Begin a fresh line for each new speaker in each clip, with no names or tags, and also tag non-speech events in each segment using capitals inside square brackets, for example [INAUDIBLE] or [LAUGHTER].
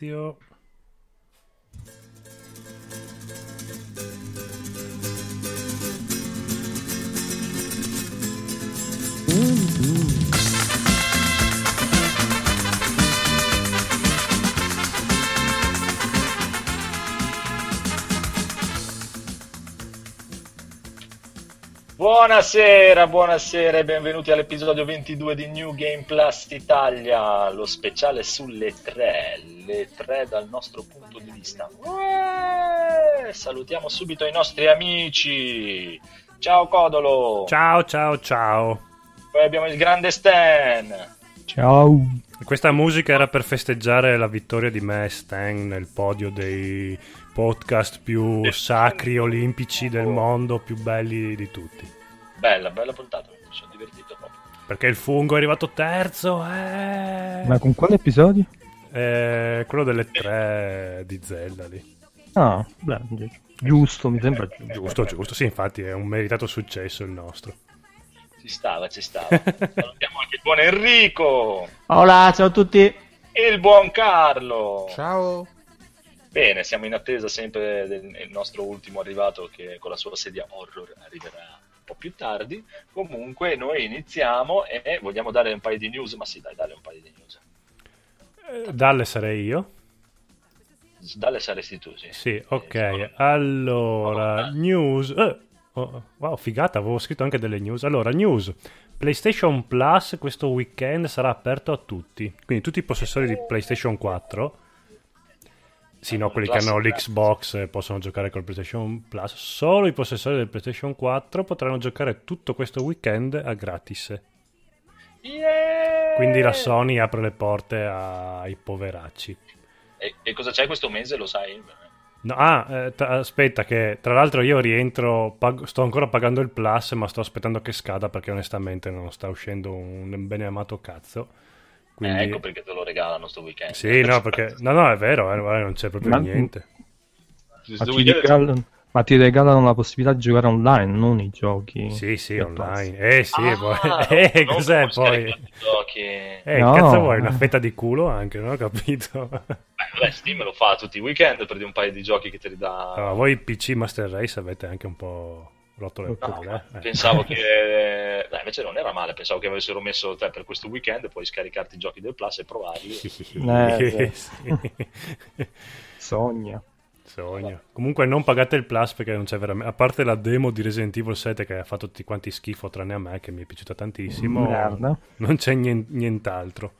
Zio.
Buonasera, buonasera e benvenuti all'episodio 22 di New Game Plus Italia, lo speciale sulle tre, le tre dal nostro punto di vista. Uè, salutiamo subito i nostri amici. Ciao Codolo.
Ciao, ciao, ciao.
Poi abbiamo il grande Stan.
Ciao.
Questa musica era per festeggiare la vittoria di me e Stan nel podio dei podcast più sacri olimpici del mondo, più belli di tutti.
Bella, bella puntata, mi sono divertito proprio.
Perché il fungo è arrivato terzo, eh.
Ma con quale episodio?
Eh, quello delle tre di Zelda lì.
Ah, beh, gi- giusto, mi sembra giusto.
Giusto, giusto. Sì, infatti è un meritato successo il nostro.
Ci stava, ci stava. salutiamo anche il buon Enrico
Hola, ciao a tutti.
e il buon Carlo.
Ciao.
Bene, siamo in attesa sempre del del nostro ultimo arrivato che con la sua sedia horror arriverà un po' più tardi. Comunque noi iniziamo e vogliamo dare un paio di news, ma sì, dai, dale un paio di news.
Eh, Dalle sarei io.
Dalle saresti tu, sì.
Sì,
Eh,
ok.
sono-
Allora, news. eh, oh, wow, figata, avevo scritto anche delle news. Allora, news. PlayStation Plus questo weekend sarà aperto a tutti. Quindi tutti i possessori di PlayStation 4. Sì,
Ah,
no, quelli che hanno l'Xbox eh, possono giocare col PlayStation Plus. Solo i possessori del PlayStation 4 potranno giocare tutto questo weekend a gratis.
Yeah!
Quindi la Sony apre le porte ai poveracci.
E, e cosa c'è questo mese, lo sai?
No, ah, eh, tra- aspetta che tra l'altro io rientro, pag- sto ancora pagando il plus ma sto aspettando che scada perché onestamente non sta uscendo un bene amato cazzo. Quindi...
Eh, ecco perché te lo regalano sto weekend.
Sì, no, perché... No, no, è vero, eh, guarda, non c'è proprio
Ma-
niente.
Sto
Ma ti,
weekend-
regalano, ma ti regalano la possibilità di giocare online, non i giochi.
Sì, sì,
del
online. Eh sì, e
Ah,
poi...
no,
[LAUGHS] Eh,
non
cos'è
puoi
poi?
scaricare i Giochi.
Eh,
No.
cazzo vuoi? Una fetta di culo anche, non ho [LAUGHS] capito.
Eh, Beh, vabbè, Steam lo fa tutti i weekend per di un paio di giochi che te li dà.
Allora, voi PC Master Race avete anche un po' rotto le
No,
palle. eh?
Pensavo che. Beh, invece non era male. Pensavo che avessero messo te per questo weekend. Puoi scaricarti i giochi del Plus e
[LAUGHS]
provarli.
Pass. Eh,
Eh,
beh,
sì.
sogna.
Sogno. Comunque non pagate il plus perché non c'è veramente... A parte la demo di Resident Evil 7 che ha fatto tutti quanti schifo tranne a me che mi è piaciuta tantissimo.
Merda.
Non c'è nien- nient'altro.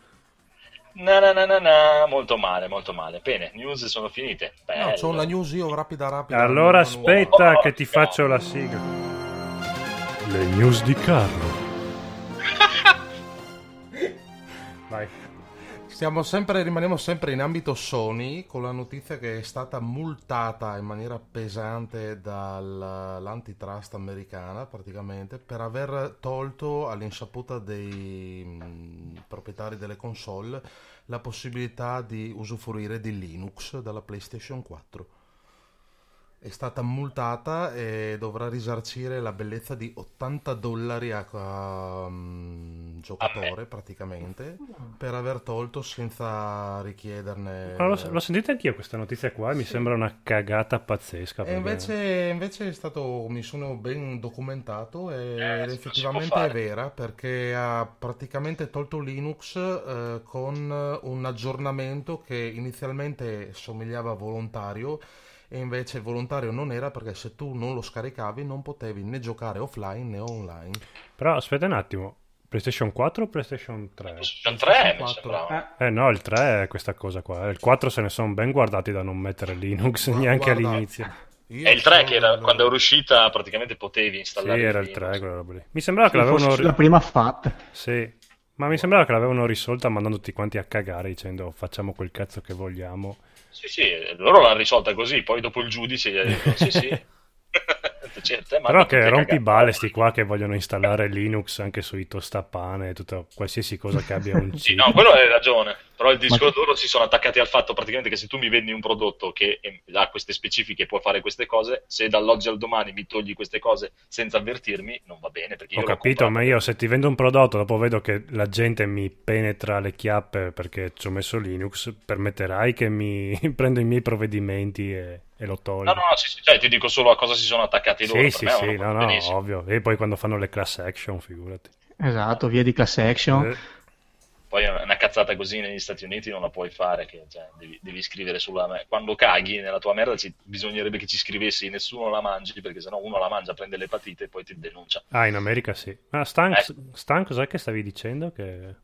Na, na, na, na, na, Molto male, molto male. Bene, news sono finite.
No,
Bello.
c'ho una news io rapida rapida.
Allora
Una nuova.
aspetta che ti
Porca.
faccio la sigla. Le news di Carlo. Vai.
Stiamo sempre, rimaniamo sempre in ambito Sony con la notizia che è stata multata in maniera pesante dall'antitrust americana praticamente per aver tolto all'insaputa dei mh, proprietari delle console la possibilità di usufruire di Linux dalla PlayStation 4. È stata multata e dovrà risarcire la bellezza di 80 dollari a, a, mh, giocatore praticamente per aver tolto senza richiederne.
Ma Ah, l'ho, l'ho sentita anch'io questa notizia qua e mi sembra una cagata pazzesca.
E
perché-
invece, invece è stato, mi sono ben documentato e ed
Eh, si
effettivamente
può fare.
è vera perché ha praticamente tolto Linux eh, con un aggiornamento che inizialmente somigliava a volontario e invece volontario non era perché se tu non lo scaricavi non potevi né giocare offline né online.
Però aspetta un attimo. PlayStation 4 o PlayStation 3?
Sono tre, mi
Quattro.
sembrava.
Eh no, il 3 è questa cosa qua. Il 4 se ne sono ben guardati da non mettere Linux
Ma
neanche
guarda,
all'inizio.
Io
È il 3
sono
che era,
del-
quando ero uscita praticamente potevi
Sì,
installare.
era il
Linux.
3 quella roba lì. Mi sembrava che l'avevano
Forse la prima fatta.
Sì. Ma mi sembrava che l'avevano risolta mandando tutti quanti a cagare dicendo facciamo quel cazzo che vogliamo.
Sì, sì, loro l'hanno risolta così. Poi dopo il giudice gli ha detto: Sì, sì. [LAUGHS] Certo, ma
Però
non
che
ti
rompi
cagare.
balle sti qua che vogliono installare Linux anche sui tostapane e tutta qualsiasi cosa che abbia un
[LAUGHS] Sì,
chip.
no, quello hai ragione. Però il disco loro si sono attaccati al fatto praticamente che se tu mi vendi un prodotto che eh, ha queste specifiche e può fare queste cose, se dall'oggi al domani mi togli queste cose senza avvertirmi, non va bene. Perché io
Ho
l'ho
capito,
comprato.
ma io se ti vendo un prodotto, dopo vedo che la gente mi penetra le chiappe perché ci ho messo Linux, permetterai che mi [LAUGHS] prendo i miei provvedimenti e, e lo tolgo.
No, no, no, sì, sì, cioè, ti dico solo a cosa si sono attaccati loro.
sì,
per
sì,
me
sì,
è una cosa
no, no,
benissimo.
ovvio. E poi quando fanno le class action, figurati.
Esatto, via di class action.
Eh,
Poi una cazzata così negli Stati Uniti non la puoi fare, che, cioè, devi, devi scrivere sulla... me- Quando caghi nella tua merda ci- bisognerebbe che ci scrivessi nessuno la mangi, perché sennò uno la mangia, prende l'epatite e poi ti denuncia.
Ah, in America sì. Ma Stan,
Eh.
Stan cos'è che stavi dicendo? Che...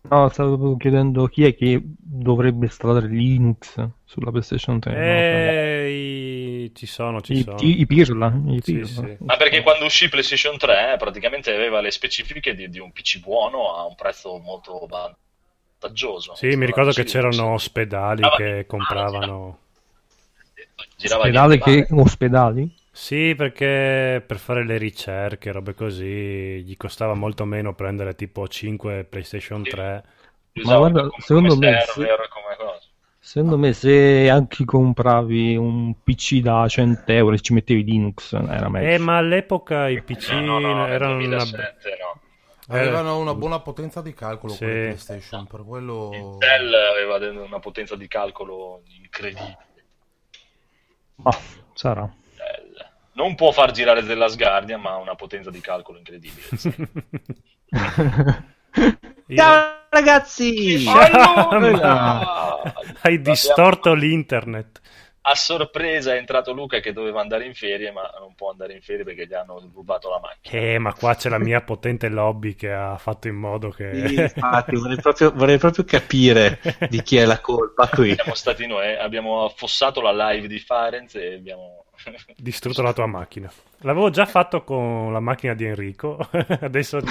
No, stavo chiedendo chi è che dovrebbe installare Linux sulla PlayStation 3. non lo so.
Ehi, Eh, ci sono, ci
I,
sono.
i- i pirla, i
Sì,
pirla.
sì.
eh.
Ma perché quando uscì PlayStation 3 eh, praticamente aveva le specifiche di, di un PC buono a un prezzo molto vantaggioso.
Sì, mi ricordo che
Sì,
c'erano
sì.
ospedali
Ah,
che
ma-
compravano...
Girava eh.
Ospedali
dietro,
che- ospedali?
Sì, perché per fare le ricerche, robe così, gli costava molto meno prendere tipo 5 PlayStation
Sì.
3.
li
Ma guarda,
usavano come-
secondo
come
me
server, come cosa.
Secondo me se anche compravi un PC da 100 euro e ci mettevi Linux era meglio.
Eh, ma all'epoca i PC
No, no, no, nel
erano una...
2007 no.
Eh.
Avevano una buona potenza di calcolo
Sì.
con le PlayStation, per quello...
Intel aveva de- una potenza di calcolo incredibile.
Ah, sarà.
Intel. Non può far girare della Sguardia, ma ha una potenza di calcolo incredibile.
[LAUGHS] Io-
ragazzi!
Allora! [LAUGHS] Hai
Abbiamo-
distorto l'internet.
A sorpresa è entrato Luca che doveva andare in ferie, ma non può andare in ferie perché gli hanno rubato la macchina.
Eh, ma qua c'è la mia potente lobby che ha fatto in modo
Sì,
che...
infatti, vorrei proprio, vorrei proprio capire di chi è la colpa qui.
Siamo stati noi, abbiamo affossato la live di Farenz e abbiamo...
distrutto la tua macchina. L'avevo già fatto con la macchina di Enrico, [LAUGHS]
[LAUGHS]
adesso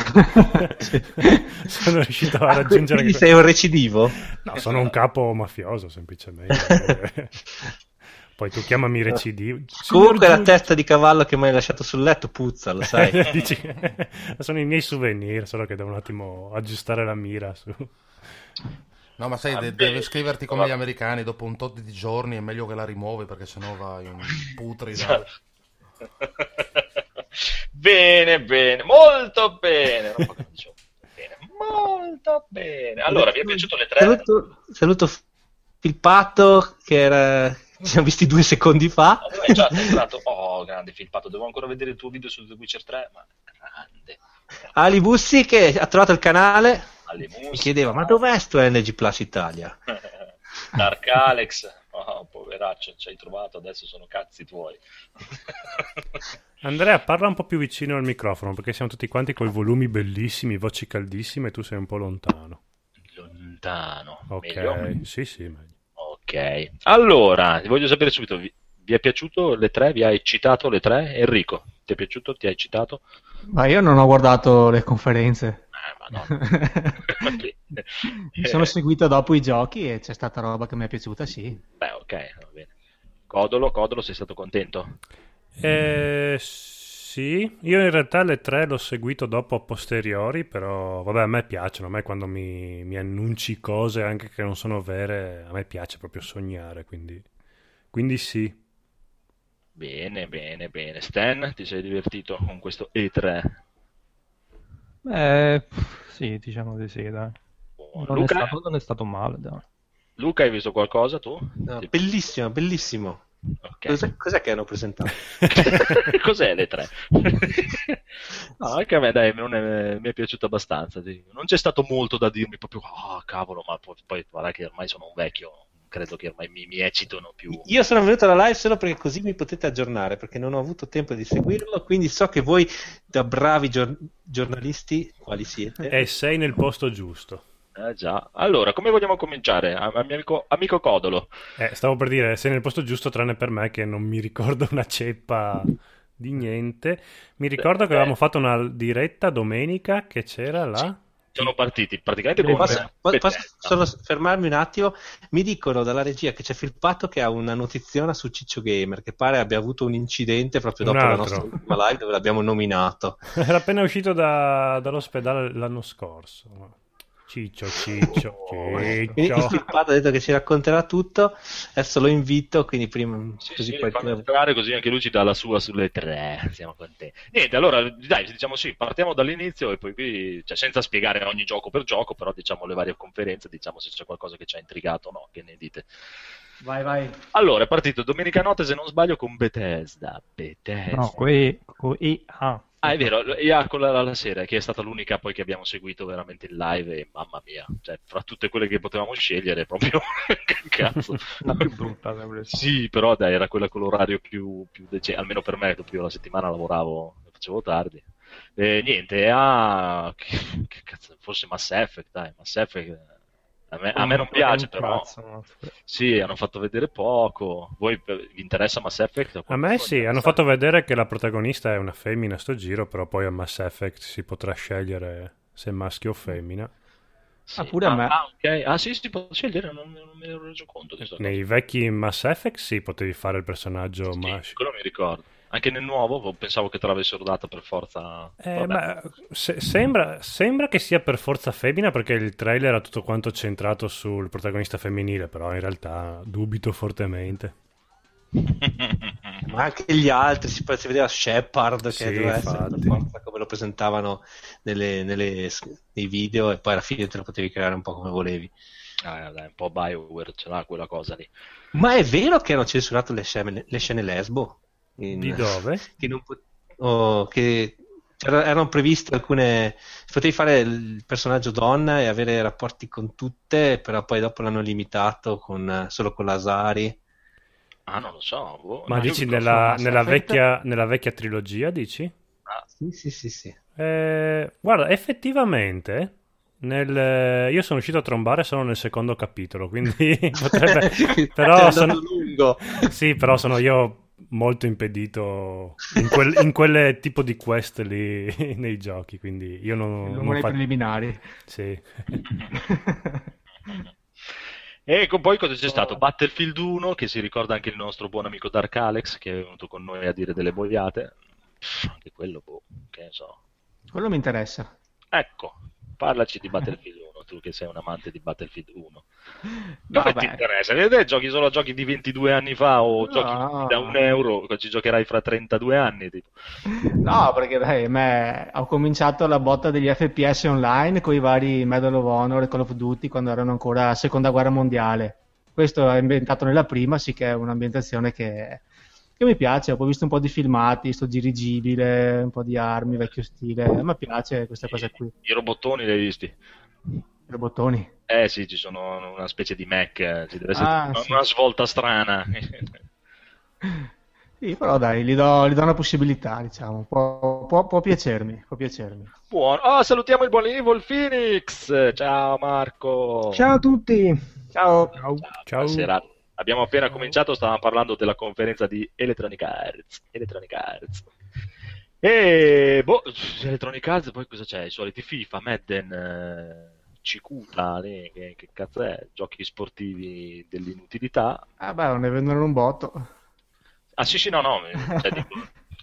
sono riuscito a
Ah,
raggiungere...
Quindi sei un recidivo?
No, sono un capo mafioso
[LAUGHS]
semplicemente. Poi tu chiamami recidivo.
Comunque la
Signor
testa di cavallo che mi hai lasciato sul letto puzza, lo [LAUGHS] sai.
giudice, [LAUGHS] dici- sono i miei souvenir, solo che devo un attimo aggiustare la mira su.
No, ma sai,
Ah,
de-
beh,
deve scriverti come
va-
gli americani, dopo un tot di giorni è meglio che la rimuovi perché sennò vai in putrida.
Esatto. bene, bene, molto bene. Non poco dicevo. Bene, molto bene. Allora, vi è piaciuto le tre?
Saluto, saluto Filpatto che era... ci siamo visti due secondi fa.
Ah, dov'è? Già, sei entrato. Oh, grande filpato, devo ancora vedere il tuo video su The Witcher 3, ma [LAUGHS] grande.
Ali Bussi che ha trovato il canale
Alle musiche.
mi chiedeva ma dov'è sto NG Plus Italia?
Dark Alex. Oh, poveraccio, ci hai trovato, adesso sono cazzi tuoi.
Andrea, parla un po' più vicino al microfono perché siamo tutti quanti con i volumi bellissimi, voci caldissime e tu sei un po' lontano.
Lontano.
Ok,
Meglio?
sì, sì, meglio.
Ok. Allora, voglio sapere subito, vi, vi è piaciuto le tre? Vi ha eccitato le tre? Enrico, ti è piaciuto? Ti ha eccitato?
Ma io non ho guardato le conferenze.
Eh, ma
[LAUGHS]
no.
Mi sono seguito dopo i giochi e c'è stata roba che mi è piaciuta, sì.
Beh, ok, va bene. Codolo, Codolo, sei stato contento?
Eh, sì, io in realtà le tre l'ho seguito dopo a posteriori, però vabbè, a me piacciono, a me quando mi, mi annunci cose anche che non sono vere, a me piace proprio sognare, quindi, quindi sì.
Bene, bene, bene. Stan, ti sei divertito con questo E3?
Eh, pff, sì, diciamo di sì, dai.
Buono.
Non è,
Luca,
stato, non è stato male, dai.
Luca, hai visto qualcosa tu?
No,
Ti-
bellissimo, bellissimo.
ok.
Cos'è, cos'è che hanno presentato?
[LAUGHS] Cos'è le tre? no, anche a me dai, non è- mi è piaciuto abbastanza. ti dico. Non c'è stato molto da dirmi proprio, ah cavolo, ma poi, poi guarda che ormai sono un vecchio, credo che ormai mi, mi eccitano più.
Io sono venuto alla live solo perché così mi potete aggiornare, perché non ho avuto tempo di seguirlo, quindi so che voi da bravi gior- giornalisti, quali siete,
E sei nel posto giusto.
Eh, già. Allora, come vogliamo cominciare? A- a mio amico, amico Codolo.
Eh, stavo per dire, sei nel posto giusto, tranne per me che non mi ricordo una ceppa di niente. Mi ricordo che avevamo fatto una diretta domenica che c'era là.
Sono partiti praticamente con
Eh, Posso, po-
Bethesda.
posso solo fermarmi un attimo? Mi dicono dalla regia che c'è Filpatto che ha una notiziona su Ciccio Gamer, che pare abbia avuto un incidente proprio
Un
dopo la
altro.
nostra ultima live
[LAUGHS]
dove l'abbiamo nominato.
Era appena uscito da- dall'ospedale l'anno scorso. Ciccio, ciccio,
Oh,
Quindi il
ciccio.
Filippato ha detto che ci racconterà tutto. Adesso lo invito, quindi prima
Sì,
così
sì,
poi-
fammi entrare così anche lui ci dà la sua sulle tre. Siamo con te. Niente, allora dai, diciamo sì, partiamo dall'inizio e poi qui, cioè, senza spiegare ogni gioco per gioco, però diciamo le varie conferenze, diciamo se c'è qualcosa che ci ha intrigato o no, che ne dite.
Vai, vai.
Allora, è partito domenica notte, se non sbaglio, con Bethesda. Bethesda.
Eh, No, que- co- e A.
Ah, è vero, IA con la, la sera, che è stata l'unica poi che abbiamo seguito veramente in live e mamma mia, cioè, fra tutte quelle che potevamo scegliere, proprio [LAUGHS] che cazzo.
La più brutta, sempre.
Sì, però dai, era quella con l'orario più, più decente, almeno per me, dopo io la settimana lavoravo, facevo tardi. E niente, ah, che, che cazzo, forse Mass Effect, dai, Mass Effect a me, a me non piace, però
Cazzo, no.
sì, hanno fatto vedere poco. Voi eh, vi interessa Mass Effect?
A me sì, hanno fatto vedere che la protagonista è una femmina a sto giro, però poi a Mass Effect si potrà scegliere se maschio o femmina.
Sì.
Ah, pure a me.
Ah, ok. Ah, sì, si può scegliere, non, non me ne ero reso conto di sta
Nei vecchi Mass Effect sì, potevi fare il personaggio
cosa. Sì,
maschio.
quello mi ricordo. Anche nel nuovo pensavo che te l'avessero dato per forza.
Eh,
Vabbè.
[LAUGHS]
ma se- sembra, sembra che sia per forza femmina perché il trailer era tutto quanto centrato sul protagonista femminile, però in realtà dubito fortemente.
Ma anche gli altri, si, si vedeva Shepard che
Sì,
doveva essere per
infatti.
forza come lo presentavano nelle- nelle- nei video e poi alla fine te lo potevi creare un po' come volevi.
Ah, dai, un po' Bioware ce l'ha quella cosa lì.
Ma è vero che hanno censurato le scene, le scene lesbo? In-
Di dove?
[LAUGHS] Che non pot- oh, che c'era- erano previste alcune... Potevi fare il personaggio donna e avere rapporti con tutte, però poi dopo l'hanno limitato con- solo con l'Asari.
Ah, non lo so. boh.
Ma
No, io
dici
mi confondo.
nella,
Mass
nella
Effect?
vecchia, nella vecchia trilogia, dici?
Ah,
Sì, sì, sì, sì.
Eh, guarda, effettivamente, nel- eh, io sono riuscito a trombare solo nel secondo capitolo, quindi [LAUGHS]
[LAUGHS]
potrebbe...
È
però
andato
sono...
lungo.
Sì, però sono io molto impedito in, quel, in quelle tipo di quest lì [LAUGHS] nei giochi, quindi io non...
Lungo
non
nei
fa-
preliminari.
Sì.
E co- poi cosa c'è stato? Battlefield 1, che si ricorda anche il nostro buon amico Dark Alex, che è venuto con noi a dire delle boiate. Pff, Anche quello, boh, che ne so.
Quello mi interessa.
Ecco, parlaci di Battlefield 1, tu che sei un amante di Battlefield
[LAUGHS]
1.
No,
Dove ti
beh,
interessa? Vedete, giochi solo a giochi di 22 anni fa o
No.
giochi da un euro, che ci giocherai fra 32 anni. Tipo.
no, perché dai, a me- ho cominciato la botta degli FPS online con i vari Medal of Honor e Call of Duty quando erano ancora a seconda guerra mondiale. Questo è inventato nella prima, sì che è un'ambientazione che, che mi piace. Poi Ho visto un po' di filmati, sto dirigibile, un po' di armi, vecchio stile. Mi piace questa cosa qui.
I robottoni li hai visti?
Robottoni.
Eh sì, ci sono una specie di Mac, eh, ci deve essere
Ah,
una,
sì.
una svolta strana.
Sì, però dai, gli do, gli do una possibilità, diciamo. Può, può- può piacermi, può piacermi.
Buono. Ah, salutiamo il buon Evil Phoenix. Ciao Marco.
Ciao a tutti.
Ciao.
Ciao.
Buonasera. Abbiamo appena cominciato, stavamo parlando della conferenza di Electronic Arts. Electronic Arts. E boh, Electronic Arts, poi cosa c'è? I soliti FIFA, Madden, eh, Cicuta, lì, che, che cazzo è? Giochi sportivi dell'inutilità.
Ah beh, non ne vendono un botto.
Ah sì sì, no, no, cioè, dico,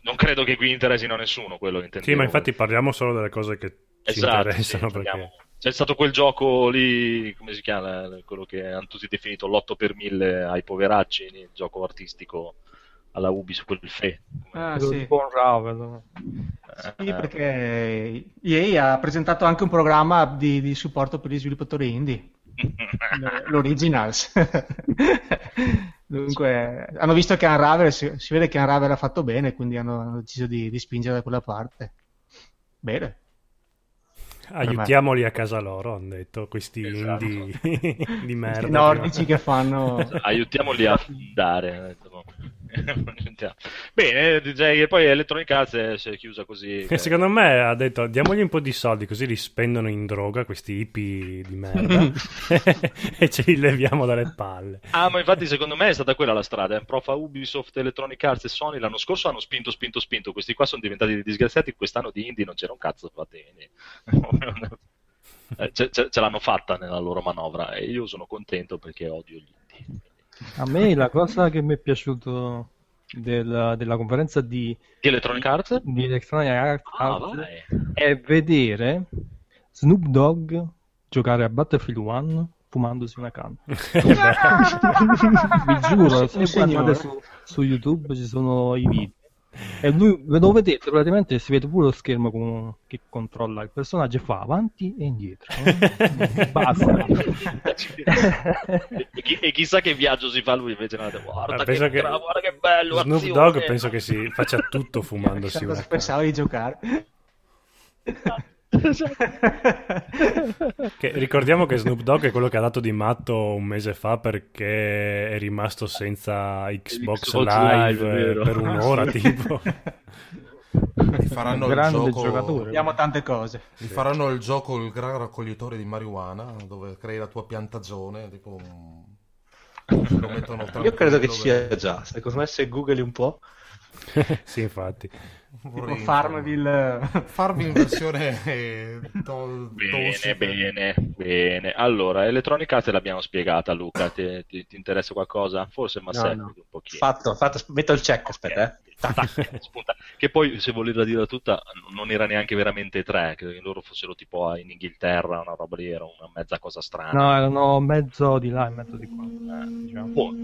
non credo che qui interessino a nessuno quello che intendevo.
Sì, ma infatti parliamo solo delle cose che ci
Esatto, sì,
interessano
parliamo.
perché...
C'è stato quel gioco lì, come si chiama? Quello che hanno tutti definito l'8 per 1000 ai poveracci, il gioco artistico alla Ubi su quel fe.
Ah,
Quello di Von Ravel.
Sì, perché EA ha presentato anche un programma di, di supporto per gli sviluppatori indie, l- l'Originals. [LAUGHS] Dunque, hanno visto che Unravel, si, si vede che Unravel ha fatto bene, quindi hanno, hanno deciso di, di spingere da quella parte. Bene.
Aiutiamoli a casa loro, hanno detto questi
Esatto.
indie [LAUGHS] di merda.
Questi [LAUGHS] nordici che
Oh.
fanno...
[LAUGHS] Aiutiamoli a fondare. [LAUGHS] Bene, direi che poi Electronic Arts è- si è chiusa così.
Che Secondo me ha detto diamogli un po' di soldi così li spendono in droga questi hippie di
[LAUGHS]
merda [LAUGHS] e ce li leviamo dalle palle.
Ah, ma infatti secondo me è stata quella la strada. eh. Profa Ubisoft, Electronic Arts e Sony l'anno scorso hanno spinto, spinto, spinto. Questi qua sono diventati dei disgraziati. Quest'anno di indie non c'era un cazzo. Fate...
[LAUGHS]
Eh, ce, ce- ce l'hanno fatta nella loro manovra e io sono contento perché
[LAUGHS]
odio gli indie.
A me la cosa che mi è piaciuto della, della conferenza di,
Di Electronic Arts?
di Electronic Arts
Ah, vai.
è vedere Snoop Dogg giocare a Battlefield 1 fumandosi una canna. [LAUGHS] Vi
[LAUGHS]
giuro,
eh,
se guardate su, su YouTube ci sono i video. E lui, ve lo vedete, praticamente si vede pure lo schermo con- che controlla il personaggio e fa avanti e indietro. eh. Basta.
e, chi- e chissà che viaggio si fa lui invece no, guarda,
Ma
che,
Eh, penso che-
bra- guarda che bello
Snoop
azione.
Dogg penso che si faccia tutto fumandosi una
cosa
canna.
pensavo di giocare.
Che ricordiamo che Snoop Dogg è quello che ha dato di matto un mese fa perché è rimasto senza Xbox,
Xbox
Live,
Live,
eh,
vero.
per
[LAUGHS]
un'ora tipo.
Gli faranno il
Grande
gioco-
giocatore.
Abbiamo tante cose.
Gli faranno il gioco il gran raccoglitore di marijuana dove crei la tua piantagione. Tipo, un- lo
[LAUGHS]
mettono tra
Io credo che
dove-
ci sia già, secondo me se googli un po'.
sì, infatti.
Tipo
vorrei-
Farmville.
Farmi in versione eh, to-
Bene,
tossica.
bene, bene. Allora, Electronic Arts l'abbiamo spiegata, Luca. Ti, ti- ti interessa qualcosa? Forse, ma
No,
segui
no.
un pochino.
Fatto, fatto, metto il check, aspetta. Eh.
Tac, spunta. Che poi, se volete dirla tutta, n- non era neanche veramente tre, che loro fossero tipo ah, in Inghilterra, una roba lì, era una mezza cosa strana.
No, erano mezzo di là e mezzo di qua. diciamo.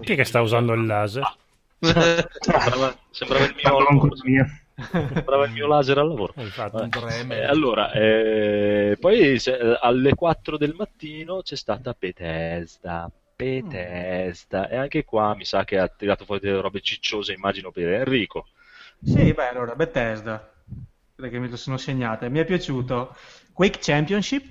Chi è che sta usando il laser?
Ah. sembrava, sembrava il mio, sembrava il mio laser al lavoro.
Eh, infatti.
Vabbè.
Dremel.
Eh, allora, eh, poi se- eh, alle 4 del mattino c'è stata Bethesda. Bethesda. E anche qua mi sa che ha tirato fuori delle robe cicciose, immagino, per Enrico.
Sì, beh, allora, Bethesda, quelle che me lo sono segnate. Mi è piaciuto Quake Championship,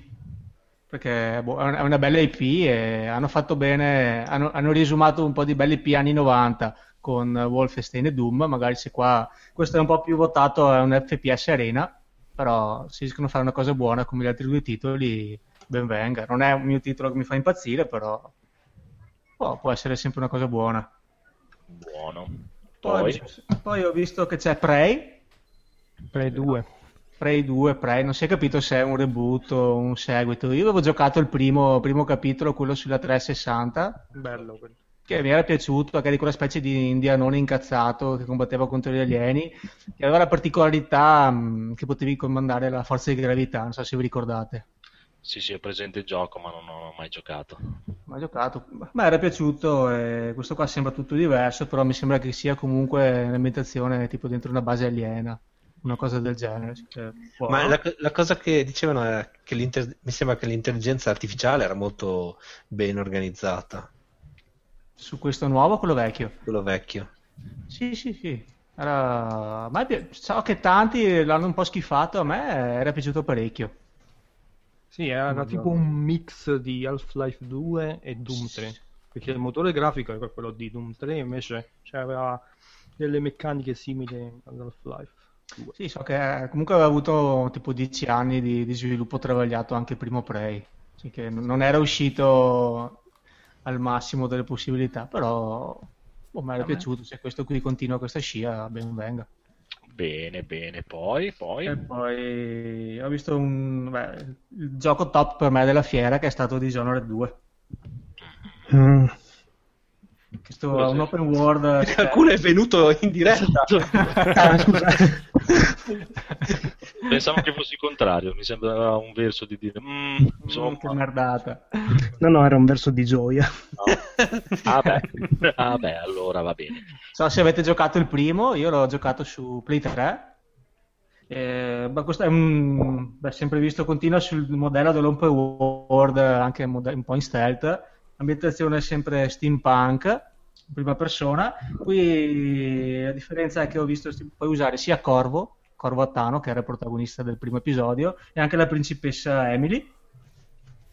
perché boh, è una- è una bella IP e hanno fatto bene, hanno, hanno riesumato un po' di belle IP anni 90 con Wolfenstein e Doom, magari se qua... Questo è un po' più votato a un FPS Arena, però se riescono a fare una cosa buona come gli altri due titoli, ben venga. Non è un mio titolo che mi fa impazzire, però boh, può- può essere sempre una cosa buona.
Buono.
Poi,
Poi,
poi ho visto che c'è Prey,
Prey 2.
Prey 2, Prey, non si è capito se è un reboot o un seguito. Io avevo giocato il primo, primo capitolo, quello sulla 360,
Bello quello.
che mi era piaciuto, che era di quella specie di indianone incazzato che combatteva contro gli alieni, che aveva la particolarità mh, che potevi comandare la forza di gravità, non so se vi ricordate.
sì, sì, è presente il gioco, ma non ho mai giocato.
Ma ho giocato, ma era piaciuto, e questo qua sembra tutto diverso, però mi sembra che sia comunque un'ambientazione tipo dentro una base aliena, una cosa del genere. cioè, può-
Ma la, co- la cosa che dicevano era che l'inter- mi sembra che l'intelligenza artificiale era molto ben organizzata,
Su questo nuovo o quello vecchio?
quello vecchio.
Sì, sì, sì. Era- Ma pi- so che tanti l'hanno un po' schifato, a me era piaciuto parecchio.
Sì, era tipo un mix di Half-Life 2 e Doom 3. Perché il motore grafico era quello di Doom 3, invece cioè, aveva delle meccaniche simili ad Half-Life 2.
Sì, so che eh, comunque aveva avuto tipo 10 anni di, di sviluppo travagliato anche il primo Prey, Cioè che n- non era uscito al massimo delle possibilità, però boh, mi era piaciuto, se questo qui continua questa scia, ben venga.
Bene, bene. Poi, poi.
E poi ho visto un, beh, il gioco top per me della fiera che è stato Dishonored 2. Questo è un
[LAUGHS]
open world.
Qualcuno è venuto in diretta.
Ah, scusa.
Pensavo che fosse il contrario, mi sembrava un verso di dire. "Mm,
Sono
sono
che merdata.
No, no, era un verso di gioia.
Ah beh. Ah, beh, allora va bene.
So se avete giocato il primo, io l'ho giocato su Play 3. Eh, ma questo è un, beh, sempre visto continua sul modello dell'open world, anche mode- un po' in stealth. Ambientazione sempre steampunk, in prima persona. Qui la differenza è che ho visto si- puoi usare sia Corvo, Corvo Attano, che era il protagonista del primo episodio, e anche la principessa Emily.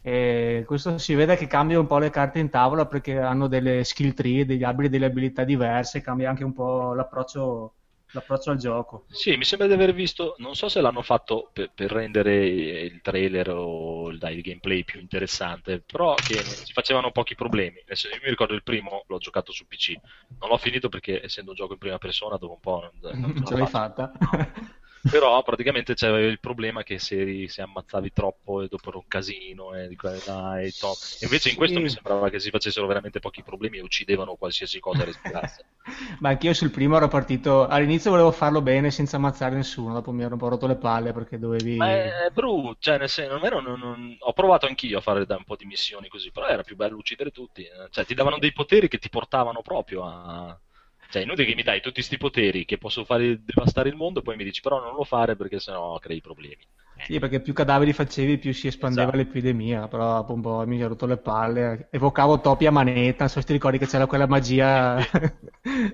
E questo si vede che cambia un po' le carte in tavola perché hanno delle skill tree, degli alberi delle abilità diverse, cambia anche un po' l'approccio, l'approccio al gioco.
Sì, mi sembra di aver visto, non so se l'hanno fatto per, per rendere il trailer o il, dai, il gameplay più interessante, però che si facevano pochi problemi. Nel senso, io mi ricordo il primo, l'ho giocato su PC, non l'ho finito perché essendo un gioco in prima persona dopo un po' non, non Mm-hmm, ce la [LAUGHS]
Ce l'hai
faccio.
fatta.
Però praticamente c'era il problema che se, se ammazzavi troppo e dopo era un casino e di qua e là e to- e Invece in questo
Sì.
mi sembrava che si facessero veramente pochi problemi e uccidevano qualsiasi cosa respirasse.
Ma anch'io sul primo ero partito. All'inizio volevo farlo bene senza ammazzare nessuno, dopo mi ero un po' rotto le palle perché dovevi.
Ma è, è brutto, cioè nel senso, almeno non- non- ho provato anch'io a fare da un po' di missioni così, però era più bello uccidere tutti, eh. cioè ti davano dei poteri che ti portavano proprio a... Cioè è inutile che mi dai tutti questi poteri che posso fare devastare il mondo e poi mi dici però non lo fare perché sennò crei problemi.
Sì, perché più cadaveri facevi, più si espandeva
Esatto.
l'epidemia. Però dopo un po' mi ero rotto le palle. Evocavo topi a manetta. Non so se ti ricordi che c'era quella magia.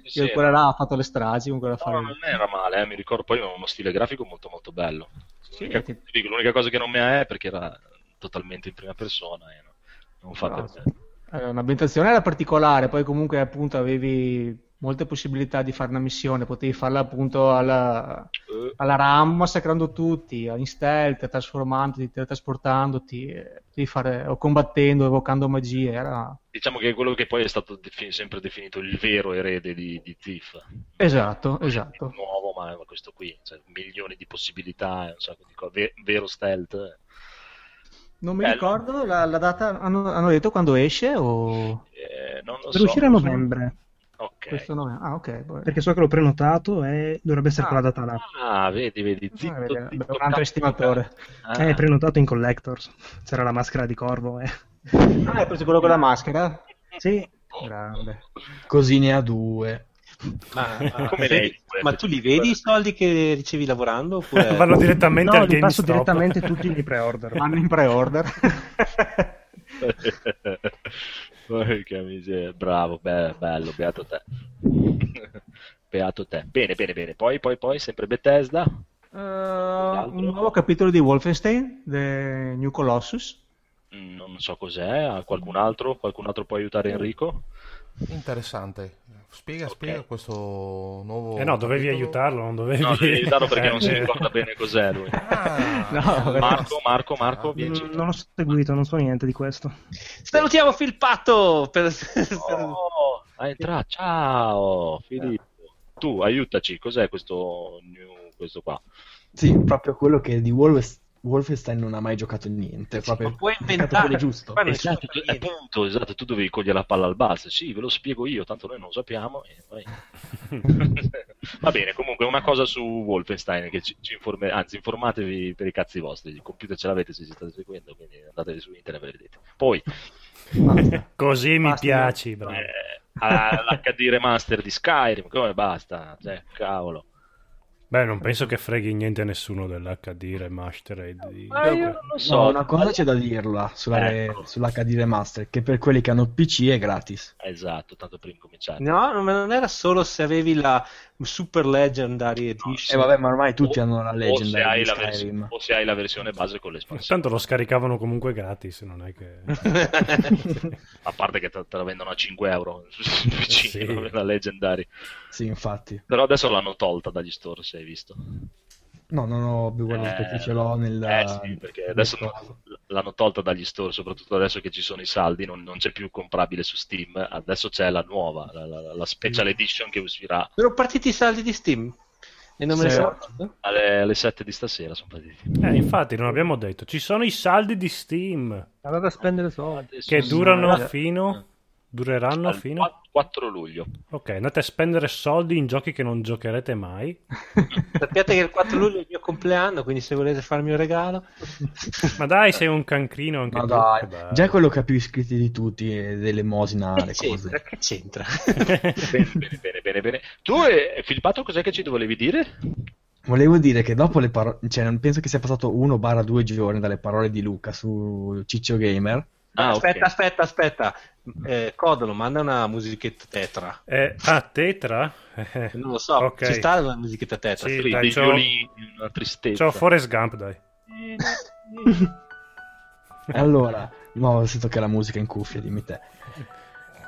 Sì,
[LAUGHS] che quella là ha fatto le stragi con quella
No,
fare.
non era male, eh, mi ricordo poi aveva uno stile grafico molto molto bello.
Sì,
L'unica,
ti-
ti dico, l'unica cosa che non mi è perché era totalmente in prima persona e no- non fa
No,
per me.
Allora, Eh, Un'ambientazione era particolare, poi comunque appunto avevi molte possibilità di fare una missione, potevi farla appunto alla,
Eh,
alla RAM massacrando tutti, in stealth, trasformandoti, teletrasportandoti, eh, potevi fare, o combattendo, evocando magie, era...
diciamo che quello che poi è stato defi- sempre definito il vero erede di, di Thief.
Esatto,
Il
esatto.
nuovo, ma ma questo qui, cioè, milioni di possibilità, un sacco di cose, ve- vero
[LAUGHS]
stealth. eh.
Non mi
Bello.
ricordo la, la data, hanno, hanno detto quando esce o...
Eh, non lo
Per
so.
uscire a novembre,
Ok.
Questo non è... Ah, ok. poi-
perché so che l'ho prenotato e dovrebbe
Ah.
essere quella data là.
Ah, vedi, vedi, zitto,
Ah, vedi,
zitto,
un altro
cazzo,
estimatore.
cazzo.
Eh,
Ah.
prenotato in Collectors. C'era la maschera di corvo, eh.
Ah, hai preso quello con la maschera?
Sì,
Grande.
Così ne ha due.
Ma,
Come
vedi-
lei,
ma tu li vedi i soldi che ricevi lavorando? Oppure...
[LAUGHS] Vanno direttamente
no,
al
li passo
GameStop.
direttamente tutti
[LAUGHS]
nei pre-order.
Vanno in pre-order.
Porca miseria, bravo, be- bello, beato te. [LAUGHS] beato te. Bene, bene, bene. Poi, poi, poi, sempre Bethesda.
[LAUGHS] Eh, un nuovo capitolo di Wolfenstein, The New Colossus.
Mm, Non so cos'è, ha qualcun altro? Qualcun altro può aiutare Enrico?
Interessante. Spiega,
Ok.
spiega questo nuovo...
Eh no, dovevi
capitolo.
aiutarlo, non dovevi...
No, devi aiutarlo perché non
[LAUGHS]
si
Eh,
ricorda bene
[LAUGHS]
cos'è lui.
Ah,
No,
beh,
Marco, Marco, Marco,
Ah,
vieni.
Mm, Non ho seguito, non so niente di questo.
Salutiamo Filpatto! Per...
Oh, ah, entra, ciao Filippo. Tu aiutaci, cos'è questo, new- questo qua?
Sì, proprio quello che di Wolves- Wolfenstein non ha mai giocato niente. Proprio
Ma puoi
ha giocato
inventare,
quello giusto.
qua nessuno
Esatto,
fa
tu-
niente.
appunto, esatto, tu dovevi cogliere la palla al balzo. Sì, ve lo spiego io, tanto noi non lo sappiamo. e poi- [LAUGHS] Va bene, comunque una cosa su Wolfenstein, che ci, ci informe- anzi informatevi per i cazzi vostri, il computer ce l'avete se ci state seguendo, quindi andate su internet e vedete. Poi
Così mi
Basta.
piaci, bravo.
eh, all'HD remaster di Skyrim, come basta, cioè, cavolo.
Beh, non penso che freghi niente a nessuno dell'HD Remastered. Di...
Ma io non lo so.
No, una cosa c'è da dirla sulla,
Ecco.
sull'HD Remaster, che per quelli che hanno PC è gratis.
Esatto, tanto per incominciare.
No, ma non era solo se avevi la Super Legendary
E
Edition.
Eh, vabbè, ma ormai tutti
O-
hanno la
o se,
Legendary
hai
di
la
Skyrim.
vers- o se hai la versione base con l'espansione,
Tanto lo scaricavano comunque gratis, non è
[LAUGHS]
che...
a parte che te, te la vendono a 5 euro
[LAUGHS]
sul PC,
Sì.
vabbè, la Legendary.
Sì, infatti.
Però adesso l'hanno tolta dagli store, se hai visto.
No, non ho più guardato
Eh,
perché ce l'ho nel...
Eh sì, perché adesso
nel-
l- l'hanno tolta dagli store, soprattutto adesso che ci sono i saldi, non, non c'è più comprabile su Steam, adesso c'è la nuova, la, la- la
Mm.
special edition che uscirà
Sono partiti i saldi di Steam. E non me ne
Sì.
sono accorto?
alle, alle 7 di stasera, sono partiti.
Eh, infatti, non abbiamo detto. Ci sono i saldi di Steam
Andate a spendere soldi.
che
Sono-
durano
eh,
fino... Dureranno
al
fino...
4 4 luglio.
Ok, andate a spendere soldi in giochi che non giocherete mai.
[LAUGHS] Sappiate che il 4 luglio è il mio compleanno, quindi se volete farmi un regalo...
Ma dai, sei un cancrino anche
Ma
tu.
dai,
Che
eh.
bello.
già è quello che ha più iscritti di tutti, ecco. eh, dell'emosina,
che
le
c'entra?
cose.
Che c'entra?
[LAUGHS] bene, bene, bene, bene, bene. Tu, eh, Filippato, cos'è che ci dovevi dire?
Volevo dire che dopo le parole, cioè non penso che sia passato uno barra due giorni dalle parole di Luca su Ciccio Gamer.
Ah, ok.
aspetta, aspetta, aspetta. Eh, Codolo, manda una musichetta tetra.
Eh, ah, Tetra? Eh,
Non lo so,
Ok.
ci sta una musichetta tetra.
Sì,
Dei
dai, c'ho-
violini, una tristezza.
Ciao, Forrest Gump,
[LAUGHS]
dai.
[LAUGHS] E allora, no, ho sentito che la musica in cuffia, dimmi te.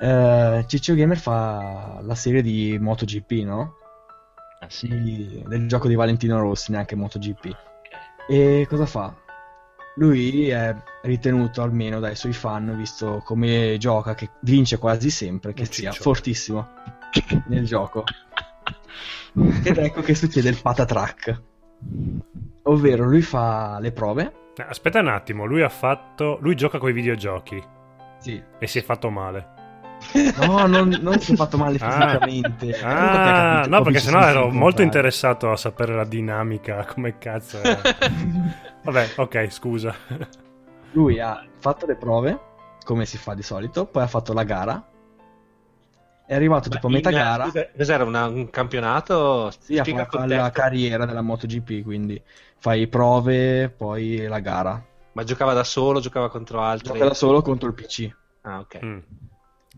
Eh, Ciccio Gamer fa la serie di MotoGP, no?
Ah, sì.
Di- del gioco di Valentino Rossi, neanche MotoGP.
Ok.
E cosa fa? Lui è ritenuto almeno dai suoi fan, visto come gioca, che vince quasi sempre, che
Un
sia
ciccione.
fortissimo nel gioco. Ed ecco che succede il patatrack. Ovvero lui fa le prove.
Eh, Aspetta un attimo, lui ha fatto. Lui gioca coi videogiochi
Sì.
e si è fatto male.
No, non, non si è fatto male
Ah.
fisicamente.
Ah, no, perché sennò ero molto
interessato
interessato a sapere la dinamica, [LAUGHS] come cazzo
[LAUGHS]
era. Vabbè, ok, scusa.
Lui ha fatto le prove, come si fa di solito, poi ha fatto la gara. È arrivato tipo a
Ma
metà
in-
gara.
scusa, Cos'era una- un campionato?
Sì, ha
Spiega il
fatto
contesto.
la carriera della MotoGP, quindi fai prove, poi la gara.
Ma giocava da solo, giocava contro altri.
Gioca da solo contro il PC.
Ah, ok.
Mm.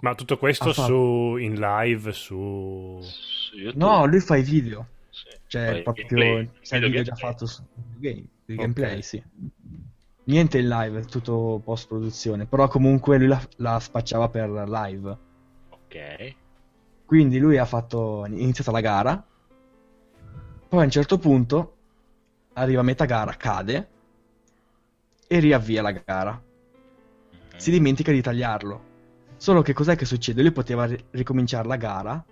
Ma tutto questo
Ha fatto-
su in live su
Su YouTube,
No, lui fa i video,
sì.
cioè
Poi
proprio
gameplay,
cioè,
[LAUGHS]
il video già
gameplay.
fatto su game,
Ok.
il gameplay, sì. Niente in live, tutto post produzione, però comunque lui la- la spacciava per live.
Ok.
Quindi lui ha fatto, ha iniziato la gara, poi a un certo punto arriva a metà gara, cade e riavvia la gara. Si dimentica di tagliarlo. Solo che cos'è che succede? Lui poteva ri- ricominciare la gara,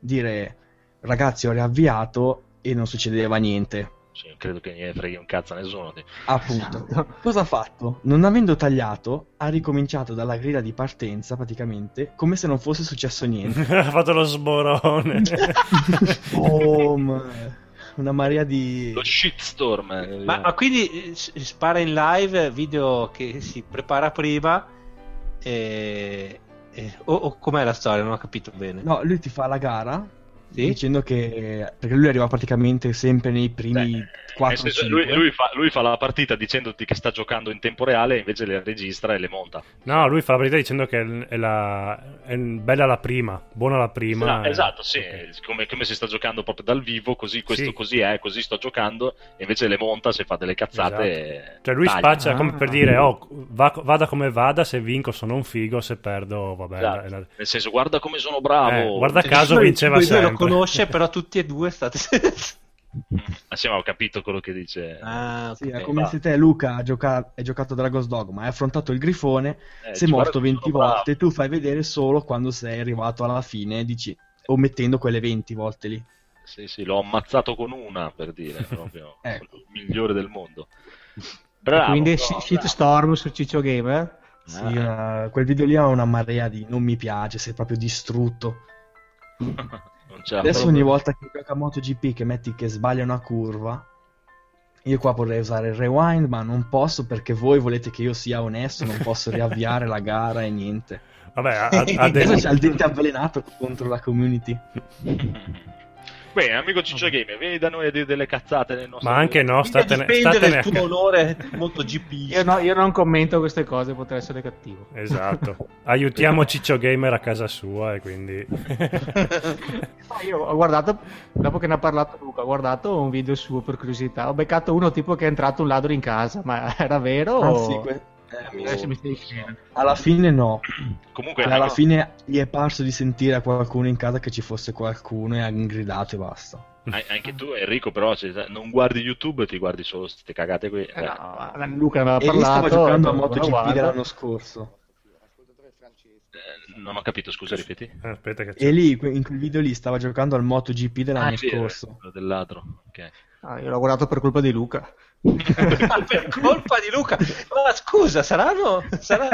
dire ragazzi ho riavviato e non succedeva niente.
Sì, credo che ne freghi un cazzo a nessuno. te.
Appunto. [LAUGHS] Cosa ha fatto? Non avendo tagliato, ha ricominciato dalla grida di partenza praticamente come se non fosse successo niente.
[LAUGHS]
[LAUGHS] ha fatto lo
[LAUGHS]
sborone.
Boom! Oh, Una marea di.
Lo shitstorm. eh,
Ma, ma quindi eh, s- spara in live video che si prepara prima. E... e- O, o com'è la storia? Non ho capito bene.
No, lui ti fa la gara
Sì?
dicendo che. Perché lui arriva praticamente sempre nei primi
Eh, nel
4
senso, lui, lui fa, lui fa la partita dicendoti che sta giocando in tempo reale, invece le registra e le monta.
No, lui fa la verità dicendo che è, la... è bella la prima, buona la prima. Eh,
No, esatto, sì,
Ok.
come, come si sta giocando proprio dal vivo, così questo
Sì.
così è, così sto giocando, e invece le monta se fa delle cazzate. e
Cioè lui
taglia.
spaccia come per
Ah.
dire, oh, va- vada come vada, se vinco sono un figo, se perdo, vabbè.
Esatto.
è la-
Nel senso, guarda come sono bravo.
Eh, guarda caso vinceva
Voi due
sempre.
lo conosce, però tutti e due state. [LAUGHS]
Ah, sì, ma ho capito quello che dice.
Eh.
ah, ok.
Sì, è come
eh, va.
se te, Luca, ha gioca- hai giocato a Dragon's Dogma, hai affrontato il grifone,
Eh,
sei
guarda
morto
come
20
sono bravo.
volte, tu fai vedere solo quando sei arrivato alla fine, dici, omettendo quelle 20 volte lì.
Sì, sì, l'ho ammazzato con una,
[LAUGHS]
per dire, proprio.
Ecco.
Sono Il migliore del mondo. Bravo.
Quindi
bravo,
shi-
bravo.
shitstorm su Ciccio eh? Gamer.
Sì, una- quel video lì ha una marea di non mi piace, sei proprio
[LAUGHS]
distrutto.
Non c'è
Adesso
Esatto. proprio-
ogni volta che gioca a MotoGP che metti che sbaglia una curva, io qua vorrei usare il rewind, ma non posso perché voi volete che io sia onesto, non
[LAUGHS]
posso riavviare la gara e niente.
Vabbè, ha, ha- ha
Adesso
detto...
c'ha il dente avvelenato contro la community.
Bene, amico Ciccio Gamer, vieni da noi a dire delle cazzate nel nostro
Ma anche no,
Quindi
statene,
di spendere
statene
il
a
tuo
ca-
onore molto GP.
[LAUGHS] Io, no- io non commento queste cose, potrei essere cattivo.
Esatto.
[LAUGHS]
Aiutiamo Ciccio Gamer a casa sua e quindi...
[LAUGHS] No, Io ho guardato, dopo che ne ha parlato Luca, ho guardato un video suo per curiosità. Ho beccato uno tipo che è entrato un ladro in casa, ma [LAUGHS] era vero?
Ah,
o-
Anzi, que- eh, mi-
Adesso mi stai dicendo.
alla fine no. Cioè,
Comunque,
alla fine gli è parso di sentire a qualcuno in casa che ci fosse qualcuno e ha gridato e basta.
Mm.
an- anche tu, Enrico, però, se non guardi YouTube, ti guardi solo queste cagate qui.
Eh,
Eh,
no, ma Luca ne aveva
E lui
parlato.
stava giocando a
ho detto,
MotoGP
guarda.
dell'anno scorso.
eh, non ho capito, scusa, ripeti.
Eh, Aspetta che...
E lì, que- in quel video lì, stava giocando al MotoGP dell'anno
Ah, sì, eh,
scorso.
quello del ladro. ok.
Ah, io l'ho guardato per colpa di Luca.
Ma per colpa di Luca. Ma scusa, saranno. sarà-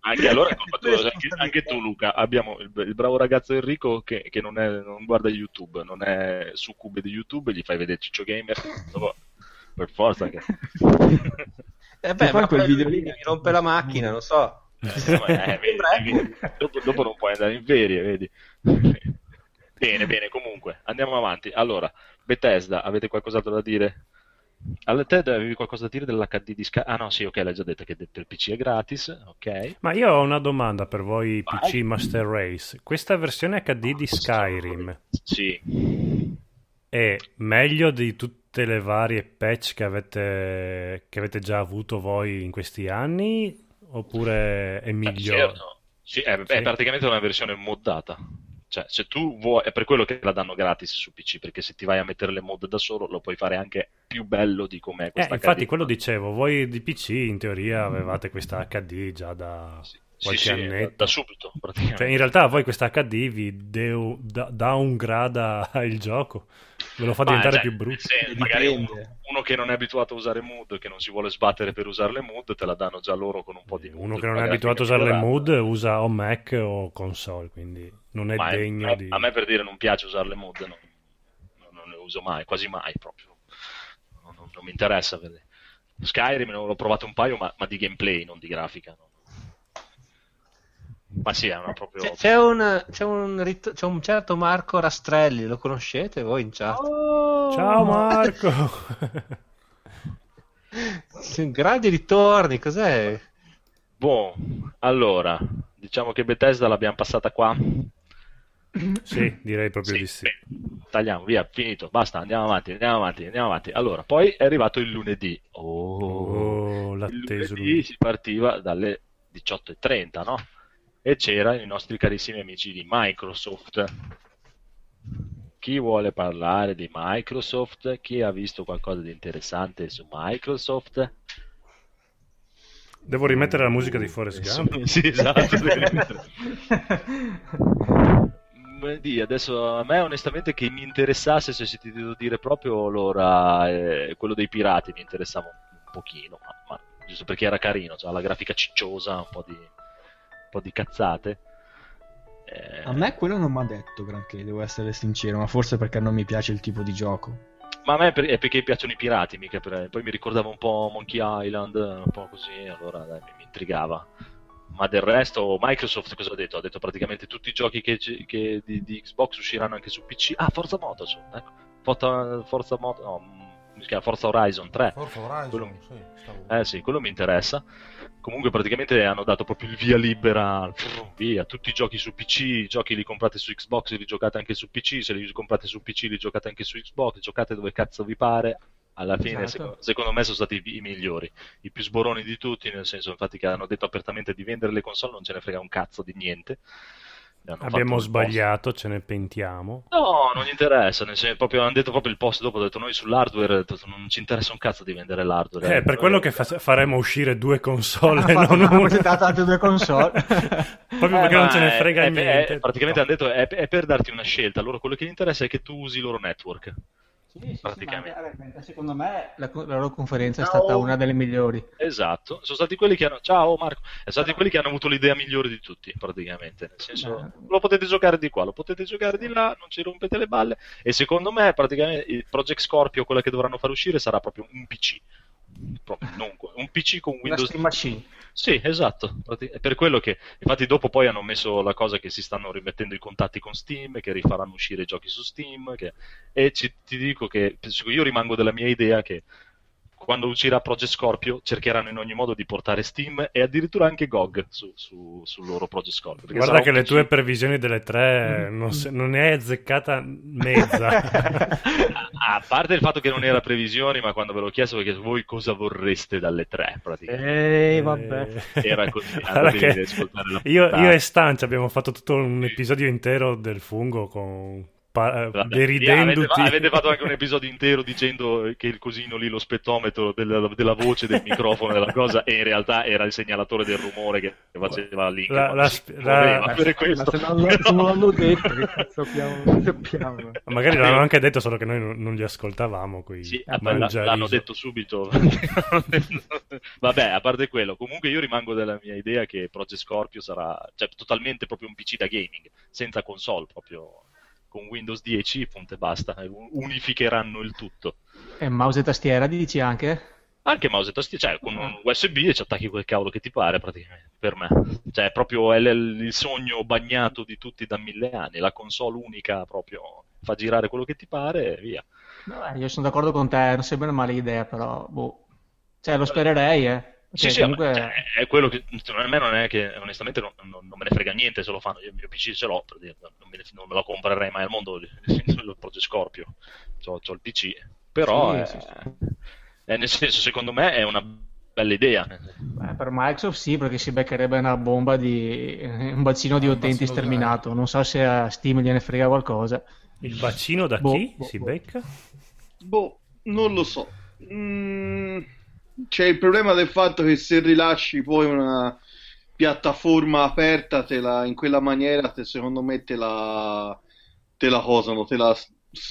Anche allora
Eh,
è colpa tua,
[LAUGHS] Due
anche, anche tu Luca, abbiamo il, il bravo ragazzo Enrico che, che non, è- non guarda YouTube, non è succube di YouTube, gli fai vedere Ciccio Gamer, [LAUGHS] dopo- per forza che...
Eh
E
beh,
poi quel
ma quel
video
video
lì-
mi rompe la macchina, non so.
Eh, vedi, vedi, dopo, dopo non puoi andare in ferie, vedi. [LAUGHS] Bene, bene, comunque, andiamo avanti. Allora, Bethesda, avete qualcos'altro da dire? Alla te avevi qualcosa da dire dell'HD di Sky? Ah no, sì, ok, l'hai già detto che per PC è gratis, ok.
Ma io ho una domanda per voi
Vai.
PC Master Race. Questa versione HD di Skyrim
Sì,
è meglio di tutte le varie patch che avete, che avete già avuto voi in questi anni? Oppure è Eh, migliore?
Certo. Sì, è, è
Sì.
praticamente una versione moddata. Cioè, se tu vuoi, è per quello che la danno gratis su PC, perché se ti vai a mettere le mod da solo lo puoi fare anche più bello di com'è
Eh,
questa
infatti
HD.
quello dicevo, voi di PC in teoria avevate questa HD già da...
Sì.
qualche
sì, sì, da,
annetto.
da subito praticamente.
Cioè, in realtà voi questa HD vi deu- da- downgrada il gioco, ve lo fa
Ma,
diventare
cioè,
più
nel
brutto.
senso, magari uno, uno che non è abituato a usare mood, che non si vuole sbattere per usare le mood, te la danno già loro con un po' di mood.
Eh, Uno che non è
magari
abituato a
anche
usare le
migliorata.
mood usa o Mac o console, quindi non è
Ma è-
degno
a,
di...
a me per dire non piace usare le mod, no. No, non le uso mai, quasi mai proprio. No, non, non mi interessa. averle. Skyrim ne- l'ho provato un paio, ma, ma di gameplay, non di grafica. no. Ma sì, è
Eh,
una proprio...
C'è, c'è un, c'è un rit- c'è un certo Marco Rastrelli, lo conoscete voi in chat?
Oh!
Ciao
[LAUGHS]
Marco!
Sì, Grandi ritorni, cos'è?
Boh, allora, diciamo che Bethesda l'abbiamo passata qua.
sì, direi proprio di sì.
beh, tagliamo, via, finito, basta, andiamo avanti, andiamo avanti, andiamo avanti. Allora, poi è arrivato il lunedì. Oh,
Oh,
il
l'atteso
lunedì
lui.
si partiva dalle 18.30, no? E c'erano i nostri carissimi amici di Microsoft. Chi vuole parlare di Microsoft? Chi ha visto qualcosa di interessante su Microsoft?
Devo rimettere la musica di Forrest Gump.
Sì, esatto.
[LAUGHS]
Lunedì, adesso a me onestamente che mi interessasse, se si ti devo dire proprio, allora eh, quello dei pirati mi interessava un un pochino, ma, ma giusto perché era carino, cioè, la grafica cicciosa, un po' di, un po' di cazzate. Eh,
A me quello non mi ha detto granché, devo essere sincero, ma forse perché non mi piace il tipo di gioco.
Ma a me per- è perché piacciono i pirati, mica per- poi mi ricordava un po' Monkey Island, un po' così, allora dai, mi, mi intrigava. Ma del resto, Microsoft cosa ha detto? Ha detto praticamente tutti i giochi che, ci- che di, di Xbox usciranno anche su PC. Ah, Forza Motorsport, ecco. Forza, Forza Moto- no, mm, si chiama Forza Horizon 3.
Forza Horizon,
Quello-
sì,
[LAUGHS]
stavo-
Eh sì, quello mi interessa. Comunque praticamente hanno dato proprio il via libera, al frrr, via, tutti i giochi su PC, i giochi li comprate su Xbox, li giocate anche su PC, se li comprate su PC li giocate anche su Xbox, giocate dove cazzo vi pare. Alla fine
Esatto.
secondo, secondo me sono stati i migliori, i più sboroni di tutti, nel senso infatti che hanno detto apertamente di vendere le console, non ce ne frega un cazzo di niente. Ne hanno
Abbiamo
fatto un post.
sbagliato, ce ne pentiamo.
No, non gli interessa, nel senso, proprio, hanno detto proprio il post dopo, hanno detto noi sull'hardware, detto, non ci interessa un cazzo di vendere l'hardware.
Eh, per quello che
fa
fa- faremo uscire due
[LAUGHS]
console,
Ah, infatti,
non
abbiamo
una.
presentato altre due console.
[LAUGHS] Proprio perché
Eh,
non
ma
ce ne
è-
frega
è- è-
niente.
praticamente hanno detto è, è per darti una scelta. Loro quello che gli interessa è che tu usi il loro network. Praticamente.
ma, vabbè, secondo me la, co- la loro conferenza è stata una delle migliori.
Esatto. Sono stati quelli che hanno. Ciao Marco. Sono stati quelli che hanno avuto l'idea migliore di tutti, praticamente. Nel senso,
Beh.
lo potete giocare di qua, lo potete giocare di là, non ci rompete le balle. E secondo me, praticamente, il Project Scorpio, quella che dovranno far uscire, sarà proprio un PC. Proprio non co- un PC con
Una
Windows
Steam Machine.
Sì, esatto. Prati- È per quello che, infatti, dopo poi hanno messo la cosa che si stanno rimettendo i contatti con Steam, che rifaranno uscire i giochi su Steam. che- E ci- ti dico che penso- io rimango della mia idea che quando uscirà Project Scorpio cercheranno in ogni modo di portare Steam e addirittura anche GOG su, su- sul loro Project Scorpio. perché
Guarda
sarà
che
un
le
PC.
tue previsioni delle tre
Mm.
non, se- non ne è azzeccata mezza.
[LAUGHS] A parte il fatto che non era previsioni, ma quando ve l'ho chiesto, perché voi cosa vorreste dalle tre, praticamente.
Eh, vabbè.
[LAUGHS]
Era così,
Allora
andatevi
che
ad ascoltare la
io,
puntata.
io e Stancia abbiamo fatto tutto un episodio intero del fungo con pa- eh,
Vabbè,
deridendoti.
avete, avete
[LAUGHS]
fatto anche un episodio intero dicendo che il cosino lì, lo spettometro della, della voce, del microfono, della cosa, e in realtà era il segnalatore del rumore che che faceva lì.
La- la- la-
Ma se non, lo- se non l'hanno detto, che cazzo abbiamo- sappiamo.
Magari l'hanno anche detto, solo che noi non, non li ascoltavamo. Quei
Sì, ah, beh, la-
mangiari.
l'hanno detto subito. [LAUGHS] Vabbè, a parte quello, comunque io rimango della mia idea che Project Scorpio sarà cioè, totalmente proprio un PC da gaming, senza console, proprio con Windows 10, punto e basta. Unificheranno il tutto.
E mouse e tastiera, dici anche?
Anche mouse e tastiera, cioè con
Ah.
un USB e ci attacchi quel cavolo che ti pare praticamente, per me. Cioè, proprio è l- il sogno bagnato di tutti da mille anni, la console unica proprio fa girare quello che ti pare e via.
No, eh, io sono d'accordo con te, non sembra una male idea, però boh. Cioè, lo spererei, eh.
Sì,
Cioè,
sì,
comunque-
ma, cioè, è quello che cioè, a me non è che onestamente non, non- non me ne frega niente se lo fanno, io il mio PC ce l'ho, per dire, non, me ne- non me lo comprerei mai al mondo [LAUGHS] il il Project Scorpio, ho il PC, però
Sì,
eh,
sì,
eh, nel senso secondo me è una bella idea.
Eh, per Microsoft sì, perché si beccherebbe una bomba di [LAUGHS] eh, un bacino di
Un
utenti
bacino
sterminato. Non so se a Steam gliene frega qualcosa.
Il bacino da
Boh,
chi
boh,
si
boh.
becca?
Boh, non lo so. Mm, c'è il problema del fatto che se rilasci poi una, piattaforma aperta, te la, in quella maniera, te, secondo me, te la, te la cosano, te la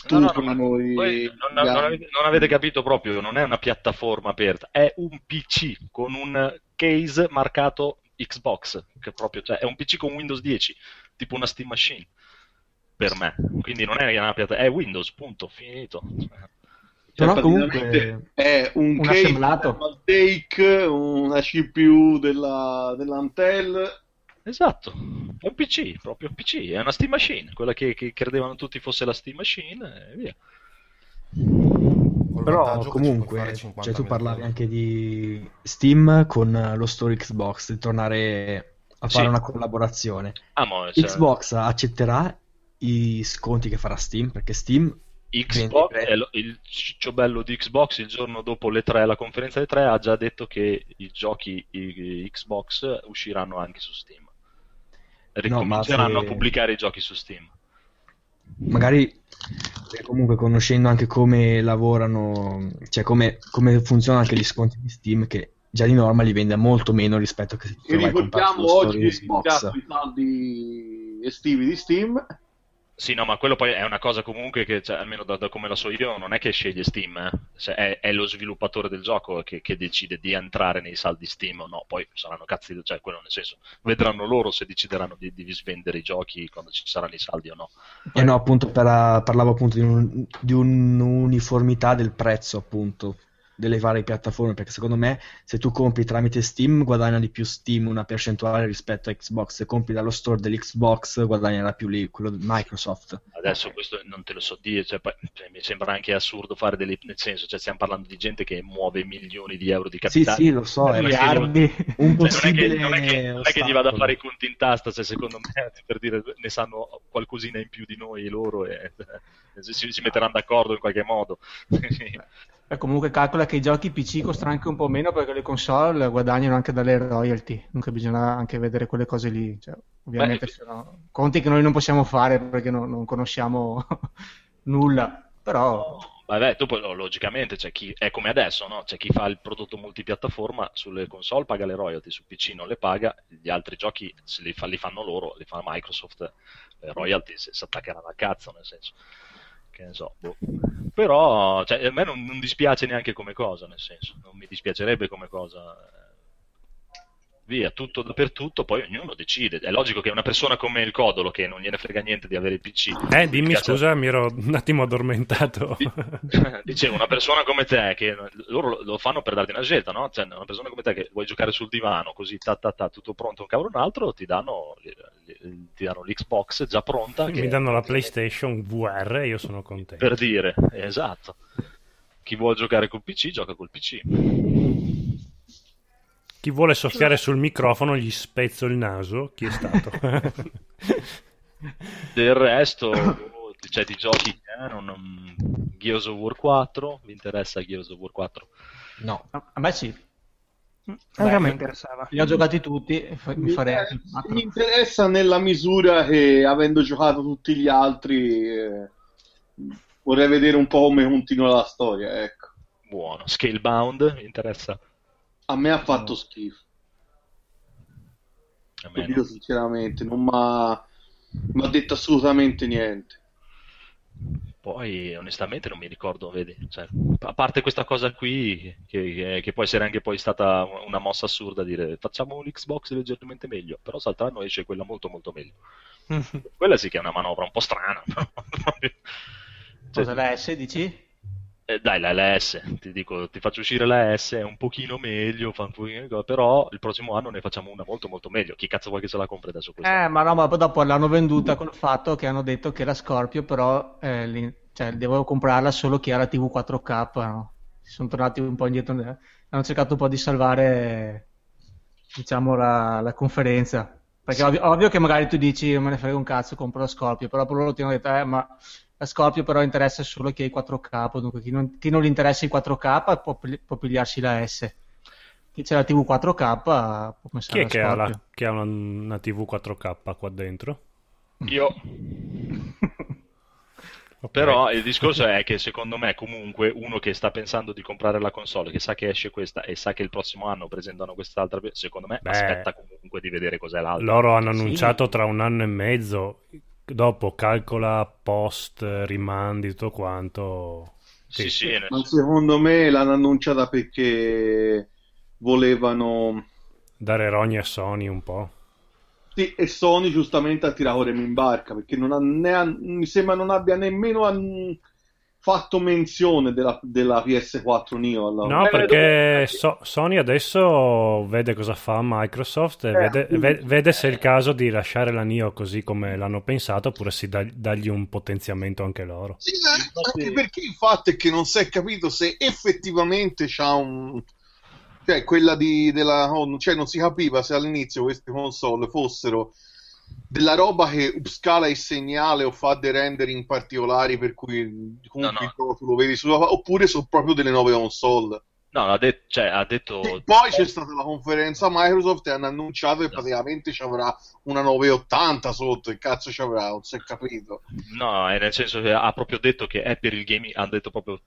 No, no, no,
stufano.
ma
i-
Ah, voi non, non
gli
avete, non avete capito proprio, non è una piattaforma aperta, è un PC con un case marcato Xbox, che proprio, cioè, è un PC con Windows 10, tipo una Steam Machine, per me. Quindi non è una piattaforma, è Windows, punto, finito.
Cioè,
Però
praticamente
comunque
è un,
un
case
assemblato.
della Valtech, una CPU della, dell'Antel.
Esatto, è un PC, proprio un PC, è una Steam Machine, quella che, che credevano tutti fosse la Steam Machine e via.
Col vantaggio che
Però
ci puoi
comunque,
fare
cioè,
50.000
tu parlavi
cose.
anche di Steam con eh, lo store Xbox, di tornare a fare
Sì.
una collaborazione.
Ah, mo, cioè,
Xbox accetterà i sconti che farà Steam, perché Steam
Xbox,
Ventitré.
eh, lo- il cicciobello di Xbox il giorno dopo le 3, la conferenza delle 3 ha già detto che i giochi i- i Xbox usciranno anche su Steam. Ricominceranno
ma se-
a pubblicare i giochi su Steam.
magari eh, comunque conoscendo anche come lavorano, cioè come, come funzionano anche gli sconti di Steam, che già di norma li vende molto meno rispetto a che se
E
lo vai a comprare
ricordiamo
sullo
oggi
store
che si
Xbox.
i saldi estivi di Steam.
Sì, no, ma quello poi è una cosa comunque che, cioè, almeno da, da come la so io, non è che sceglie Steam, eh. Cioè, è, è lo sviluppatore del gioco che, che decide di entrare nei saldi Steam o no. Poi saranno cazzi, cioè, quello nel senso, vedranno loro se decideranno di, di svendere i giochi quando ci saranno i saldi o no.
Eh no, appunto per- parlavo appunto di, un- di un'uniformità del prezzo, appunto, delle varie piattaforme, perché secondo me se tu compri tramite Steam guadagna di più Steam una percentuale rispetto a Xbox, se compri dallo store dell'Xbox guadagnerà più lì quello di Microsoft.
Adesso questo non te lo so dire, cioè, poi- cioè, mi sembra anche assurdo fare delle... nel senso, cioè, stiamo parlando di gente che muove milioni di euro di
Sì,
capitale.
sì, lo so, è
Miliardi.
un
Cioè, non è
possibile
che, non è che- non è che gli
ostacolo.
vada a fare i conti in tasca, se secondo me [LAUGHS] per dire, ne sanno qualcosina in più di noi loro e eh, si, si metteranno d'accordo in qualche modo. [LAUGHS]
Beh, Eh, comunque calcola che i giochi PC costano anche un po' meno perché le console guadagnano anche dalle royalty, dunque bisogna anche vedere quelle cose lì. Cioè, ovviamente
Beh,
ci sono conti che noi non possiamo fare perché non, non conosciamo [LAUGHS] nulla, però
Vabbè, dopo no, logicamente c'è chi è come adesso, no? C'è chi fa il prodotto multipiattaforma sulle console paga le royalty, su PC non le paga, gli altri giochi se li, fa- li fanno loro, li fa Microsoft, le royalty si si attaccheranno al cazzo, nel senso. Che ne so, boh. Però cioè, a me non, non dispiace neanche come cosa, nel senso, non mi dispiacerebbe come cosa. Via, tutto dappertutto, poi ognuno decide. È logico che una persona come il Codolo, che non gliene frega niente di avere il PC,
Eh, dimmi
piace-
scusa, mi ero un attimo addormentato.
[LAUGHS] Dicevo, una persona come te, che loro lo- lo fanno per darti una scelta, no? Cioè, una persona come te che vuoi giocare sul divano, così ta ta ta, tutto pronto, un cavolo un altro, ti danno, ti danno l'Xbox già pronta. che-
[LAUGHS] Mi danno la PlayStation VR e io sono contento.
Per dire, esatto. Chi vuole giocare col PC, gioca col PC.
Chi vuole soffiare sul microfono gli spezzo il naso. Chi è stato?
Del resto, boh, cioè, di giochi, eh, non- non- Gears of War 4, vi interessa Gears of War 4?
No,
a a me sì,
Anche a me
Beh,
interessava.
li ho giocati tutti e fa- mi farei anche un altro.
Mi interessa nella misura che avendo giocato tutti gli altri eh, vorrei vedere un po' come continua la storia, ecco.
Buono. Scalebound, vi interessa?
A me ha fatto schifo,
A me
lo
no.
dico sinceramente, non mi ha detto assolutamente niente.
Poi onestamente non mi ricordo, vedi, Cioè, a parte questa cosa qui, che, che- che può essere anche poi stata una mossa assurda, dire facciamo un Xbox leggermente meglio, però saltando esce quella molto molto meglio. Quella sì che è una manovra un po' strana. [LAUGHS] però proprio- Cioè,
Cosa la S dici?
eh, dai, la, la S, ti dico, ti faccio uscire la S, è un pochino meglio, fa un pochino- però il prossimo anno ne facciamo una molto molto meglio. Chi cazzo vuoi che se la compri adesso questa?
Eh, ma no, ma poi dopo l'hanno venduta col fatto che hanno detto che la Scorpio, però, eh, li- cioè, devo comprarla solo chi ha la TV 4K. no? Si sono tornati un po' indietro, ne- hanno cercato un po' di salvare, diciamo, la, la conferenza. Perché ovvio, ovvio che magari tu dici, non me ne frega un cazzo, compro la Scorpio, però poi loro ti hanno detto, eh, ma la Scorpio però interessa solo chi ha i 4K, dunque chi non, chi non gli interessa i 4K può, pigli- può pigliarsi la S. Chi c'è la TV 4K può
Chi
pensare
è
alla
che ha, la-
Scorpio.
che ha una, [LAUGHS] una TV 4K qua dentro?
Io Però il discorso è che secondo me comunque uno che sta pensando di comprare la console, che sa che esce questa e sa che il prossimo anno presentano quest'altra, secondo me
Beh.
aspetta comunque di vedere cos'è l'altra.
Loro hanno annunciato tra un anno e mezzo, dopo calcola post, rimandi, tutto quanto.
Sì, sì, nel-
Ma secondo me l'hanno annunciata perché volevano...
Dare rogna a Sony un po'.
Sì, e Sony giustamente ha tirato remi in barca perché non ha, ne ha- mi sembra non abbia nemmeno an- fatto menzione della, della PS4 Neo. Alla...
No, perché So- Sony adesso vede cosa fa Microsoft e vede, ve- vede se è il caso di lasciare la NIO così come l'hanno pensato oppure si dà- dargli un potenziamento anche loro.
Sì, ma anche perché il fatto è che non si è capito se effettivamente c'ha un cioè quella di della oh, cioè non si capiva se all'inizio queste console fossero della roba che scala il segnale o fa dei rendering particolari per cui comunque il gioco lo vedi sulla oppure sono proprio delle nuove console.
No, ha, de- cioè, ha detto...
Poi c'è stata la conferenza Microsoft e hanno annunciato che praticamente ci avrà una 980 sotto, che cazzo ci avrà, non si è capito.
No, è nel senso che ha proprio detto che è per il gaming, hanno detto proprio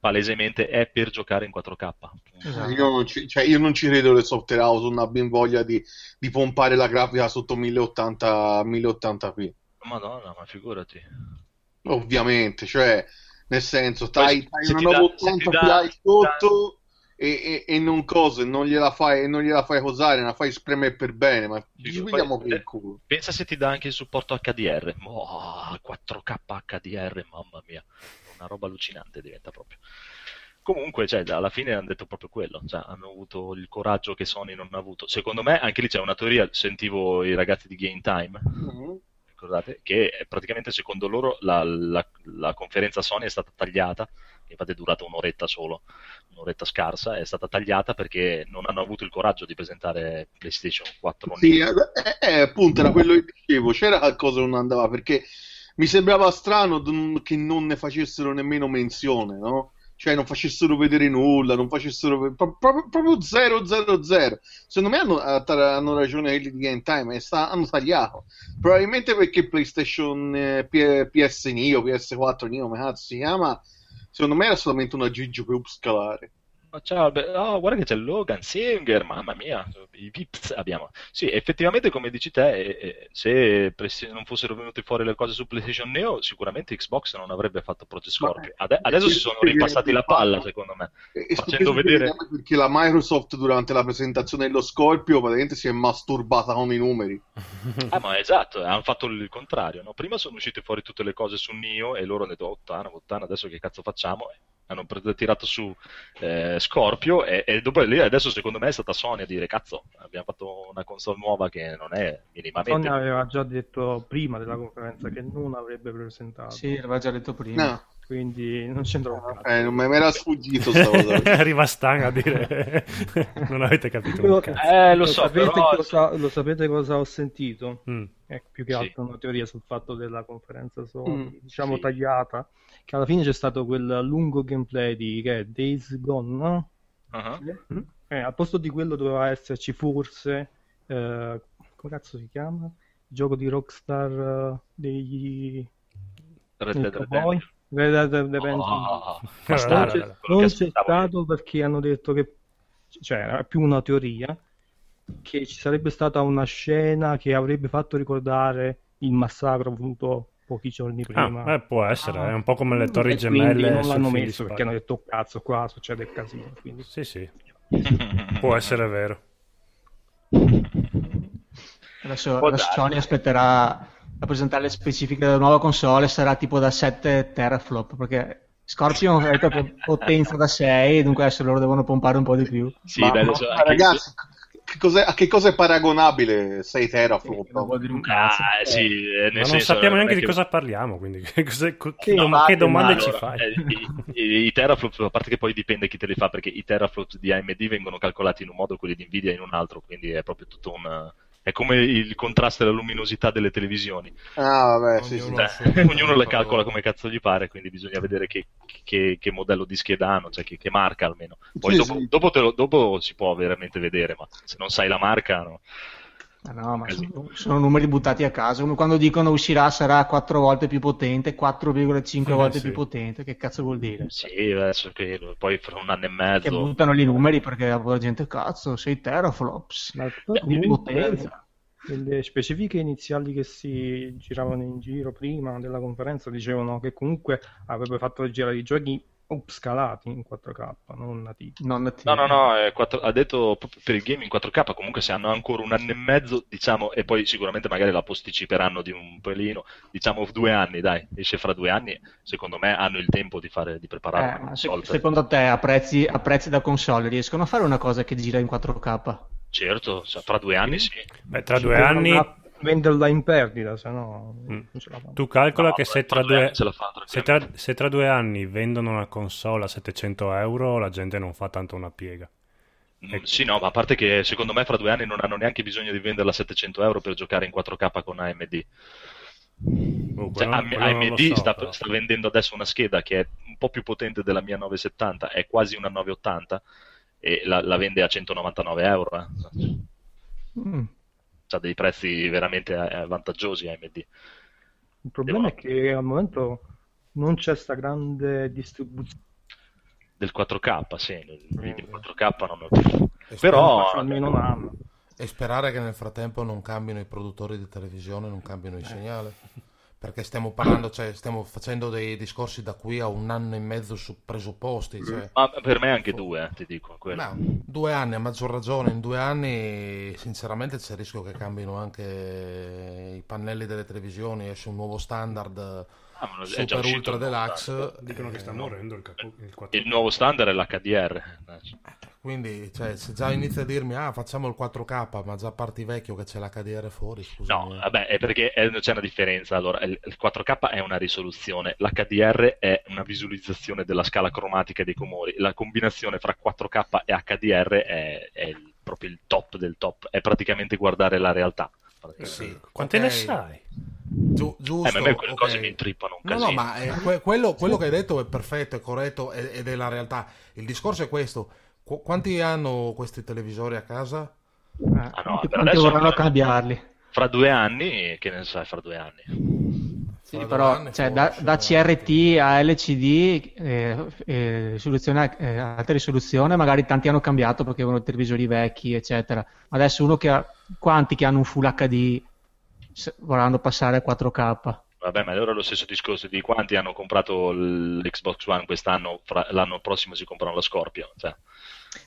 palesemente è per giocare in 4K.
Io, non ci, cioè, io non ci credo che il software house non abbia voglia di, di pompare la grafica sotto 1080, 1080p.
Madonna, ma figurati.
Ovviamente, cioè, nel senso,
Poi,
dai
se
una
ti dà- se ti
980
dà-
Ti sotto e, e- e non cose, non gliela fai, non gliela fai cosare, la fai spremere per bene, ma ci vogliamo per il culo.
Pensa se ti dà anche il supporto HDR. Oh, 4K HDR, mamma mia. Una roba allucinante diventa proprio. Comunque, cioè, alla fine hanno detto proprio quello. Cioè, hanno avuto il coraggio che Sony non ha avuto. Secondo me, anche lì c'è una teoria. Sentivo i ragazzi di Game Time, ricordate? Che eh, praticamente secondo loro la, la- la conferenza Sony è stata tagliata. Infatti è durata un'oretta solo, un'oretta scarsa. È stata tagliata perché non hanno avuto il coraggio di presentare PlayStation 4
Sì, eh, eh, appunto era quello che dicevo, c'era qualcosa che non andava perché mi sembrava strano d- che non ne facessero nemmeno menzione, no? Cioè non facessero vedere nulla, non facessero ve- pro- proprio, proprio zero, zero, zero. Secondo me hanno, hanno ragione quelli di Game Time e sta- hanno tagliato. Probabilmente perché PlayStation eh, P- PS Neo, PS4 Neo, come cazzo si chiama, secondo me era solamente un aggeggio per upscalare.
Ma ciao, be- oh, guarda che c'è Logan Singer, mamma mia, i Vips abbiamo. Sì, effettivamente come dici te, eh, eh, se press- non fossero venute fuori le cose su PlayStation Neo, sicuramente Xbox non avrebbe fatto Project Scorpio. Ade- adesso si sono ripassati la palla, secondo me,
E
facendo
scusate,
vedere...
vediamo Perché la Microsoft durante la presentazione dello Scorpio praticamente si è masturbata con i numeri.
Ah, ma esatto, hanno fatto il contrario, no? Prima sono uscite fuori tutte le cose su Neo e loro hanno detto, "Oh, ottana, ottana, adesso che cazzo facciamo? E Hanno pre- tirato su eh, Scorpio e, e dopo lì adesso secondo me è stata Sony a dire, cazzo, abbiamo fatto una console nuova che non è minimamente...
Sony aveva già detto prima della conferenza che non avrebbe presentato.
Sì, l'aveva già detto prima.
No.
Quindi non c'entra un cazzo.
Eh, non mi era sfuggito
[LAUGHS]
sta cosa.
Arriva Stan a dire [LAUGHS] non avete capito un cazzo.
Eh, lo
Lo
so,
sapete,
però-
cosa, lo sapete cosa ho sentito?
Mm.
È più che
Sì.
altro una teoria sul fatto della conferenza Sony,
Mm,
diciamo
sì.
tagliata, che alla fine c'è stato quel lungo gameplay di che è Days Gone, no?
Ah,
Eh, al posto di quello doveva esserci forse, eh, come cazzo si chiama? Il gioco di Rockstar eh, degli...
Red
dei
Dead
cowboy?
Redemption.
Red Dead Redemption.
Oh,
Allora,
Non
allora,
c'è,
allora.
quello
non
che
c'è
aspettavo io.
stato perché hanno detto che, cioè, era più una teoria, che ci sarebbe stata una scena che avrebbe fatto ricordare il massacro avvenuto pochi giorni prima. Mm.
Ah, eh, può essere, è un po' come le torri
E quindi
gemelle.
non
su
l'hanno
Philly
messo
Spy.
perché hanno detto "Oh, cazzo qua succede il casino quindi
Sì,
[LAUGHS]
sì, può essere vero.
Adesso,
Può
adesso
darsi.
Sony aspetterà a presentare le specifiche della nuova console, sarà tipo da 7 teraflop, perché Scorpion è proprio potenza da 6, dunque adesso loro devono pompare un po' di più.
Sì,
ma,
dai, lo
ma-
so,
ma
anche-
ragazzi, che cos'è- a che cosa è paragonabile 6 teraflop?
Non vuol dire un cazzo.
Ah, sì, eh, nel
Ma non
senso,
sappiamo
non è
neanche di
che-
cosa parliamo, quindi [LAUGHS] che, cos'è- co- che dom-
infatti,
che domande
ma
ci
Allora,
fai?
eh, i, i- i teraflop, a parte che poi dipende chi te li fa, perché i teraflop di AMD vengono calcolati in un modo, quelli di Nvidia in un altro, quindi è proprio tutto un... È come il contrasto e la luminosità delle televisioni.
Ah, vabbè, sì, sì.
Ognuno-
Cioè,
sì.
[LAUGHS] ognuno le calcola come cazzo gli pare, quindi bisogna vedere che, che- che modello di scheda hanno, cioè che, che marca almeno. Poi
Sì,
dopo,
sì.
dopo te lo- dopo si può veramente vedere, ma se non sai la marca, no.
Ah, no, ma sono, sono numeri buttati a caso, come quando dicono uscirà sarà 4 volte più potente, 4,5
Eh,
volte
sì.
più potente, che cazzo vuol dire?
Sì, adesso che poi fra un anno e
Che
mezzo.
buttano lì i numeri perché la gente cazzo, 6 teraflops, Cioè, di potenza.
Nelle specifiche iniziali che si giravano in giro prima della conferenza dicevano che comunque avrebbe fatto girare i giochi upscalati in 4K, non nativi.
Non
No, no, no, è quattro- ha detto proprio per il game in 4K, comunque se hanno ancora un anno e mezzo, diciamo, e poi sicuramente magari la posticiperanno di un pelino, diciamo due anni, dai, esce fra due anni, secondo me hanno il tempo di, fare, di preparare
Eh,
una
ma se-
console per-
secondo te a prezzi, a prezzi da console riescono a fare una cosa che gira in 4K?
Certo, cioè, fra due anni sì.
Beh, tra due anni... mm.
Venderla in perdita, se no...
Tu calcola
No,
che se tra,
tra due
due,
anni ce la fa, tra due
se, tra, se tra due anni vendono una console a 700 euro, la gente non fa tanto una piega.
Mm, Sì, no, ma a parte che secondo me fra due anni non hanno neanche bisogno di venderla a 700 euro per giocare in 4K con AMD. Cioè,
quello-
AM-
quello Oh, non lo
AMD
so,
sta,
però.
sta vendendo adesso una scheda che è un po' più potente della mia 970, è quasi una 980 e la, la vende a 199 euro. eh.
Mm.
Ha dei prezzi veramente eh, vantaggiosi AMD.
Il problema è che al momento non c'è sta grande distribuzione.
Del 4K, sì,
Eh,
nel, nel 4K non... Però... eh,
E sperare che nel frattempo non cambino i produttori di televisione, non cambino il segnale. Perché stiamo parlando, cioè, stiamo facendo dei discorsi da qui a un anno e mezzo su presupposti. Cioè.
Ma per me anche due, eh, ti dico. quello.
No, due anni, a maggior ragione, in due anni sinceramente c'è il rischio che cambino anche i pannelli delle televisioni, esce un nuovo standard
Ah, ma è già
super
uscito
ultra
il nuovo
deluxe.
standard.
Dicono che sta
eh,
morendo il, capo, il [LAUGHS]
Il nuovo standard è l'HDR.
Quindi cioè, se già inizia a dirmi ah facciamo il 4K, ma già parti vecchio che c'è l'HDR fuori, eh. scusa.
No, vabbè, è perché è- c'è una differenza. Allora, il il 4K è una risoluzione, l'HDR è una visualizzazione della scala cromatica dei comori. La combinazione fra 4K e HDR è, è il- proprio il top del top, è praticamente guardare la realtà.
Quante ne sai?
giusto,
Eh, ma a me quelle
ok.
cose mi intrippano un
No,
casino.
no, ma eh, que- quello, quello che hai detto è perfetto, è corretto è- ed è la realtà. Il discorso è questo. Qu- quanti hanno questi televisori a casa?
Ah, no, per
Quanti
adesso-
vorranno cambiarli?
Fra due anni, che ne sai, fra due anni.
Sì, però cioè, da, da CRT a LCD, eh, eh, risoluzione, eh, alta risoluzione, magari tanti hanno cambiato perché avevano televisori vecchi, eccetera. Ma Adesso uno che ha, quanti che hanno un Full HD se- vorranno passare a 4K?
Vabbè, ma allora è lo stesso discorso di quanti hanno comprato l- l'Xbox One quest'anno, fra- l'anno prossimo si comprano la Scorpio. Cioè,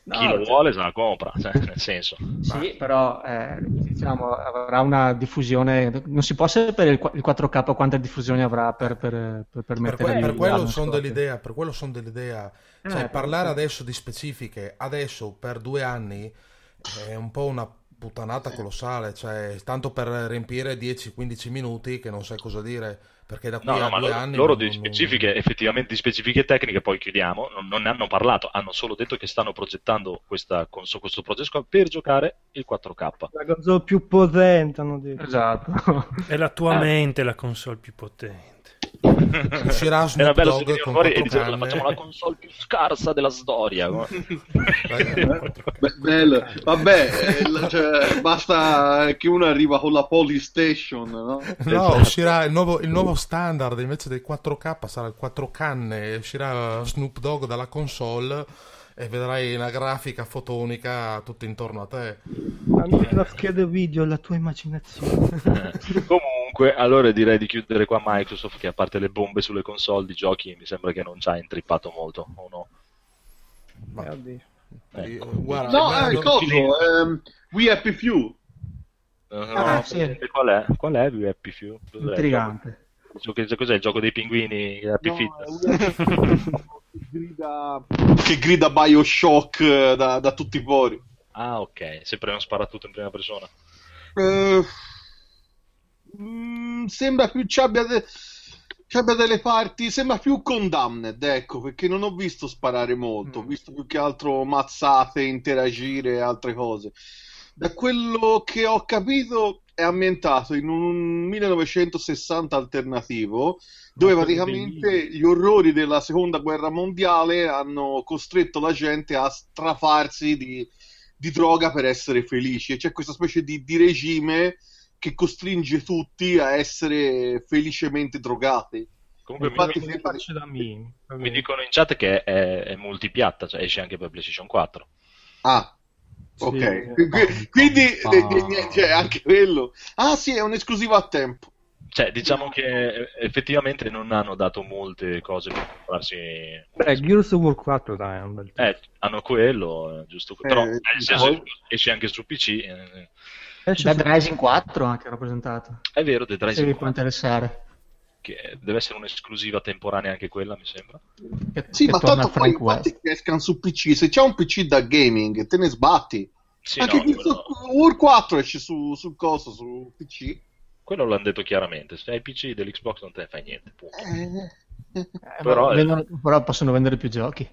chi lo
cioè-
vuole se la compra, cioè, nel senso.
Sì, però eh, diciamo, avrà una diffusione, non si può sapere il qua- il 4K quanta diffusione avrà per, per, per
Per,
permettere
que-
di
per quello
guardarlo.
sono dell'idea, per quello sono dell'idea. Cioè,
Eh,
parlare
sì.
adesso di specifiche, adesso per due anni, è un po' una puttanata colossale. Cioè, tanto per riempire 10-15 minuti che non sai cosa dire. Perché da qui
No,
a
no, ma
due
loro,
anni.
loro
non-
di specifiche, effettivamente di specifiche tecniche, poi chiudiamo, non, non ne hanno parlato, hanno solo detto che stanno progettando questa, cons- questo progetto per giocare il 4K.
Ah,
La console più potente, hanno detto.
Esatto.
È la tua mente la console più potente.
Uscirà
Era
Snoop
bello
Dogg
se venivano
con
fuori e
quattro
dicevano
canne."
facciamo la console più scarsa della storia.
[LAUGHS]
[LAUGHS]
Be- bello. Vabbè, eh, l- cioè, basta che uno arriva con la Polystation, no? Esatto.
No, uscirà il nuovo, il nuovo standard invece dei 4K sarà il 4 canne, uscirà Snoop Dogg dalla console e vedrai la grafica fotonica tutto intorno a te.
La mia la scheda video è la tua
Eh.
[LAUGHS] immaginazione.
Comunque, allora direi di chiudere qua Microsoft, che a parte le bombe sulle console di giochi, mi sembra che non ci ha intrippato molto, o no?
Ma-
Ecco.
Guarda,
Eh. No,
guarda,
eh, coso, ehm, We Happy Few.
No, no,
Ah,
no,
sì.
presente qual è? Qual è We Happy Few? Cos'è?
Intrigante.
Il gioco- che- Cos'è il gioco dei pinguini Happy
No,
Feet?
è We Happy Few che grida, che grida Bioshock eh, da, da tutti i pori.
Ah, ok, sempre uno sparatutto in prima persona.
Eh, mm, sembra più ci abbia, de- ci abbia delle parti, sembra più Condamned, ecco, perché non ho visto sparare molto, ho visto più che altro mazzate, interagire e altre cose. Da quello che ho capito è ambientato in un 1960 alternativo dove praticamente gli orrori della seconda guerra mondiale hanno costretto la gente a strafarsi di, di droga per essere felici. E C'è questa specie di, di regime che costringe tutti a essere felicemente drogati.
Comunque
Infatti,
mi-
se pare-
Mi dicono in chat che è, è multipiatta, cioè esce anche per PlayStation 4.
Ah, ok. Qui- Quindi de- de- niente, cioè, anche quello. Ah sì, è un'esclusiva a tempo.
Cioè, diciamo che eh, effettivamente non hanno dato molte cose per comprarsi. Eh,
Beh, Gears of War 4 dai, è un bel
hanno quello, eh, giusto?
Eh,
Però nel senso,
poi-
esce anche su PC. eh,
Dead Rising 4 anche era presentato.
È vero, Dead
Se vi
Rising
può interessare.
che deve essere un'esclusiva temporanea anche quella, mi sembra.
Sì,
che
ma
torna
tanto poi
Frank
i fatti che escano su PC, se c'è un PC da gaming, te ne sbatti.
Sì,
Anche
no,
Gears
quello-
of War 4 esce su, sul coso, su PC.
Quello l'hanno detto chiaramente, se hai PC dell'Xbox non te ne fai niente. punto.
Eh,
Però-
ma vendono- però possono vendere più giochi.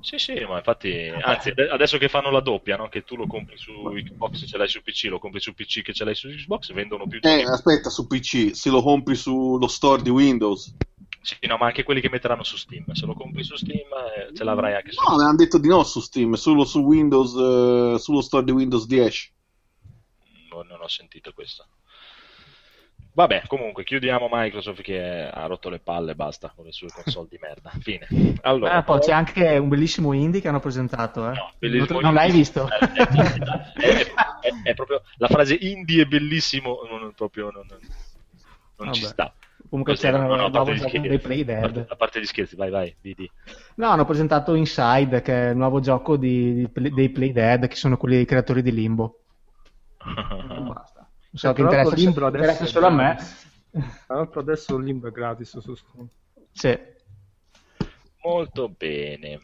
Sì, sì, ma infatti, anzi, ade- adesso che fanno la doppia, no? che tu lo compri su Xbox e ce l'hai su PC, lo compri su PC che ce l'hai su Xbox, vendono più
Eh, aspetta, su PC, se lo compri sullo store di Windows.
Sì, no, ma anche quelli che metteranno su Steam. Se lo compri su Steam, eh, ce l'avrai anche su
No, me l'hanno detto di no su Steam, solo su Windows, eh, sullo store di Windows 10.
No, non ho sentito questo. Vabbè, comunque, chiudiamo Microsoft che ha rotto le palle, basta, con le sue console di merda. Fine. Allora,
Ah, poi c'è anche un bellissimo indie che hanno presentato. eh.
bellissimo Eh,
non l'hai
indie. [LAUGHS]
visto?
è, eh, è proprio la frase indie è bellissimo, non, non- proprio non, non- non ci
Vabbè.
sta.
Comunque
Cos'è?
c'erano
No, no, a parte
nuovo
gli
gioco
scherzi.
dei Play Dead.
A parte- A parte gli scherzi, vai, vai, di, di.
No, hanno presentato Inside, che è il nuovo gioco di- di Play- dei Play Dead, che sono quelli dei creatori di Limbo.
Basta.
Non so che interessa,
Limbo adesso
interessa
è
solo a me.
gratis. Tra l'altro adesso Limbo è gratis su Steam.
Sì.
Molto bene.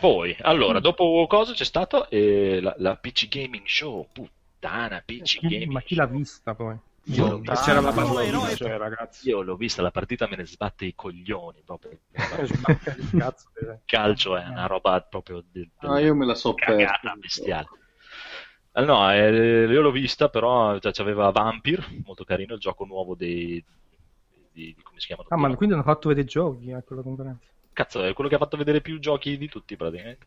Poi, allora, dopo cosa c'è stato? Eh, la, la PC Gaming Show. Puttana, PC Gaming
Ma chi l'ha vista poi?
Io,
Che Eh, c'era la partita, cioè, ragazzi.
Io l'ho vista la partita, me ne sbatte i coglioni
[LAUGHS]
proprio.
Sbacca Eh, il cazzo. eh.
calcio è una roba proprio de-
Ah, io me la so
cagata bestiale. Eh, No, eh, io l'ho vista, però cioè, c'aveva Vampir, molto carino, il gioco nuovo dei... di- di- come si chiamano?
Ah, ma quindi hanno fatto vedere giochi a quella conferenza.
Cazzo, è quello che ha fatto vedere più giochi di tutti praticamente.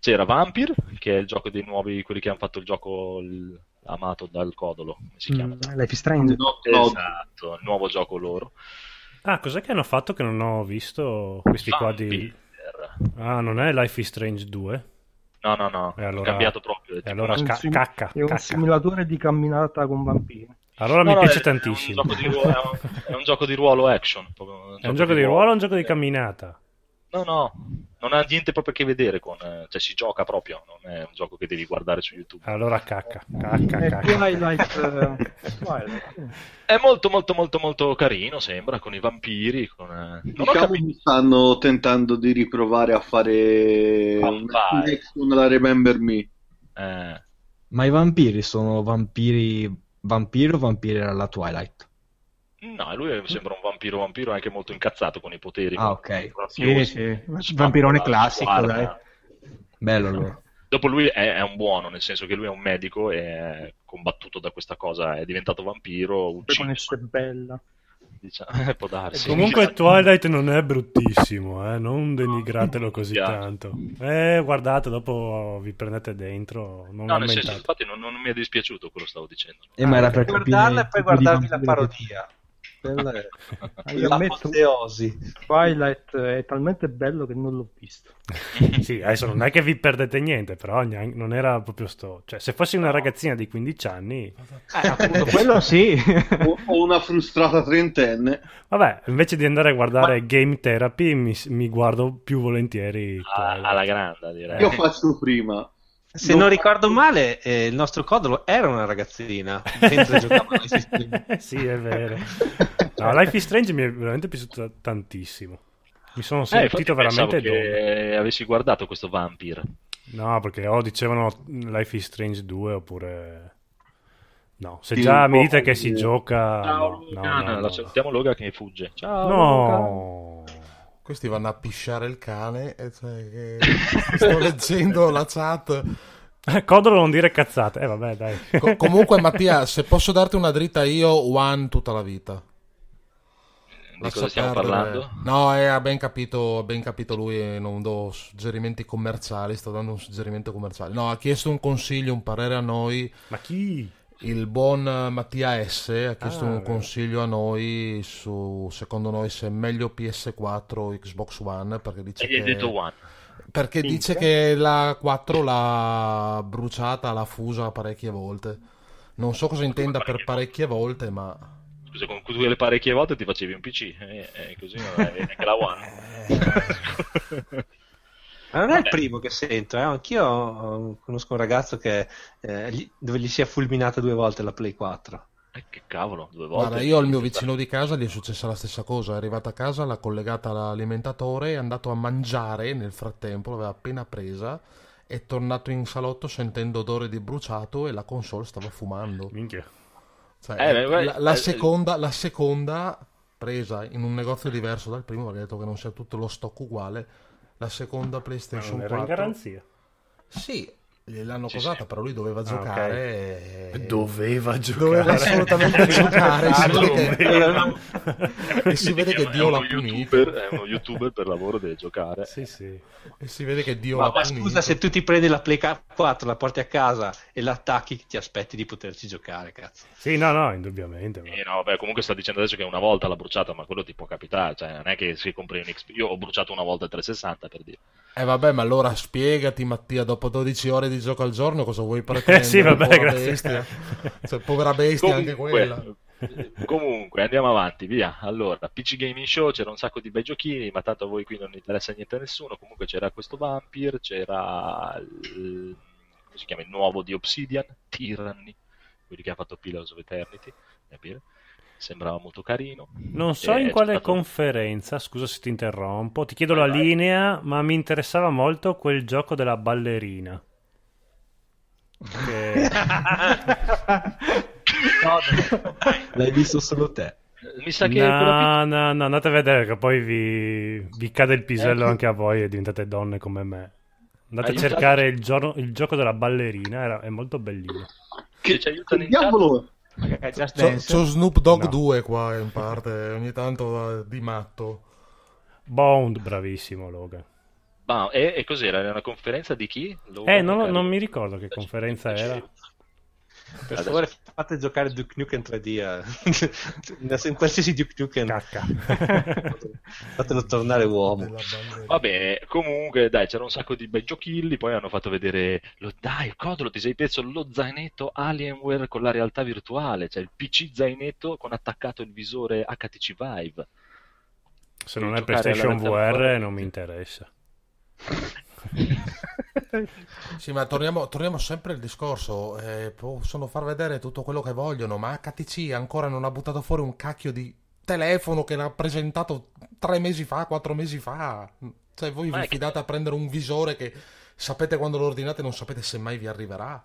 C'era Vampir, che è il gioco dei nuovi, quelli che hanno fatto il gioco l- amato dal Codolo, come si chiama?
Mm, Life is Strange.
Esatto, il nuovo gioco loro.
Ah, cos'è che hanno fatto che non ho visto questi qua di... Ah, non è Life is Strange 2?
No, no, no,
E allora-
ho cambiato proprio.
e allora
È un
ca-
sim-
cacca,
È un
cacca.
simulatore di camminata con vampiri.
Ah, Allora mi
No, no,
piace
è-
tantissimo.
È un, gioco di ruolo, è un- è un gioco di ruolo action. proprio
È un gioco di ruolo o un gioco di camminata?
No, no, non ha niente proprio a che vedere con... eh, Cioè si gioca proprio, non è un gioco che devi guardare su YouTube.
Allora cacca, Ah, cacca,
È
cacca.
Twilight. eh,
[LAUGHS]
Twilight.
È molto, molto, molto, molto carino, sembra, con i vampiri, con... eh, Non ho
Diciamo che stanno tentando di riprovare a fare
Ah,
un
vai.
next con la Remember Me.
[LAUGHS]
Eh,
Ma i vampiri sono vampiri vampiri o vampiri alla Twilight?
no, lui sembra un vampiro vampiro anche molto incazzato con i poteri.
Ah,
con-
ok.
con
Sì,
raffiosi.
sì. Vampirone classico,
Ah, guarda.
dai.
Bello allora.
Dopo lui è, è un buono, nel senso che lui è un medico e è combattuto da questa cosa, è diventato vampiro,
Poi con
ucciso,
esce bella.
diciamo, può darsi.
Comunque Twilight non è bruttissimo, eh? non denigratelo così
Mi piace.
tanto. Eh, guardate, dopo vi prendete dentro, non
No, nel senso,
lamentate.
infatti non, non mi è dispiaciuto quello che stavo dicendo.
E Eh, ma era per
Guardarla e
capire
poi
il tipo di
guardarvi la
vampiro che-
parodia. Quella è
Ah,
Io
Eh,
ammetto,
l'apoteosi.
Twilight è talmente bello che non l'ho visto.
Sì, adesso non è che vi perdete niente, però neanche- non era proprio sto... Cioè, se fossi una ragazzina di 15 anni...
Eh, appunto,
[LAUGHS]
quello sì.
O, o una frustrata trentenne.
Vabbè, invece di andare a guardare Game Therapy mi, mi guardo più volentieri
Ah,
Twilight.
alla grande, direi.
Io faccio prima.
Se non ricordo male, eh, il nostro Codolo era una ragazzina
[LAUGHS]
mentre giocava a Life is Strange.
sì, è vero. No, Life is Strange mi è veramente piaciuto tantissimo. Mi sono
Eh, infatti
sentito
pensavo
veramente dopo.
che avessi guardato questo vampiro.
No, perché o dicevano Life is Strange 2 oppure... No, se
Sì,
già
un
mi
po'
dite che si
così.
gioca... [LAUGHS]
Ciao,
Ah, no,
Logan,
no, no,
la
no.
salutiamo Loga che fugge. Ciao.
No.
Questi vanno a pisciare il cane. e cioè che- [LAUGHS] Sto leggendo la chat.
Codolo non dire cazzate. Eh vabbè, dai.
[LAUGHS] Co- comunque, Mattia, se posso darti una dritta io, one tutta la vita.
di cosa
Lascia
stiamo
perdere.
parlando?
No, eh, ha ben capito, ha ben capito lui e non do suggerimenti commerciali, sto dando un suggerimento commerciale. No, ha chiesto un consiglio, un parere a noi.
Ma chi?
Il buon eh, Mattia S ha chiesto
Ah,
un
vero.
consiglio a noi su, secondo noi, se è meglio PS4 o Xbox One, perché dice
E gli hai
Cioè che-
detto One.
Perché
Minchia.
dice che la 4 l'ha bruciata, l'ha fusa parecchie volte. Non so cosa intenda per parecchie volte, ma...
Scusa, con cui le parecchie volte ti facevi un PC, eh, eh, così non avevi neanche la One.
Ma non è il primo che sento, eh. anch'io eh, conosco un ragazzo che, eh, gli- dove gli si è fulminata due volte la Play 4.
che cavolo, due volte.
Guarda, io al mio vicino di casa gli è successa la stessa cosa. È arrivata a casa, l'ha collegata all'alimentatore, è andato a mangiare nel frattempo, l'aveva appena presa, è tornato in salotto sentendo odore di bruciato e la console stava fumando. Cioè,
Eh, beh, beh,
la, la
eh,
seconda, la seconda presa in un negozio diverso dal primo, perché ha detto che non sia tutto lo stock uguale, la seconda PlayStation
Ma non era in
4...
garanzia?
Sì, gliel'hanno
Sì,
cosata,
sì.
però lui doveva
Ah,
giocare...
ok.
e-
Doveva
Eh, Doveva
giocare. [LAUGHS] Ah,
[LAUGHS] assolutamente giocare. si
Doveva.
vede che-
Doveva.
[LAUGHS] e si vede che Dio l'ha
È uno
punito.
youtuber- è uno youtuber per lavoro, deve giocare.
Sì, sì.
E si vede che Dio
ma
l'ha
ma
punito.
scusa, se tu ti prendi la Play 4, la porti a casa e la attacchi, ti aspetti di poterci giocare, cazzo. [LAUGHS]
[LAUGHS]
Sì, no, no, indubbiamente. ma-
Eh, no, vabbè, comunque sta dicendo adesso che una volta l'ha bruciata, ma quello ti può capitare, cioè non è che se compri un XP, io ho bruciato una volta il 360 per dire.
[LAUGHS] Eh vabbè, ma allora spiegati Mattia, dopo 12 ore di gioco al giorno cosa vuoi pretendere?
Eh, sì, vabbè,
povera
grazie.
bestia. Cioè, povera bestia anche quella.
eh, comunque, andiamo avanti, via. Allora, PC Gaming Show c'era un sacco di bei giochini, ma tanto a voi qui non interessa niente a nessuno. Comunque c'era questo Vampir, c'era il, come si chiama, il nuovo di Obsidian, Tyranny, quelli che ha fatto Pillars of Eternity, capire? Sembrava molto carino.
Non so
Eh,
in
c'è
quale
stato-
conferenza, scusa se ti interrompo, ti chiedo la linea, ma mi interessava molto quel gioco della ballerina. Che-
L'hai visto solo te.
[LAUGHS] Mi sa che
No,
quella
no, no, andate a vedere che poi vi, vi cade il pisello
Eh.
anche a voi e diventate donne come me. Andate
Aiutateci.
a cercare il, giorno- il gioco della ballerina, era- è molto bellino.
che ci aiutano in
Diavolo!
Magari Just
C'ho,
Dance.
c'ho Snoop Dogg
No.
2 qua in parte, ogni tanto eh, di matto.
Bond, bravissimo Logan.
Ma eh, e, e cos'era? Era una conferenza di chi? Lo-
Eh, non,
magari-
non mi ricordo che conferenza era.
Per
Adesso-
favore, fate giocare Duke Nukem 3D. eh. In in qualsiasi Duke Nukem. Fatelo tornare uomo.
Della ballerina.
Va bene, comunque dai, c'era un sacco di bei giochilli, poi hanno fatto vedere, lo, dai Codolo, ti sei perso lo zainetto Alienware con la realtà virtuale, cioè il PC zainetto con attaccato il visore HTC Vive.
Se non è
Giocare alla
PlayStation
realtà
VR
virtuale.
non mi interessa.
Sì, ma torniamo, torniamo sempre al discorso. eh, possono far vedere tutto quello che vogliono, ma HTC ancora non ha buttato fuori un cacchio di telefono che l'ha presentato tre mesi fa, quattro mesi fa. Cioè, voi
Ma è
vi
che-
fidate a prendere un visore che sapete quando lo ordinate, non sapete se mai vi arriverà.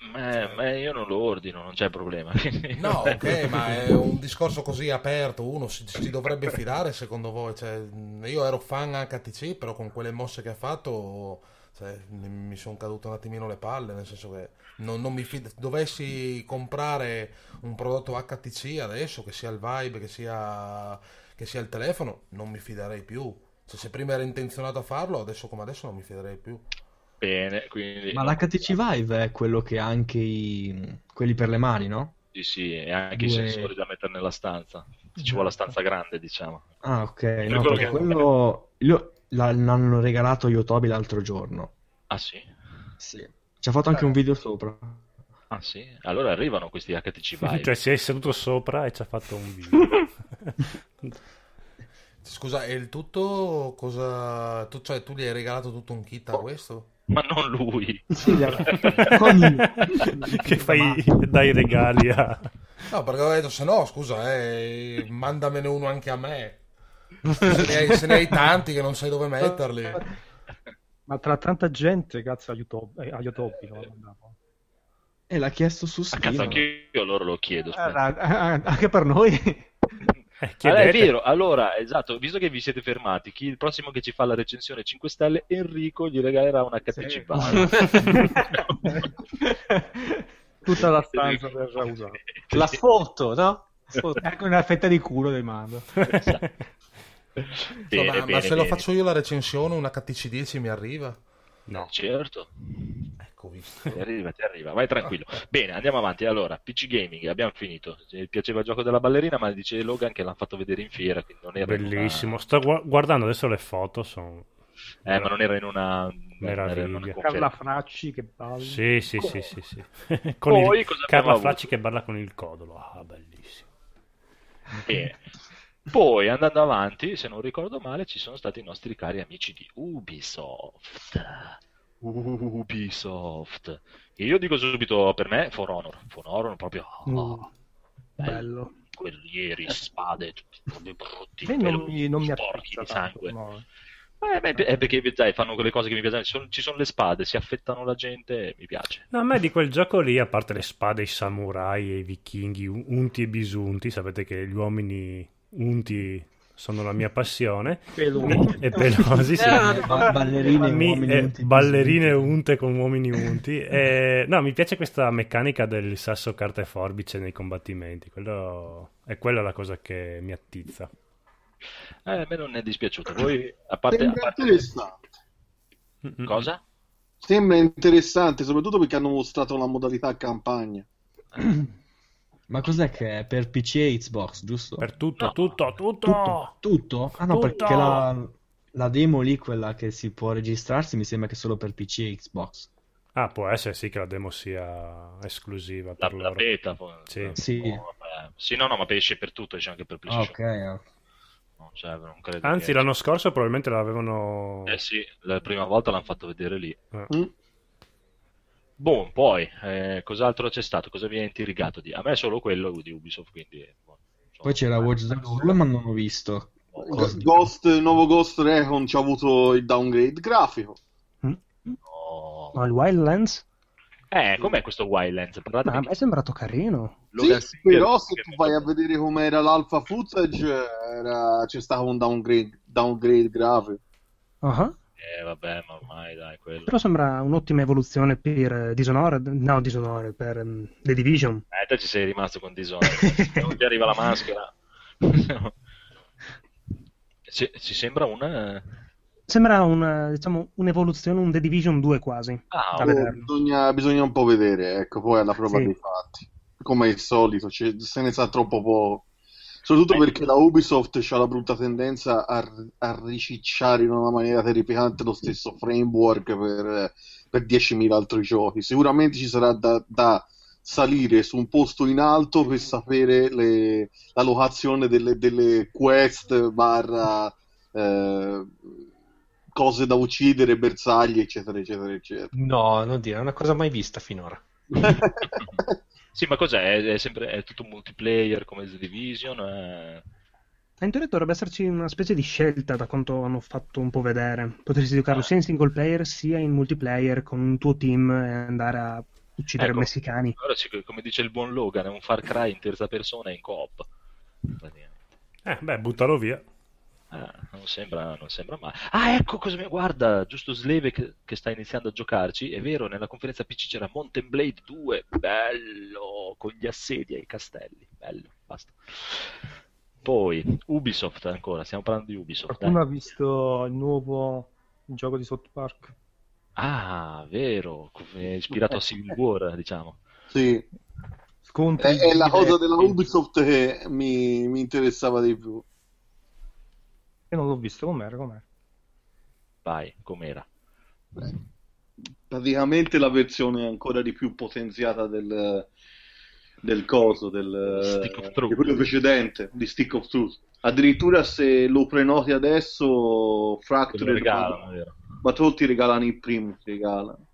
Ma, Eh, ma io non lo ordino, non c'è problema. [LAUGHS]
No, ok, ma è un discorso così aperto, uno si, si dovrebbe fidare secondo voi? Cioè, io ero fan HTC, però con quelle mosse che ha fatto cioè, mi- mi sono caduto un attimino le palle, nel senso che non, non mi fido. Dovessi comprare un prodotto HTC adesso, che sia il Vibe, che sia, che sia il telefono, non mi fiderei più. Cioè, se prima era intenzionato a farlo, adesso come adesso non mi fiderei più.
Bene, quindi...
Ma l'HTC Vive è quello che ha anche i... quelli per le mani, no?
Sì, sì, e anche i
Due-
sensori da mettere nella stanza. Ci vuole la stanza grande, diciamo.
Ah, ok.
Quello
No,
quello
perché
che-
quello io- la- l'hanno regalato a Yotobi l'altro giorno.
Ah sì?
Sì. Ci ha fatto anche un
Certo.
video sopra. [CLEARS THROAT]
Ah sì? Allora arrivano questi
[LAUGHS]
HTC Vive.
Cioè, si è seduto sopra e ci ha fatto un
[LAUGHS]
video.
Scusa, e il tutto cosa... Tu, cioè, tu gli hai regalato tutto un kit a questo?
Oh. Ma non
[LAUGHS]
lui. [LAUGHS]
che fai dai regali a...
No, perché ho detto, se no, scusa, eh, mandamene uno anche a me. Se ne, hai, se ne hai tanti che non sai dove metterli.
Ma tra tanta gente, cazzo, aiuto, eh, aiuto no? Andavo.
E Eh, l'ha chiesto su
Ah, cazzo,
Steam.
anche io loro lo
Eh,
chiedo.
Ah,
aspetta.
ra- ah, anche per noi. [LAUGHS]
Eh,
Allora,
chiedete.
è vero, allora, esatto, visto che vi siete fermati, chi, il prossimo che ci fa la recensione 5 stelle, Enrico gli regalerà una
Sì.
HTC Vive.
[LAUGHS]
[LAUGHS]
Tutta la stanza verrà usata.
La foto, no?
Ecco una fetta di culo del mando.
Bene,
ma, ma
bene,
se lo
bene.
faccio io la recensione, una KTC10 mi arriva?
No. Certo.
Ecco, visto.
Ti arriva, ti arriva,
[LAUGHS]
vai tranquillo. Bene, andiamo avanti. Allora, PC Gaming, abbiamo finito. Ci piaceva il gioco della ballerina, ma dice Logan che l'hanno fatto vedere in fiera, quindi non era in una-
Bellissimo. Sto gua- guardando adesso le foto. Sono...
Eh, ma non era in una...
Meraviglia.
non era in una
Carla
conferenza.
Fracci che balla.
Sì, sì, sì, sì. sì. [LAUGHS] con
Poi
il...
cosa abbiamo
Carla
avuto?
Flacci che parla con il codolo. Ah, bellissimo.
Bene. Poi andando avanti, se non ricordo male, ci sono stati i nostri cari amici di Ubisoft. Ubisoft. E io dico subito per me For Honor. For Honor proprio
Oh,
Uh, bello.
guerrieri, spade, tutti proprio brutti,
A me non,
peluti,
mi- non mi
sporchi
affezza
di
tanto,
sangue.
no.
Eh, beh, è perché dai, fanno quelle cose che mi piacciono. Ci sono, ci sono le spade, si affettano la gente, mi piace.
No, a me di quel gioco lì, a parte le spade, i samurai e i vichinghi, u- unti e bisunti, sapete che gli uomini unti sono la mia passione.
Peludo.
E pelosi, sì.
Eh, Ba- ballerine,
Eh, Mi-
uomini
eh,
unti,
ballerine unte con uomini unti. Eh, no, mi piace questa meccanica del sasso, carta e forbice nei combattimenti. Quello- È quella la cosa che mi attizza.
Eh, a me non è dispiaciuto. Voi, a parte, a
Sembra
parte-
interessante.
cosa?
Sembra interessante, soprattutto perché hanno mostrato la modalità campagna.
Ma cos'è che è? Per PC e Xbox, giusto?
Per tutto,
No.
tutto, tutto,
Tutto? Tutto? Ah no,
Tutto!
perché la, la demo lì, quella che si può registrarsi, mi sembra che è solo per PC e Xbox.
Ah, può essere sì che la demo sia esclusiva
La,
per
la
loro.
beta. poi-
Sì.
Sì.
Oh, vabbè. Sì, no, no, ma esce per tutto, esce anche per
Ah,
PlayStation.
ok, ok.
No, cioè, non credo
Anzi,
che-
l'anno scorso probabilmente l'avevano...
Eh sì, la prima volta l'hanno fatto vedere lì.
Eh.
Mm?
Boh, poi, eh, cos'altro c'è stato? Cosa vi è intrigato di? A me è solo quello di Ubisoft, quindi... boh, non so.
Poi c'era Watch Dogs 2, ma non l'ho visto.
Oh,
Go- Ghost, il nuovo Ghost Recon ci ha avuto il downgrade grafico.
No.
No, il Wildlands?
Eh, com'è questo Wildlands? Parlate
Ma a me è sembrato carino.
Sì, però se tu vai a vedere com'era l'alpha footage eh, era- c'è stato un downgrade, downgrade grafico.
Ah,
Eh, vabbè, ma ormai dai, quello...
Però sembra un'ottima evoluzione per eh, Dishonored. No, Dishonored, per ehm, The Division.
Eh, te ci sei rimasto con Dishonored. non ti arriva la maschera. [LAUGHS] ci, ci sembra una...
Sembra una, diciamo, un'evoluzione, un The Division 2 quasi.
Ah,
A
oh,
vederlo.
Bisogna, bisogna un po' vedere, ecco, poi alla prova
Sì.
dei fatti. Come al solito, c'è- se ne sa troppo poco. Soprattutto
Beh.
perché la Ubisoft ha la brutta tendenza a, a ricicciare in una maniera terrificante lo stesso framework per, per 10.000 altri giochi. Sicuramente ci sarà da, da salire su un posto in alto per sapere le- la locazione delle, delle quest barra eh, cose da uccidere, bersagli, eccetera, eccetera, eccetera.
No, non dire, è una cosa mai vista finora.
Sì, ma cos'è? È, è sempre è tutto multiplayer come The Division? eh?
Eh, In teoria dovrebbe esserci una specie di scelta da quanto hanno fatto un po' vedere. Potresti giocarlo sia in single player sia in multiplayer con un tuo team e andare a uccidere
Ecco.
messicani.
Allora, ci- come dice il buon Logan, è un Far Cry in terza persona e in coop.
Eh, beh, buttalo via.
Ah, non sembra, non sembra male. Ah, ecco cosa mi guarda, giusto Sleve che, che sta iniziando a giocarci. È vero, nella conferenza PC c'era Mountain Blade 2, bello, con gli assedi ai castelli, bello, basta. Poi Ubisoft ancora, stiamo parlando di Ubisoft.
Qualcuno
dai.
ha visto il nuovo gioco di South Park?
Ah, vero, co- è ispirato a Civil War, diciamo.
Sì.
Scontri
Eh, È, è la cosa
diretti.
della Ubisoft che mi, mi interessava di più.
Io non l'ho visto, com'era, com'era?
Vai, com'era?
Praticamente la versione ancora di più potenziata del, del coso, del,
Stick of Truth.
di quello precedente, di Stick of Truth. Addirittura se lo prenoti adesso,
Te lo
Fracture
regalano, vero?
ma tu ti regalano il primo, ti regalano.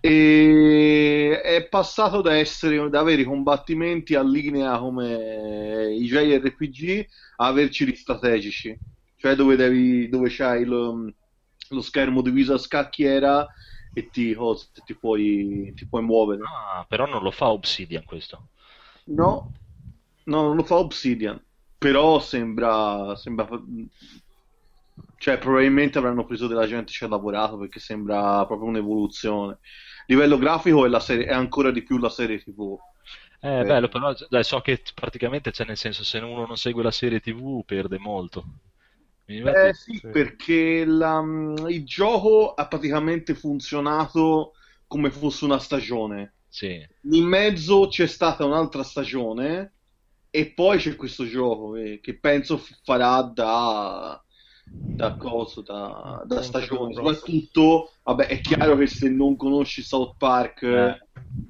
E è passato da, essere, da avere i combattimenti a linea come i JRPG a averci gli strategici, cioè dove, devi, dove c'hai lo, lo schermo diviso a scacchiera e ti, cos- ti puoi, ti puoi muovere.
Ah, però non lo fa Obsidian questo.
No, no, non lo fa Obsidian, però sembra, sembra... Cioè, probabilmente avranno preso della gente che ci ha lavorato perché sembra proprio un'evoluzione. A livello grafico è, la serie, è ancora di più la serie TV.
Eh, bello, però dai, so che praticamente c'è nel senso se uno non segue la serie TV perde molto. Mi
Eh,
diverti-
sì, perché la- mm, il gioco ha praticamente funzionato come fosse una stagione.
Sì.
In mezzo c'è stata un'altra stagione e poi c'è questo gioco eh, che penso f- farà da, da coso, da, da stagione. Soprattutto, vabbè, è chiaro che se non conosci South Park
Eh.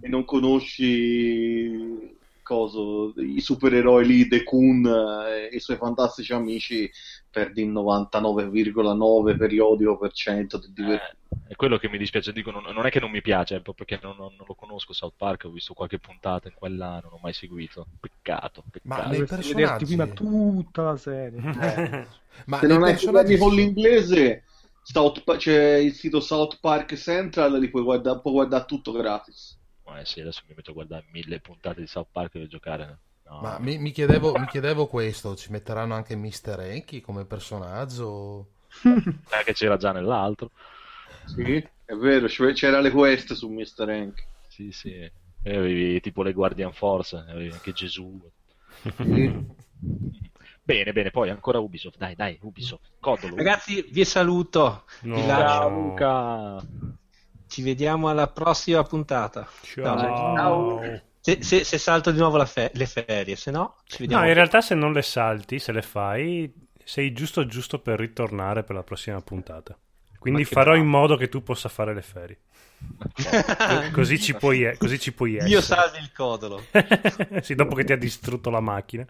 e non conosci coso, i supereroi lì, The Kun eh, e i suoi fantastici amici, perdi il 99,9 periodio per cento del divertimento.
È quello che mi dispiace, dico, non, non è che non mi piace, è proprio perché non, non- non lo conosco South Park, ho visto qualche puntata in quella, non ho mai seguito. Peccato, peccato.
Dovresti vederti prima tutta la serie. Eh.
Ma se non hai problemi con l'inglese, South Pa- c'è il sito South Park Central, li puoi guardare, puoi guardare tutto gratis.
Eh sì, adesso mi metto a guardare mille puntate di South Park per giocare. No.
Ma mi, mi chiedevo, mi chiedevo questo, ci metteranno anche Mr. Enki come personaggio?
Eh, che c'era già nell'altro.
Sì, è vero, c'è- c'era le quest su Mr. Hank.
Sì, sì. E avevi tipo le Guardian Force, avevi anche [LAUGHS] Gesù. bene, bene, poi ancora Ubisoft, dai, dai, Ubisoft, codolo.
Ragazzi, vi saluto.
No.
Vi lascio.
Ciao, Luca.
Ci vediamo alla prossima puntata.
Ciao.
Se, se- se salto di nuovo la fe- le ferie, se no, ci vediamo.
No, in realtà se non le salti, se le fai, sei giusto giusto per ritornare per la prossima puntata. Quindi
Ma che
farò in modo che tu possa fare le ferie. Co- così, ci puoi, e- così ci puoi essere.
Io salvi il codolo.
[LAUGHS] sì, dopo che ti ha distrutto la
[LAUGHS]
macchina.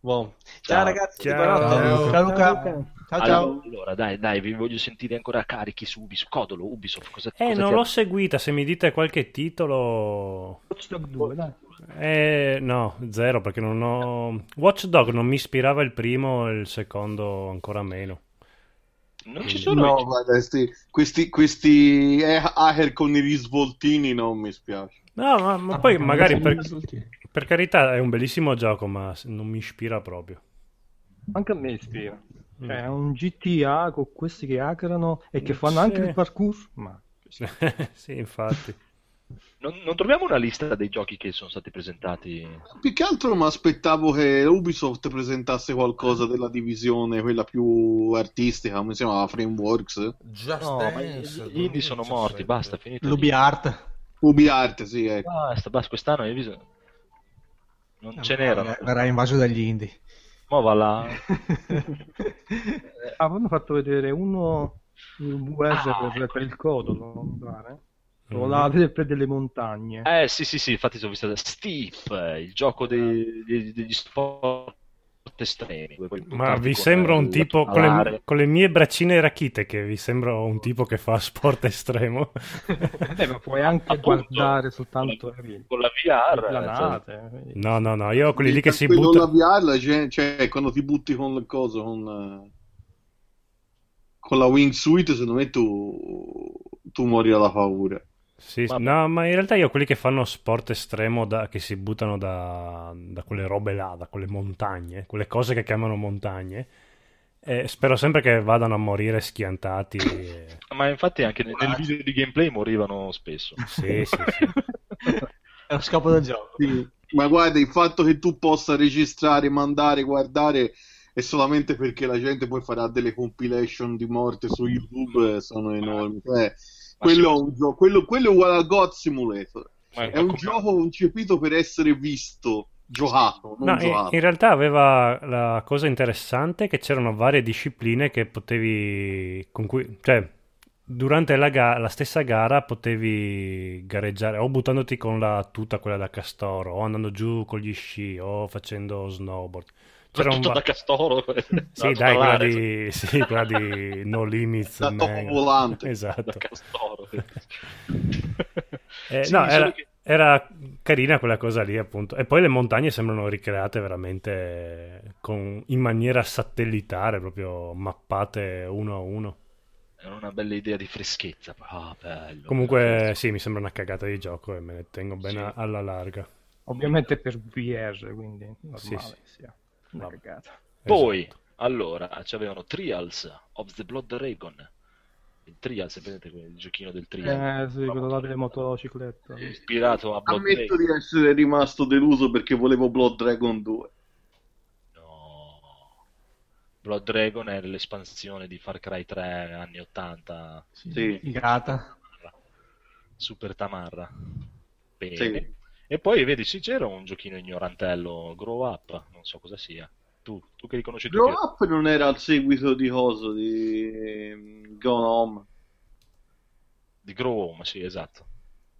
Buon. Ciao,
Ciao.
ragazzi,
Ciao.
buonanotte.
Ciao.
Ciao Luca.
Allora,
Ciao ciao.
Allora, dai, dai, vi voglio sentire ancora carichi su Ubisoft, codolo, Ubisoft, cosa,
Eh,
cosa
non
ti-
l'ho seguita, se mi dite qualche titolo...
Watch Dog 2, dai.
Eh, no, zero, perché non ho... Watch Dog non mi ispirava il primo e il secondo ancora meno.
Non ci
sono
Mm, No, guarda, sti- questi, questi eh, hacker con i risvoltini non mi spiace.
No, ma, ma poi magari per, per carità è un bellissimo gioco, ma s- non mi ispira proprio.
Anche a me ispira. Cioè, è un GTA con questi che hackerano e che fanno anche
Sì.
il parkour. Ma
sì, [LAUGHS] infatti.
Non, non troviamo una lista dei giochi che sono stati presentati.
Più che altro mi aspettavo che Ubisoft presentasse qualcosa della divisione, quella più artistica, come si chiamava, Frameworks.
Just
No, ma gli,
Dance,
gli indie sono morti, basta, finito.
L'Ubiart.
UbiArt, sì, ecco.
Basta, basta, quest'anno hai visto... Non
Ah,
ce
Eh,
n'erano.
Verrà invaso dagli indie.
Mo va là.
avevano Ah, fatto vedere uno in US
Ah,
per, per il codolo, mi pare. Volate per delle montagne.
Eh sì sì sì, infatti sono visto Steep, eh, il gioco dei- dei- degli sport estremi. dove poi
Ma
puntati
vi
con,
sembra
eh,
un tipo con le,
alare.
con le mie braccine rachite che vi sembra un tipo che fa sport [LAUGHS] estremo?
Eh Beh, ma puoi anche guardare soltanto le Eh, esatto.
con la VR,
eh,
planate.
No, no, no, io quelli lì che si
Quello
buttano.
la VR, cioè, cioè, quando ti butti con il coso, con, eh, con la wingsuit, secondo me tu, tu muori dalla paura.
Sì, sì, no, ma in realtà io quelli che fanno sport estremo da- che si buttano da, da quelle robe là, da quelle montagne, quelle cose che chiamano montagne, eh, spero sempre che vadano a morire schiantati. e-
Ma infatti anche nel, nel video di gameplay morivano spesso.
Sì, sì, sì.
[LAUGHS]
È lo scopo del gioco.
Sì, Ma guarda, il fatto che tu possa registrare, mandare, guardare è solamente perché la gente poi farà delle compilation di morte su YouTube, eh, sono enormi. Cioè, quello, è un gio- quello- quello è uguale a God Simulator.
Ma-
È un gioco concepito per essere visto, giocato, non
No, in,
giocato.
in realtà aveva la cosa interessante che c'erano varie discipline che potevi con cui, cioè, durante la, ga- la stessa gara potevi gareggiare o buttandoti con la tuta quella da castoro o andando giù con gli sci o facendo snowboard. C'era un
Tutto
va-
da castoro. [LAUGHS] da
Sì, dai, quella
alare,
di, sì, quella di No Limits.
Da topo
Man.
volante.
Esatto.
da castoro.
Eh,
Sì,
no,
solo
era,
che-
era carina quella cosa lì, appunto. E poi le montagne sembrano ricreate veramente con- in maniera satellitare, proprio mappate uno a uno.
Era una bella idea di freschezza. Ah, bello.
Comunque, sì, mi sembra una cagata di gioco e me ne tengo ben a- alla larga.
Ovviamente per VR, quindi normale
Sì, sì.
sia una cagata.
Poi, allora, c'avevano Trials of the Blood Dragon, Il trial, sapete, quel giochino del trial.
Eh, sì, quello là delle motociclette.
Ispirato a Blood
Ammetto
Dragon.
di essere rimasto deluso perché volevo Blood Dragon 2.
Blood Dragon è l'espansione di Far Cry 3 anni 80.
Sì.
Figata.
Super Tamarra. Bene.
Sì.
E poi vedi, sì, c'era un giochino ignorantello, Grow Up, non so cosa sia. Tu, tu che li conosci
Grow
tutti.
Up non era al seguito di Coso di ehm, Gone Home.
Di Grow Home, sì, esatto.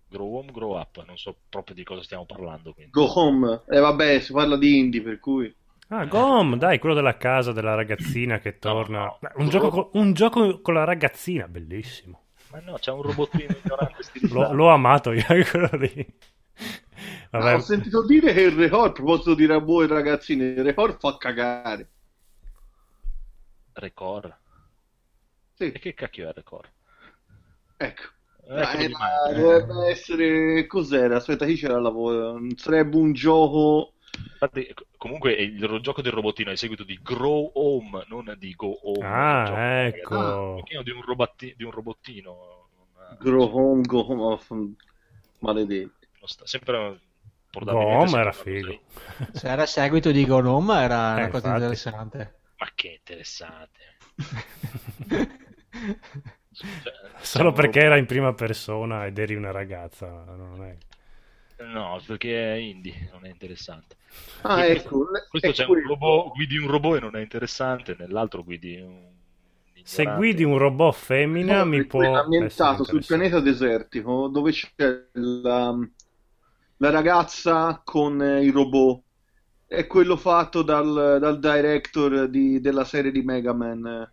Grow Home, Grow Up, non so proprio di cosa stiamo parlando. Quindi.
Go Home. E vabbè, si parla di indie, per cui
Ah, Gom, dai, quello della casa della ragazzina che torna. Beh, Un, gioco co- un gioco con la ragazzina, bellissimo.
Ma no, c'è un robottino ignorante
L'ho,
stilizzato.
l'ho amato io [LAUGHS] eh, quello lì. Vabbè,
ho sentito dire che il record, a proposito di Rabo e ragazzini, il record fa cagare.
Record.
Sì.
E che cacchio è Record?
Ecco.
Eh, che mi
Era-
manca.
dovrebbe essere cos'era? Aspetta, chi c'era al lavoro? Sarebbe un gioco
Infatti, co- comunque eh, il ro- gioco del robottino è il seguito di Grow Home, non di Go Home.
Ah,
Il gioco,
ecco.
ragazzi, è un giochino di un, robatti- di un robottino. non-
Grow Home, Go Home of... maledetti.
non sta- sempre portabilmente
Gom
sempre
era
una cosa
figo.
lì.
Se era seguito di Gorom era una
Eh,
cosa
infatti.
interessante.
Ma che interessante. Cioè, siamo
[LAUGHS] Solo perché era in prima persona ed eri una ragazza. Non è...
rob- No, perché è indie, non è interessante.
Ah, ecco.
Questo
è
c'è un
quello.
robot, guidi un robot e non è interessante, nell'altro guidi un...
Se
ignorante.
guidi un robot femmina, mi può.
Quello
essere
ambientato sul
interessante.
pianeta desertico dove c'è la, la ragazza con eh, i robot. È quello fatto dal, dal director di- della serie di Mega Man, eh,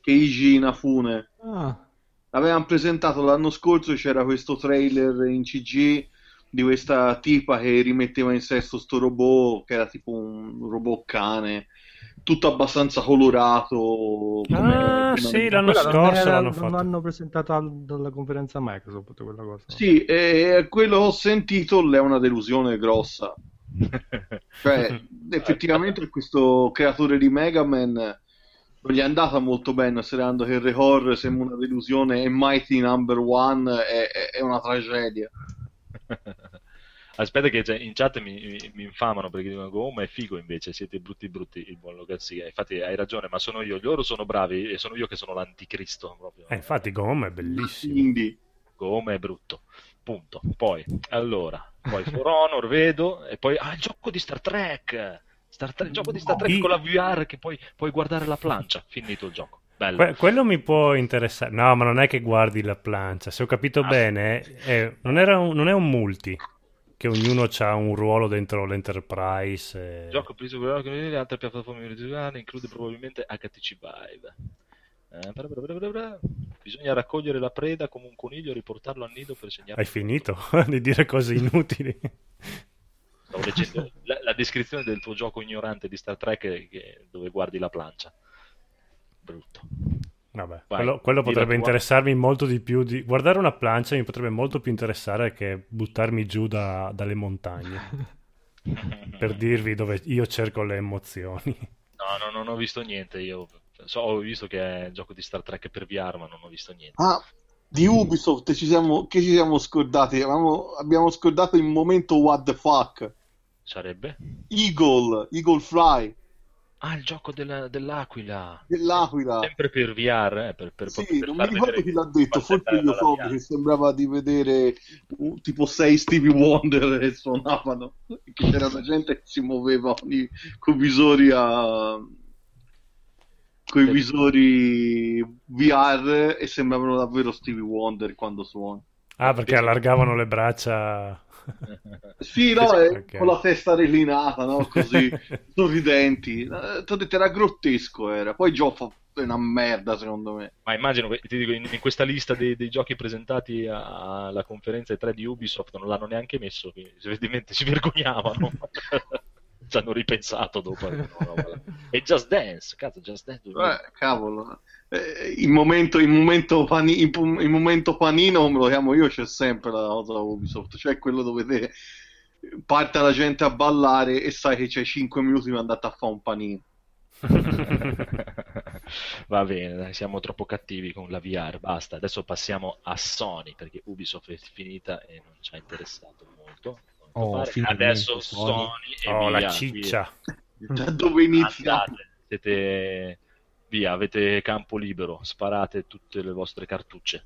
Keiji Inafune.
Ah,
L'avevano presentato l'anno scorso, c'era questo trailer in CG di questa tipa che rimetteva in sesto sto robot, che era tipo un robot cane, tutto abbastanza colorato.
Ah,
come-
sì, l'anno
Quella non
scorso
era-
l'hanno
Eh, non
fatto.
l'hanno presentata al- dalla conferenza Microsoft quella cosa.
Sì, e quello che ho sentito è una delusione grossa. Cioè, effettivamente questo creatore di Mega Man non gli è andata molto bene, considerando che il record sembra una delusione e Mighty Number One è- è- è una tragedia.
[LAUGHS] Aspetta che cioè, in chat mi, mi- mi infamano perché dicono "Oh, ma è figo invece, siete brutti brutti il buon Logazia". Infatti hai ragione, ma sono io, loro sono bravi e sono io che sono l'anticristo proprio.
Eh, infatti, Gom è bellissimo.
Quindi,
Come è brutto. Punto. Poi, allora, poi For Honor vedo e poi ah, il gioco di Star Trek. Star Trek, il gioco di Star Trek
Sì.
con la VR che poi puoi guardare la plancia, finito il gioco. Bello.
Que- quello mi può interessare. No, ma non è che guardi la plancia. Se ho capito
Ah.
bene, è- non, era un- non è un multi. Che ognuno ha un ruolo dentro l'Enterprise. e-
Il gioco preso quello che le altre piattaforme virtuali include probabilmente HTC Vive. Eh, bra bra bra bra bra. Bisogna raccogliere la preda come un coniglio e riportarlo al nido per segnare.
Hai finito [LAUGHS] di dire cose inutili.
Stavo leggendo la, la descrizione del tuo gioco ignorante di Star Trek eh, che- dove guardi la plancia. Brutto.
Vabbè,
Vai,
quello, quello
dilla
potrebbe
tua.
interessarmi molto di più. Di... Guardare una plancia mi potrebbe molto più interessare che buttarmi giù da- dalle montagne.
[LAUGHS]
per dirvi dove io cerco le emozioni.
No, no, non ho visto niente. Io so, ho visto che è il gioco di Star Trek per VR, ma non ho visto niente.
Ah, di Ubisoft ci siamo, che ci siamo scordati? Avevamo- abbiamo scordato il momento what the fuck.
Sarebbe?
Eagle, Eagle Fly,
Ah, il gioco della- dell'aquila.
dell'Aquila.
Sempre per VR, eh, per, per,
Sì,
per
non mi
far
ricordo
vedere
chi l'ha detto,
quanto è
forse
bella
io
la
so
VR.
che sembrava di vedere uh, tipo sei Stevie Wonder che suonavano, che c'era la gente che si muoveva con i visori a... Coi
Sì.
visori VR e sembravano davvero Stevie Wonder quando suona.
Ah, perché allargavano le braccia.
Sì, no,
Sì,
eh,
ok.
con la testa reclinata, no?
[LAUGHS]
Così, sorridenti. Eh, T'ho detto, era grottesco, era. Poi Gioff è una merda, secondo me.
Ma immagino, que- ti dico, in, in questa lista dei, dei giochi presentati a- alla conferenza 3 di Ubisoft non l'hanno neanche messo, quindi evidentemente si vergognavano. Ci hanno ripensato dopo. eh, no, no, no. E Just Dance, cazzo, Just Dance.
Eh, cavolo. Eh, il, momento, il, momento pani- il pom- il momento panino, come lo chiamo io, c'è sempre la cosa Ubisoft. Cioè quello dove te parte la gente a
[LAUGHS]
ballare e sai che c'hai 5 minuti per andare a fare un panino.
Va bene, dai, siamo troppo cattivi con la VR, basta. Adesso passiamo a Sony, perché Ubisoft è finita e non ci ha interessato molto. a quanto
Oh,
pare.
finalmente,
Adesso
Sony.
Sony e
Oh,
via,
la ciccia.
via.
Da dove inizia?
Andate, siete via, avete campo libero, sparate tutte le vostre cartucce.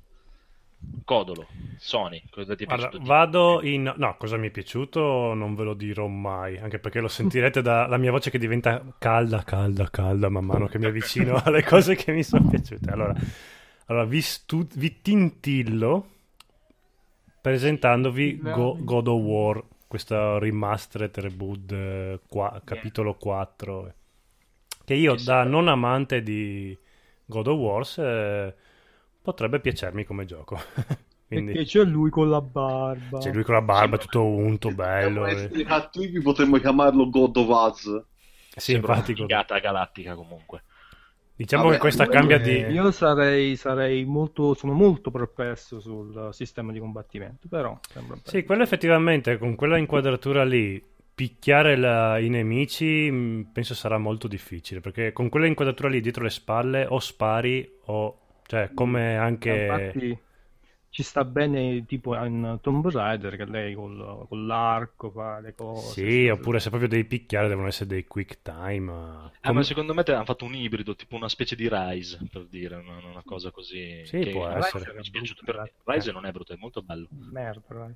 Codolo, Sony, cosa ti è
Guarda,
piaciuto?
vado in... No, cosa mi è piaciuto non ve lo dirò mai, anche perché lo sentirete dalla mia voce che diventa calda, calda, calda man mano che mi
[LAUGHS]
avvicino alle cose che mi sono piaciute. Allora, allora, vi, stu- vi tintillo presentandovi Go- God of War, questa remastered reboot eh, qua- capitolo 4, eh, che io da non amante di God of Wars eh, potrebbe piacermi come gioco. [LAUGHS] Quindi...
Perché c'è lui con la barba.
C'è Cioè, lui con la barba tutto unto, bello. eh.
essere cattivi potremmo chiamarlo God of Us.
Sì, infatti, co-
Figata galattica comunque.
diciamo
Vabbè, eh,
che questa
comunque-
cambia di...
Io sarei, sarei molto, sono molto perplesso sul sistema di combattimento, però sembra bello.
Sì, quello effettivamente, con quella inquadratura lì, picchiare la- i nemici mh, penso sarà molto difficile, perché con quella inquadratura lì dietro le spalle o spari o... Cioè, come anche...
Infatti ci sta bene tipo in Tomb Raider che lei col- con l'arco fa le cose.
Sì, oppure se proprio devi picchiare devono essere dei quick time. eh.
Ah,
Come-
ma secondo me te hanno fatto un ibrido, tipo una specie di Rise, per dire, una, una cosa così.
Sì, può
Rise
essere.
non mi è piaciuto
eh.
per me. Rise non è brutto, è molto bello.
Merda, dai.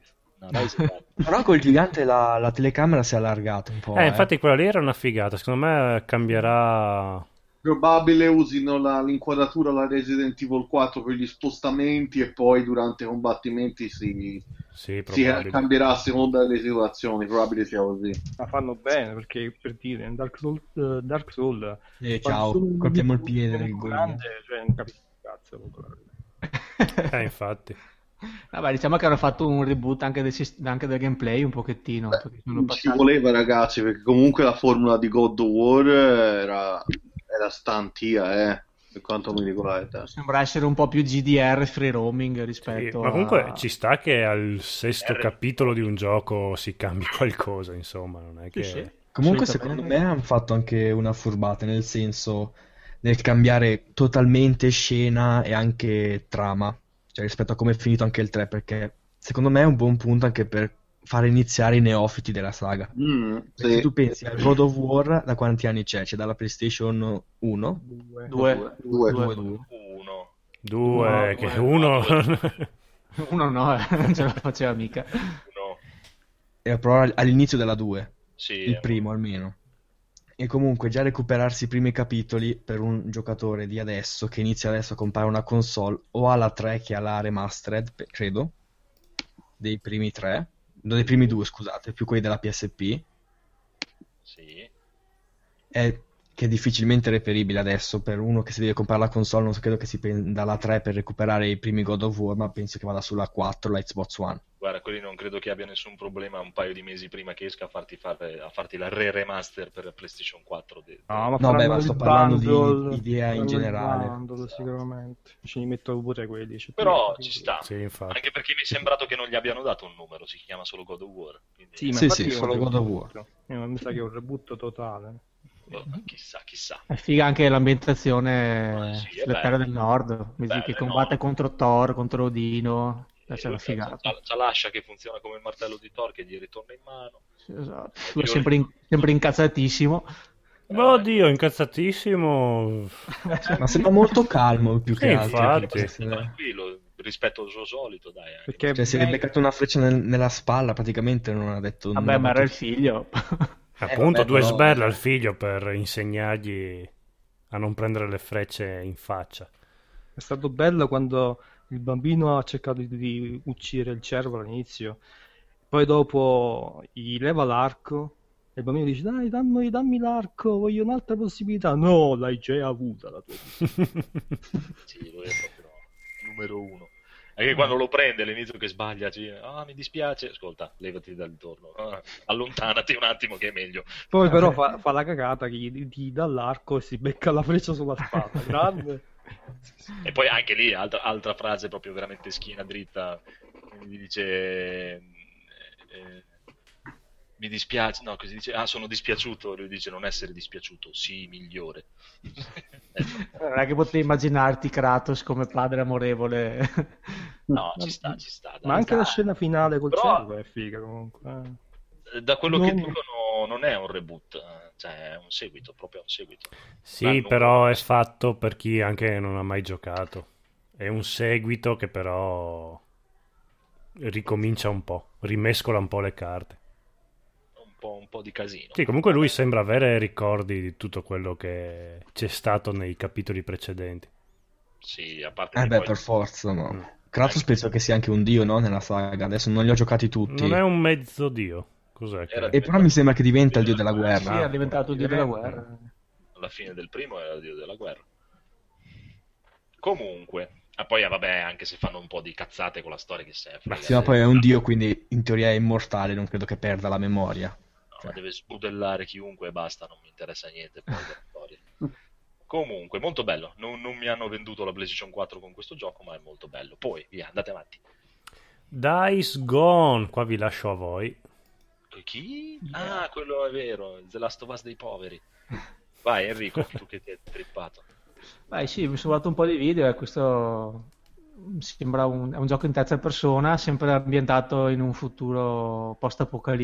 No, Rise è bello.
[LAUGHS] Però col gigante la, la telecamera si è allargata un po'.
Eh, infatti quella lì era una figata, secondo me eh, cambierà...
Probabile usino la- l'inquadratura alla Resident Evil 4 per gli spostamenti e poi durante i combattimenti si,
Sì, eh,
si
probabile.
cambierà a seconda delle situazioni, probabile sia così.
La fanno bene perché per dire in Dark Soul, eh, Dark Soul
Eh,
quando
ciao,
sono
colpiamo il
un
piede
gruppo
nel goglio.
grande, cioè, non capisco un cazzo con quello.
Eh, infatti.
[LAUGHS] Vabbè, diciamo che hanno fatto un reboot anche del, sis- anche del gameplay un pochettino. perché sono
Non ci
passati-
voleva ragazzi, perché comunque la formula di God of War era, era stantia, eh, per quanto mi riguarda.
Sembra essere un po' più GDR free roaming rispetto
ma comunque
a...
ci sta che al sesto capitolo di un gioco si cambi [LAUGHS] qualcosa, insomma, non è che...
Comunque,
Assolutamente.
secondo me hanno fatto anche una furbata, nel senso nel cambiare totalmente scena e anche trama, cioè rispetto a come è finito anche il 3, perché secondo me è un buon punto anche per far iniziare i neofiti della saga.
Mm,
Perché
sì.
tu pensi a God of War da quanti anni c'è? C'è dalla PlayStation 1?
Due.
Due.
Due.
Due.
Uno.
Due,
No,
che
due,
uno...
[LAUGHS]
[LAUGHS]
Uno no, eh, non ce la faceva mica.
Uno.
Eh, però all- all'inizio della 2,
Sì, eh.
il primo almeno. E comunque già recuperarsi i primi capitoli per un giocatore di adesso che inizia adesso a comprare una console o ha la 3 che ha la remastered, pe- credo, dei primi 3, no, dei primi 2 scusate, più quelli della PSP,
sì.
è che è difficilmente reperibile adesso per uno che si deve comprare la console, non so, credo che si prenda la 3 per recuperare i primi God of War, ma penso che vada sulla 4, la Xbox One.
Guarda, quelli non credo che abbia nessun problema un paio di mesi prima che esca a farti, fare- a farti la re-remaster per PlayStation 4. de-
No, ma
No, beh,
faranno
ma
il
sto parlando di
bundle,
idea in
faranno il
generale. Esatto.
bundle, sicuramente. Ci metto pure quelli. cioè,
Però
tutti.
ci sta.
Sì, infatti.
Anche perché mi è sembrato che non gli abbiano dato un numero, si chiama solo God of War. Quindi...
Sì, ma
Sì,
infatti
sì,
è un
solo God of
reboot. Eh, Mi sa che è un reboot totale.
boh, ma chissà, chissà.
È figa anche l'ambientazione
Eh, sì, è
sulle
bello.
terre del nord, vedi
Bello,
che
no?
combatte contro Thor, contro Odino, eh, c'è
Eh,
la
esatto.
figata.
c'ha- c'ha l'ascia che funziona come il martello di Thor che gli ritorna in mano.
Sì, esatto. Lui è sempre, in- sempre incazzatissimo.
Ma oddio, incazzatissimo.
Ma sembra molto calmo più
Sì,
che altro.
infatti.
Se-
Tranquillo, rispetto al suo solito, dai. anche.
Perché
Cioè, si è beccato una freccia nel- nella spalla, praticamente non ha detto
Vabbè,
nulla.
ma era il figlio.
[LAUGHS] Appunto,
Eh, vabbè,
due
però-
sberle al figlio per insegnargli a non prendere le frecce in faccia.
È stato bello quando il bambino ha cercato di, di uccidere il cervo all'inizio, poi dopo gli leva l'arco e il bambino dice dai dammi, dammi l'arco, voglio un'altra possibilità. No, l'hai già avuta la tua.
[LAUGHS] Sì, lui è proprio numero uno.
Mm.
Anche quando lo prende all'inizio che sbaglia, ci dice, ah mi dispiace, ascolta, levati dal torno, Ah, allontanati un attimo che è meglio.
Poi però fa, fa la cagata che gli, gli dà l'arco e si becca la freccia
[LAUGHS]
sulla spalla. Grande.
E poi anche lì, altra, altra frase proprio veramente schiena dritta, gli dice... eh, eh, mi dispiace, no, così dice, ah, sono dispiaciuto, lui dice non essere dispiaciuto, sì, migliore.
Non è che potevi immaginarti Kratos come padre amorevole.
[LAUGHS] No, ci sta, ci sta. dai,
Ma anche la
dai.
scena finale col
Però-
cervo è figa comunque. eh.
Da quello che
Non-
dicono non è un reboot, eh, cioè è un seguito, proprio un seguito.
Sì,
L'hanno-
però è fatto per chi anche non ha mai giocato. È un seguito che però ricomincia un po', rimescola un po' le carte.
Un po', un po' di casino.
Sì, comunque lui sembra avere ricordi di tutto quello che c'è stato nei capitoli precedenti.
Sì, a parte
Eh
che
beh,
poi-
per forza, no. Kratos penso che sia anche un dio, no? Nella saga. Adesso non li ho giocati tutti.
Non è un mezzo dio. Cos'è? che-
Era-
E però mi sembra che diventa il dio della
Sì,
guerra.
è diventato il dio della guerra.
alla fine del primo era il dio della guerra. Comunque, ah, poi ah, vabbè, anche se fanno un po' di cazzate con la storia che se ne frega.
Sì, ma poi è un dio, quindi in teoria è immortale, non credo che perda la memoria.
No,
cioè.
ma deve sbudellare chiunque e basta, non mi interessa niente poi della storia. Comunque, molto bello. Non, non mi hanno venduto la PlayStation 4 con questo gioco, ma è molto bello. Poi, via, andate avanti.
Dice Gone, qua vi lascio a voi.
Chi? Ah, quello è vero, The Last of Us dei poveri. Vai Enrico, tu che ti hai trippato.
Beh, sì, mi sono guardato un po' di video e questo mi sembra un, è un gioco in terza persona, sempre ambientato in un futuro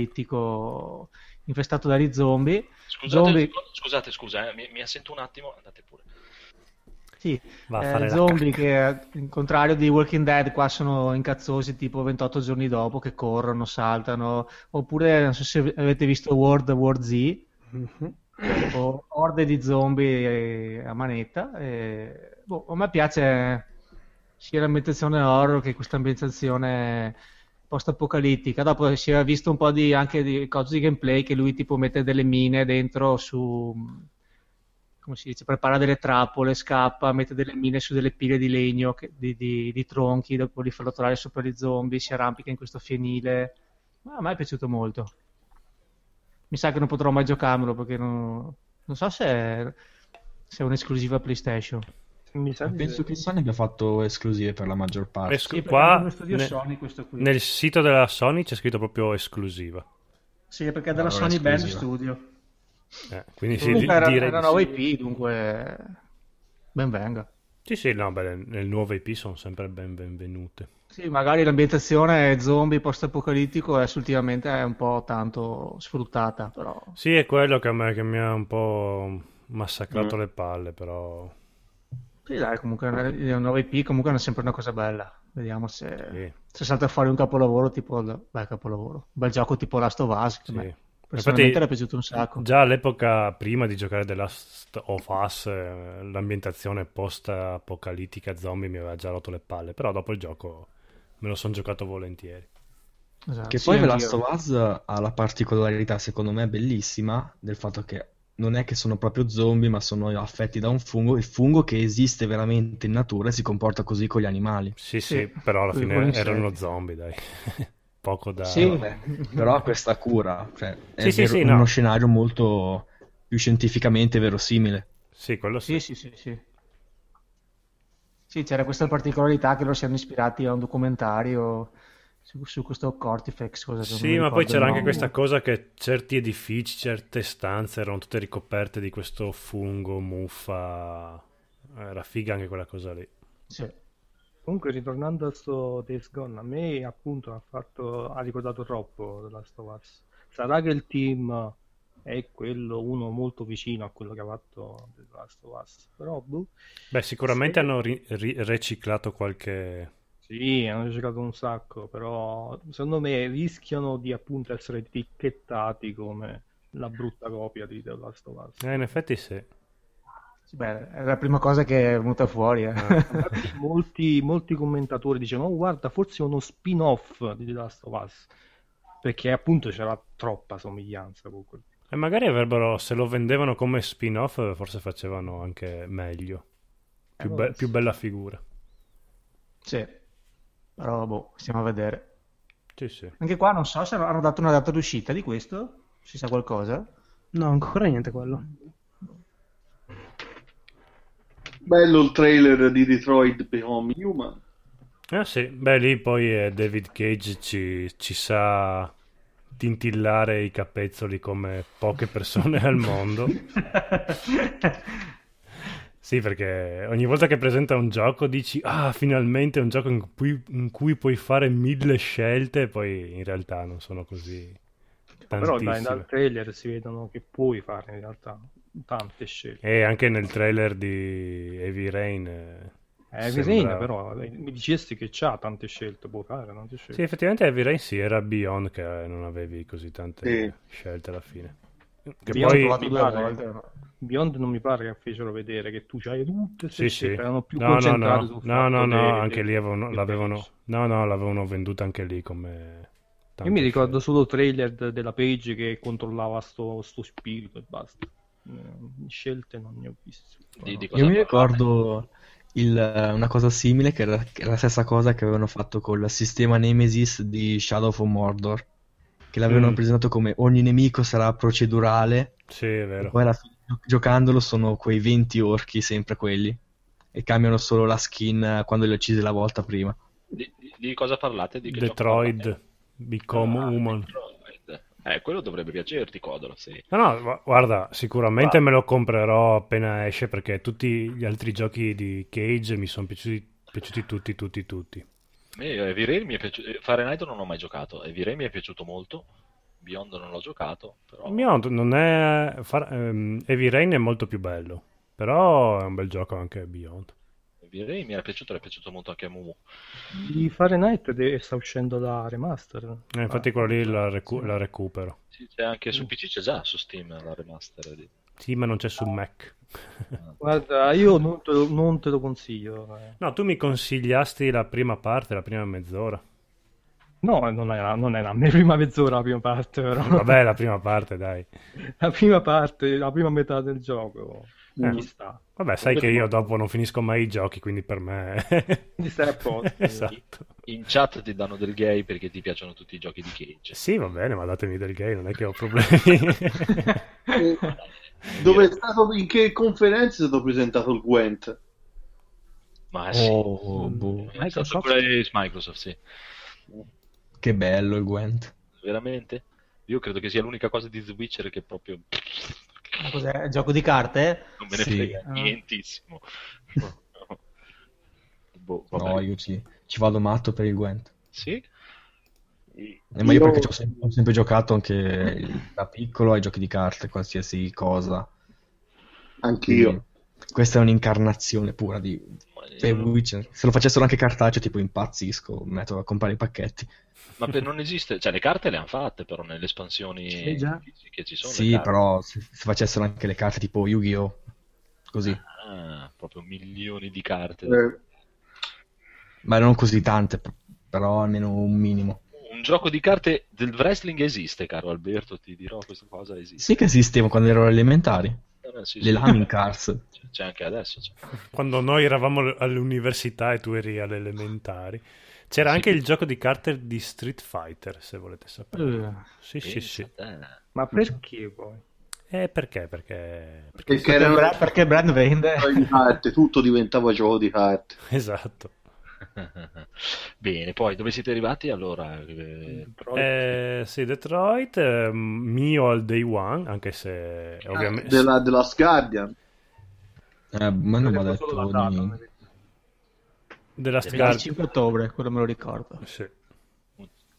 post-apocalittico infestato dagli zombie.
Scusate,
Zombie-
scusate, scusa, eh, mi, mi assento un attimo, andate pure.
Sì,
Va a
eh,
fare la [LAUGHS]
zombie che in contrario di Walking Dead qua sono incazzosi tipo 28 giorni dopo che corrono, saltano, oppure non so se avete visto World War Z,
Mhm.
o orde di zombie eh, a manetta. e, boh, a me piace sia l'ambientazione horror che questa ambientazione post-apocalittica. Dopo si era visto un po' di, anche di cose di gameplay che lui tipo mette delle mine dentro su... Come si dice? Prepara delle trappole, scappa, mette delle mine su delle pile di legno, che- di, di- di tronchi, dopo li fa rotolare sopra gli zombie, si arrampica in questo fienile. Ma a me è piaciuto molto mi sa che non potrò mai giocarmelo perché non, non so se è, se è un'esclusiva PlayStation.
Mi sa di
Penso
sì.
che Sony abbia fatto esclusive per la maggior parte.
Esclu-
sì, perché è
qua
uno studio
ne-
Sony questo qui.
nel sito della Sony c'è scritto proprio esclusiva.
Sì, perché è della
Allora,
Sony Band
esclusiva.
Studio.
Eh, quindi sì,
Comunque era,
direi
era
di
una nuova
sì.
IP, dunque ben venga.
Sì, sì, no, beh, le nuove IP sono sempre ben benvenute.
Sì, magari l'ambientazione zombie post-apocalittico adesso ultimamente è un po' tanto sfruttata, però
Sì, è quello che, a me, che mi ha un po'
Mm.
massacrato le palle, però...
sì, dai, comunque eh, le nuove IP comunque è sempre una cosa bella. Vediamo se,
Sì.
se salta fuori un capolavoro tipo beh, capolavoro, un bel gioco tipo Last of Us, che a me
Sì.
personalmente
Infatti-
era piaciuto un sacco.
Già all'epoca prima di giocare The Last of Us, eh, l'ambientazione post-apocalittica zombie mi aveva già rotto le palle, però dopo il gioco me lo sono giocato volentieri.
Esatto.
Che
Sì,
poi The
anch'io.
Last of Us ha la particolarità, secondo me, bellissima del fatto che non è che sono proprio zombie, ma sono affetti da un fungo, il fungo che esiste veramente in natura e si comporta così con gli animali.
Sì, sì,
Sì.
però alla
Sì,
fine
buonissimo.
erano zombie, dai. [LAUGHS] Poco da...
Sì.
Vabbè, però ha questa cura, cioè, è
Sì, sì,
vero-
sì,
uno
no.
scenario molto più scientificamente verosimile.
Sì, quello sì.
Sì, sì, sì, sì. Sì, c'era questa particolarità che loro siano ispirati a un documentario su, su questo Cortifex, cosa che non
Sì,
mi
ma
ricordo
poi
il
c'era anche
nome.
questa cosa che certi edifici, certe stanze erano tutte ricoperte di questo fungo, muffa. Era figa anche quella cosa lì.
Sì.
Comunque, ritornando a sto Days Gone, a me appunto ha, fatto, ha ricordato troppo The Last of Us. Sarà che il team è quello, uno molto vicino a quello che ha fatto The Last of Us, però boh,
Beh, sicuramente
Sì.
hanno ri- ri- reciclato qualche...
sì, hanno giocato un sacco, però secondo me rischiano di appunto essere etichettati come la brutta copia di The Last of Us.
Eh, in effetti sì.
Sì, beh, è la prima cosa che è venuta fuori, eh.
Ah.
Infatti, molti, molti commentatori dicevano: "Oh, guarda, forse è uno spin-off di The Last of Us. Perché appunto c'era troppa somiglianza con quel.
E eh, magari avrebbero, se lo vendevano come spin-off, eh, forse facevano anche meglio.
Eh,
Più, be- più bella figura.
boh, Sì. [LAUGHS] Però, boh, stiamo a vedere.
Sì, sì.
Anche qua non so se hanno dato una data d'uscita di questo, si sa qualcosa?
No, ancora niente quello.
Bello il trailer di Detroit Become Human.
eh, Ah sì, beh lì poi eh, David Cage ci, ci sa tintillare i capezzoli come poche persone al
[LAUGHS]
mondo. Sì, perché ogni volta che presenta un gioco dici, ah, finalmente è un gioco in cui, in cui puoi fare mille scelte, e poi in realtà non sono così
Però dai,
tantissime.
dal trailer si vedono che puoi fare in realtà tante scelte.
E anche nel trailer di Heavy Rain. Eh,
Eh,
sembra-
Visegna, però eh, mi dicesti che c'ha tante scelte, può fare tante scelte.
Sì, effettivamente Heavy Rain sì, era Beyond che eh, non avevi così tante
Sì.
scelte alla fine. Che
Beyond,
poi...
non mi pare- eh. Beyond non mi pare che fecero vedere che tu c'hai tutte
Sì,
queste
sì.
scelte, erano più
No, no,
concentrati
no,
sul
no,
fatto
no, no,
dei-
anche
dei-
lì avevano,
dei
l'avevano, no, no, l'avevano venduta anche lì come...
Io mi ricordo solo trailer de- della page che controllava sto, sto spirito e basta. Eh, Scelte non ne ho viste.
Io mi ricordo il- una cosa simile, che era, che era la stessa cosa che avevano fatto col sistema Nemesis di Shadow of Mordor, che l'avevano
Mm.
presentato come ogni nemico sarà procedurale,
Sì, è vero.
e poi alla fine gio- giocandolo sono quei 20 orchi, sempre quelli, e cambiano solo la skin eh, quando li ho uccisi la volta prima.
Di, di- di cosa parlate? Di che gioco
Detroit, Become Human.
parlate? Eh, quello dovrebbe piacerti, Codolo, sì.
No, no, gu- guarda, sicuramente me lo comprerò appena esce perché tutti gli altri giochi di Cage mi sono piaciuti, piaciuti tutti, tutti, tutti.
A me Heavy Rain eh, mi è piaciuto... eh, Fahrenheit non ho mai giocato. Heavy Rain mi è piaciuto molto. Beyond non l'ho giocato, però...
Beyond non è... far- ehm, Heavy Rain è molto più bello, però è un bel gioco anche Beyond.
Heavy Rain mi era piaciuto, era piaciuto molto anche a Mumu.
Di Fahrenheit de- sta uscendo la remaster.
Eh, infatti quello lì la, recu- la recupero.
Sì, c'è anche
Mm.
su PC c'è già, su Steam, Ah, la remaster di...
Sì, ma non c'è su Mac.
Guarda, io non te lo, non te lo consiglio. eh.
No, tu mi consigliasti la prima parte, la prima mezz'ora.
No, non è, la, non è la mia prima mezz'ora la prima parte, però.
Eh, Vabbè, la prima parte, dai.
La prima parte, la prima metà del gioco.
Eh.
Ci sta.
Vabbè, sai che io dopo non finisco mai i giochi, quindi per
[LAUGHS]
me...
Quindi stai a posto.
[LAUGHS] Esatto.
In chat ti danno del gay perché ti piacciono tutti i giochi di Cage.
Sì, va bene, ma datemi del gay, non è che ho problemi.
Dove è stato, in che conferenza è stato presentato il Gwent?
Ma sì. Eh,
Oh, boh.
È stato pure su Microsoft, sì.
Che bello il Gwent.
Veramente? Io credo che sia l'unica cosa di The Witcher che proprio
Ma Cos'è? Il gioco di carte?
non me ne
Sì.
frega
Ah.
nientissimo. boh, vabbè.
No, io ci, ci vado matto per il Gwent.
Sì?
Eh, ma io perché ci ho sem- ho sempre giocato anche da piccolo ai giochi di carte, qualsiasi cosa.
Anch'io.
Quindi Questa è un'incarnazione pura di
Eh.
The Witcher. Se lo facessero anche cartaceo, tipo impazzisco, metto a comprare i pacchetti.
Ma per- non esiste, cioè le carte le hanno fatte però nelle espansioni
Sì, già.
che ci sono. le
Sì,
carte.
però se, se facessero anche le carte tipo Yu-Gi-Oh! Così.
Ah, proprio milioni di carte.
Eh.
Ma non così tante, p- però almeno un minimo.
Un gioco di carte del wrestling esiste, caro Alberto, ti dirò questa cosa esiste.
Sì che esistevano quando ero alle elementari.
Eh, sì,
Le
sì.
Lamin Cars.
C'è- C'è anche adesso. c'è.
Esatto, cioè. Quando noi eravamo all'università e tu eri alle elementari, c'era anche il gioco di carte di Street Fighter, se volete sapere.
Eh.
Sì, sì,
Pensa
sì. Mm.
te.
Ma perché poi?
Eh, perché? Perché...
Perché,
Perché
erano
Brad- perché Brad vende?
giochi di carte, tutto diventava gioco di
[LAUGHS]
carte.
Esatto.
[LAUGHS] Bene, poi dove siete arrivati allora? Eh,
Eh, sì, Detroit, ehm, mio al day one, anche se ovviamente...
Della, della Scardian.
Eh, ma non mi ha detto
Solo la data,
niente.
della
Il
Scar-
25 ottobre, quello me lo ricordo.
Sì.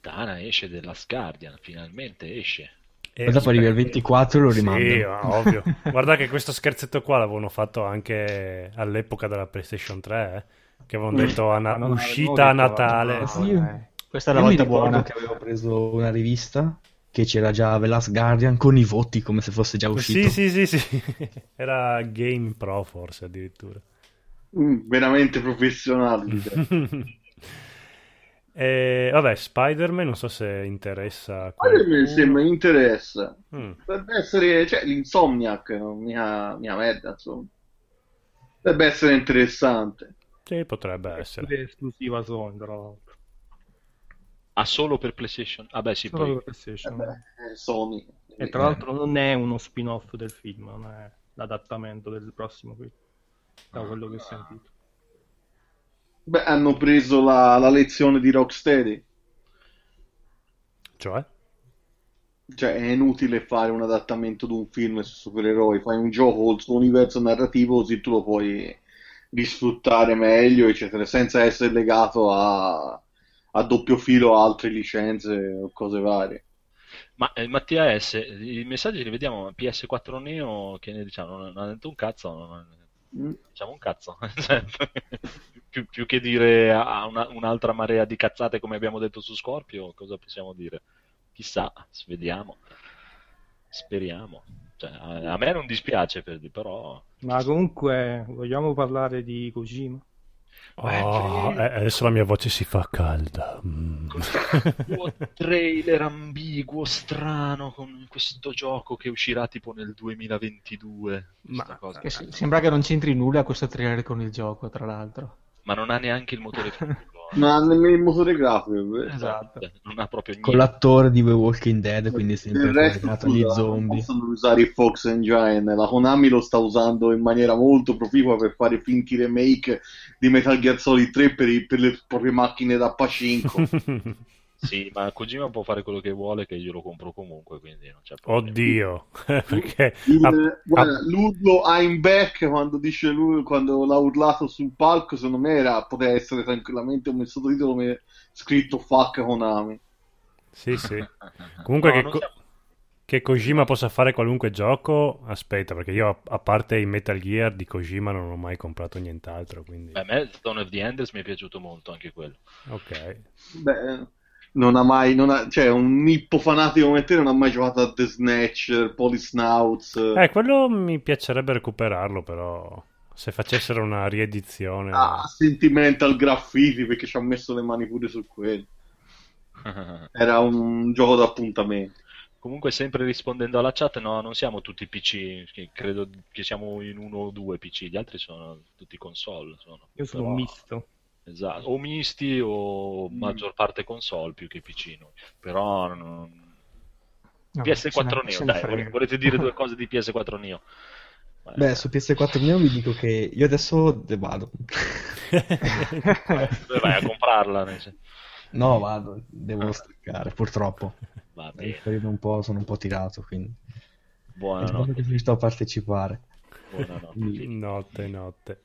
Tana esce della Guardian, finalmente esce.
Eh,
Poi dopo arrivi al 24 e lo
Sì,
rimando.
ma
[LAUGHS]
ovvio. Guarda che questo scherzetto qua l'avevano fatto anche all'epoca della PlayStation 3, eh, che avevano detto a na-
Mm. Ma non
uscita a
l'avevo detto, eh.
Natale.
ma-
Sì, io-
Questa è la
Io mi
volta
ricordo
buona.
che avevo preso una rivista che c'era già The Last Guardian con i voti come se fosse già uscito.
Sì, sì, sì, sì. [LAUGHS] Era Game Pro forse addirittura.
Mm, veramente professionali. cioè.
E, vabbè, Spider-Man, non so se interessa.
Quello
qualcuno.
mi sembra mi interessa.
Mm.
Dovrebbe essere, cioè, l'Insomniac, no? mia, mia merda, insomma. Dovrebbe essere interessante.
Sì, potrebbe essere.
Pure esclusiva Sony, tra l'altro.
Ah, solo per PlayStation? Ah beh sì,
Solo
poi...
per PlayStation.
Eh, Sony.
E tra l'altro non è uno spin-off del film, non è l'adattamento del prossimo film, da quello
Ah.
che ho sentito.
Beh, hanno preso la, la lezione di Rocksteady.
Cioè?
cioè è inutile fare un adattamento di un film su supereroi, fai un gioco col suo universo narrativo così tu lo puoi risfruttare meglio, eccetera, senza essere legato a, a doppio filo a altre licenze o cose varie.
Ma eh, Mattia S, i messaggi li vediamo PS4 Neo che ne diciamo, non, non ha detto un cazzo, non, diciamo un cazzo. [LAUGHS] Cioè, più, più che dire a una- un'altra marea di cazzate come abbiamo detto su Scorpio, cosa possiamo dire? Chissà, s- vediamo. Speriamo. Cioè, a, a me non dispiace, per, di-
[LAUGHS]
però...
Ma comunque, vogliamo parlare di Kojima?
Oh, eh, adesso la mia voce si fa calda.
[LAUGHS]
Mm.
trailer ambiguo, strano, con questo gioco che uscirà tipo nel 2022. Ma,
Che se- sembra che non c'entri nulla questo trailer con il gioco, tra l'altro.
Ma non ha neanche il
[LAUGHS]
motore grafico.
Non ha nemmeno il motore grafico. eh.
Esatto. Non ha proprio niente.
Con l'attore di The Walking Dead, quindi sempre
Del resto,
collegato agli
scusa, non
zombie.
possono usare i Fox Engine, la Konami lo sta usando in maniera molto proficua per fare finti remake di Metal Gear Solid 3 per, i- per le proprie macchine da [LAUGHS] Pacinco.
Sì, ma Kojima può fare quello che vuole, che io lo compro comunque, quindi non c'è problema.
Oddio, [LAUGHS] perché
Il-
a-
guarda,
a-
l'urlo I'm back quando dice lui quando l'ha urlato sul palco, secondo me era, poteva essere tranquillamente un sottotitolo come scritto fuck Konami.
sì,
[LAUGHS]
sì. Comunque
No,
che,
non
Ko-
siamo-
che Kojima possa fare qualunque gioco, aspetta, perché io a, a parte i Metal Gear di Kojima non ho mai comprato nient'altro, quindi
A me Zone of the Enders mi è piaciuto molto anche quello.
ok.
Beh, non ha mai, non ha- cioè un nippo fanatico come te non ha mai giocato a The Snatcher, Polysnouts.
Eh, quello mi piacerebbe recuperarlo, però se facessero una riedizione
Ah, Sentimental Graffiti perché ci ha messo le mani pure su quello. Era un gioco d'appuntamento.
Comunque, sempre rispondendo alla chat, no, non siamo tutti PC, che credo che siamo in uno o due PC, gli altri sono tutti console. Sono.
Io sono
Però-
un misto.
Esatto, o misti o maggior parte console più che PC. noi. Però non-
Vabbè,
PS4
se
Neo,
ne- se ne
dai,
frega.
vole- volete dire due cose di PS4 Neo? Beh,
Beh, su PS4 Neo vi dico che io adesso de- vado. [LAUGHS]
Dove vai a comprarla? nel sen-
No, vado, devo staccare, purtroppo.
Va
Per il
bene,
periodo un po', sono un po' tirato, quindi... È il modo
buonanotte.
che ci sto a partecipare.
buonanotte.
Quindi
Mm, notte notte.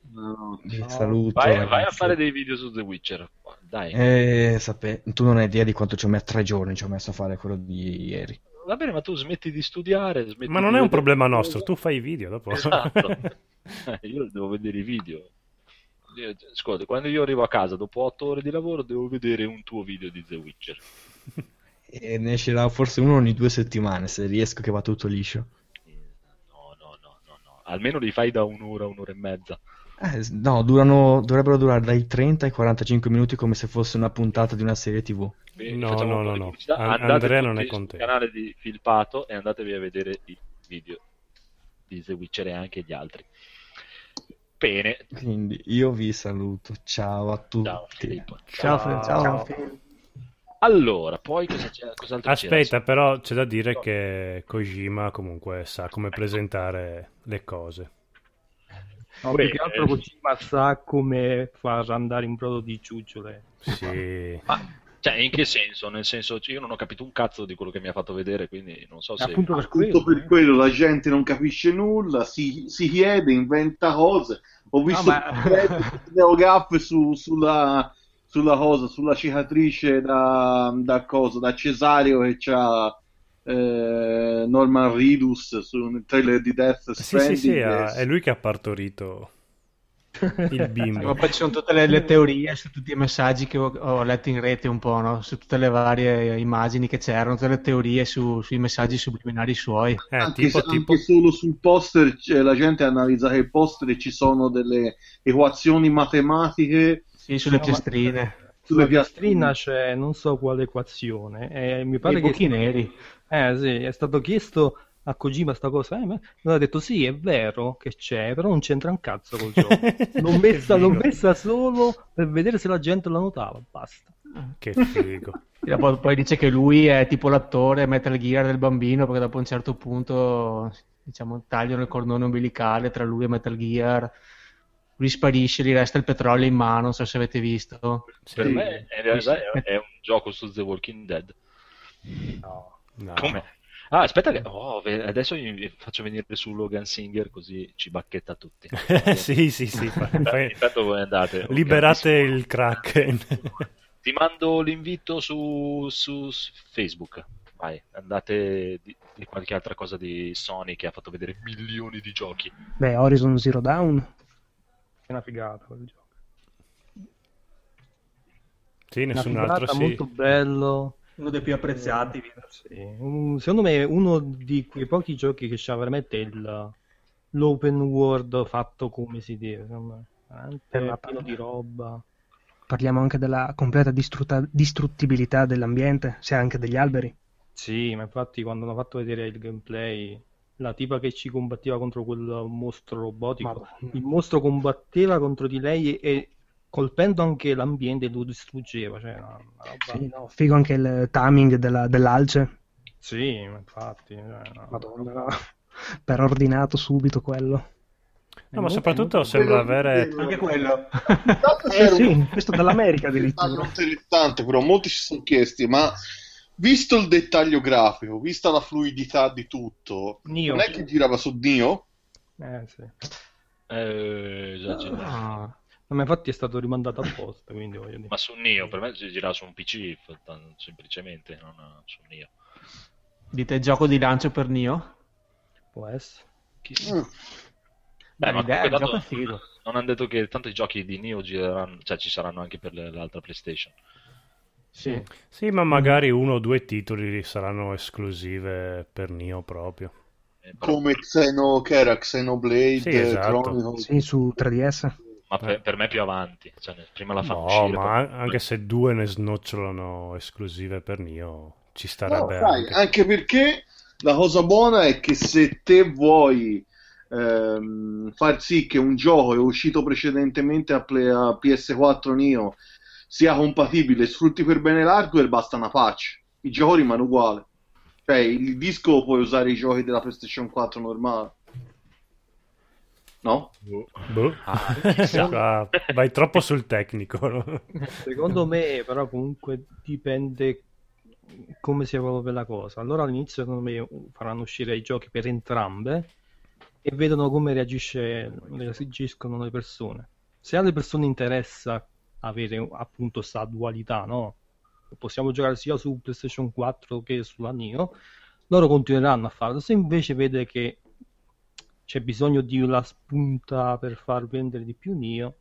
vi saluto,
Vai, vai a
ragazzi.
fare dei video su The Witcher. Dai.
[LAUGHS] Eh, sape- tu non hai idea di quanto ci ho messo tre giorni, ci ho messo a fare quello di ieri.
Va bene, ma tu smetti di studiare. smetti
Ma non
di
è un
vedere-
problema nostro, tu fai i video dopo.
Esatto.
[LAUGHS]
Eh, [LAUGHS] io devo vedere i video. Io- Ascolta, quando io arrivo a casa dopo 8 ore di lavoro, devo vedere un tuo video di The Witcher.
E ne uscirà forse uno ogni due settimane, se riesco che va tutto liscio.
No, no, no, no, no. Almeno li fai da un'ora, un'ora e mezza.
Eh, s- no, durano, dovrebbero durare dai 30 ai 45 minuti come se fosse una puntata di una serie TV.
Beh,
No,
facciamo
no,
un po'
no,
di
no.
pubblicità.
An-
Andate
Andrea
tutti
non è
sul
contento.
canale di Filpato e andatevi a vedere il video di The Witcher e anche gli altri. Bene,
Quindi io vi saluto, ciao a tutti.
ciao Filippo.
Ciao, Fred, ciao.
Allora, poi cosa c'è, cos'altro c'era?
Aspetta, però c'è da dire che Kojima comunque sa come presentare le cose.
No,
Beh,
più che altro
eh.
Kojima sa come far andare in brodo di ciucciole.
Sì.
Cioè, in che senso? Nel senso, cioè, io non ho capito un cazzo di quello che mi ha fatto vedere, quindi non so se...
Appunto per
Tutto
quello.
per quello la gente non capisce nulla, si, si chiede, inventa cose. Ho visto
Ah, ma-
Leo Gaff su- sulla, sulla cosa, sulla cicatrice da, da cosa, da Cesario che c'ha eh, Norman Ridus su un trailer di Death
Sì, sì,
Stranding.
sì,
e-
ha- è lui che ha partorito
[LAUGHS]
il bimbo.
Ma poi ci sono tutte le, le teorie su tutti i messaggi che ho, ho letto in rete un po', no? su tutte le varie immagini che c'erano, tutte le teorie su- sui messaggi subliminali suoi.
Eh,
anche,
tipo,
se-
tipo...
anche solo sul poster c'è- la gente ha analizzato il poster e ci sono delle equazioni matematiche
Sì, sulle
No, ma-
piastrine,
sulle
Trina
piastrine
c'è non so quale equazione e mi
i
pare
buchi
che
neri.
eh, sì, è stato chiesto a Kojima sta cosa eh, ma- lui ha detto sì è vero che c'è però non c'entra un cazzo
[LAUGHS]
col gioco l'ho messa,
Che
l'ho
figo.
messa solo per vedere se la gente la notava basta
Ah.
Che figo.
E poi, poi dice che lui è tipo l'attore Metal Gear del bambino, perché dopo un certo punto diciamo, tagliano il cordone umbilicale tra lui e Metal Gear, lui sparisce, gli resta il petrolio in mano, non so se avete visto.
Per
Sì.
me, in realtà, è, è un gioco su The Walking Dead.
No.
Come? Ah, aspetta, che... oh, ve- adesso gli faccio venire su Logan Singer così ci bacchetta tutti.
[LAUGHS] sì, sì, sì. fa- fa-
Intanto voi andate. ok?
Liberate il Kraken.
Ti mando l'invito su, su- su Facebook. Vai, andate di, di qualche altra cosa di Sony che ha fatto vedere milioni di giochi.
Beh, Horizon Zero Down.
È una figata quel gioco.
sì,
Una
nessun
figata,
altro sì.
molto bello.
Uno dei più apprezzati.
Eh, Sì, un- Mm, secondo me è uno di quei pochi giochi che c'ha veramente il- l'open world fatto come si deve, secondo me.
Eh,
Veramente pieno di roba.
Parliamo anche della completa distrutta- distruttibilità dell'ambiente, se anche degli alberi.
Sì, ma infatti quando hanno fatto vedere il gameplay, la tipa che ci combatteva contro quel mostro robotico, il mostro combatteva contro di lei e, e colpendo anche l'ambiente lo distruggeva, cioè una, una roba...
Sì, no, figo anche il timing della- dell'alce,
Sì, ma infatti... cioè, Madonna,
per ordinato subito quello.
No, ma soprattutto sembra avere...
Anche quello.
Eh sì, questo dall'America
Dettaglio
addirittura.
interessante, però molti si sono chiesti, ma visto il dettaglio grafico, vista la fluidità di tutto,
Nio.
non è che girava su Dio?
Eh sì.
Eh, esagerato.
Ah, ma infatti è stato rimandato apposta, quindi voglio dire.
Ma su Neo, per me si girava su un PC, f- tan- semplicemente, non su Neo.
Dite gioco di lancio per Nio?
Può essere.
Chissà.
Mm.
Beh,
Beh,
ma
l'idea,
comunque
il gioco è
tanto-
figo.
Non hanno detto che tanto i giochi di Neo gireranno, cioè ci saranno anche per le- l'altra PlayStation.
Sì. ma magari uno o due titoli saranno esclusive per Nio proprio.
Come Xeno, che era Xenoblade,
Sì, esatto.
Chronicles.
Sì, su 3DS.
Ma per, per me più avanti, cioè, ne- prima la fanno
No,
uscire.
ma
poi-
an- anche se due ne snocciolano esclusive per Nio, ci
No,
starebbe
sai,
anche.
anche perché la cosa buona è che se te vuoi ehm, far sì che un gioco è uscito precedentemente a, Play- a PS4 Neo sia compatibile e sfrutti per bene l'hardware, basta una patch. I giochi rimane uguale. Cioè, il disco puoi usare i giochi della PlayStation 4 normale. No?
Boh. Qua vai troppo sul tecnico. no?
[LAUGHS] Secondo me, però, comunque dipende come si evolve la cosa. Allora, all'inizio, secondo me, faranno uscire i giochi per entrambe e vedono come reagisce- reagiscono le persone. Se alle persone interessa avere appunto sta dualità, no? Possiamo giocare sia su PlayStation 4 che sulla Neo. Loro continueranno a farlo. Se invece vede che c'è bisogno di una spunta per far vendere di più Nio,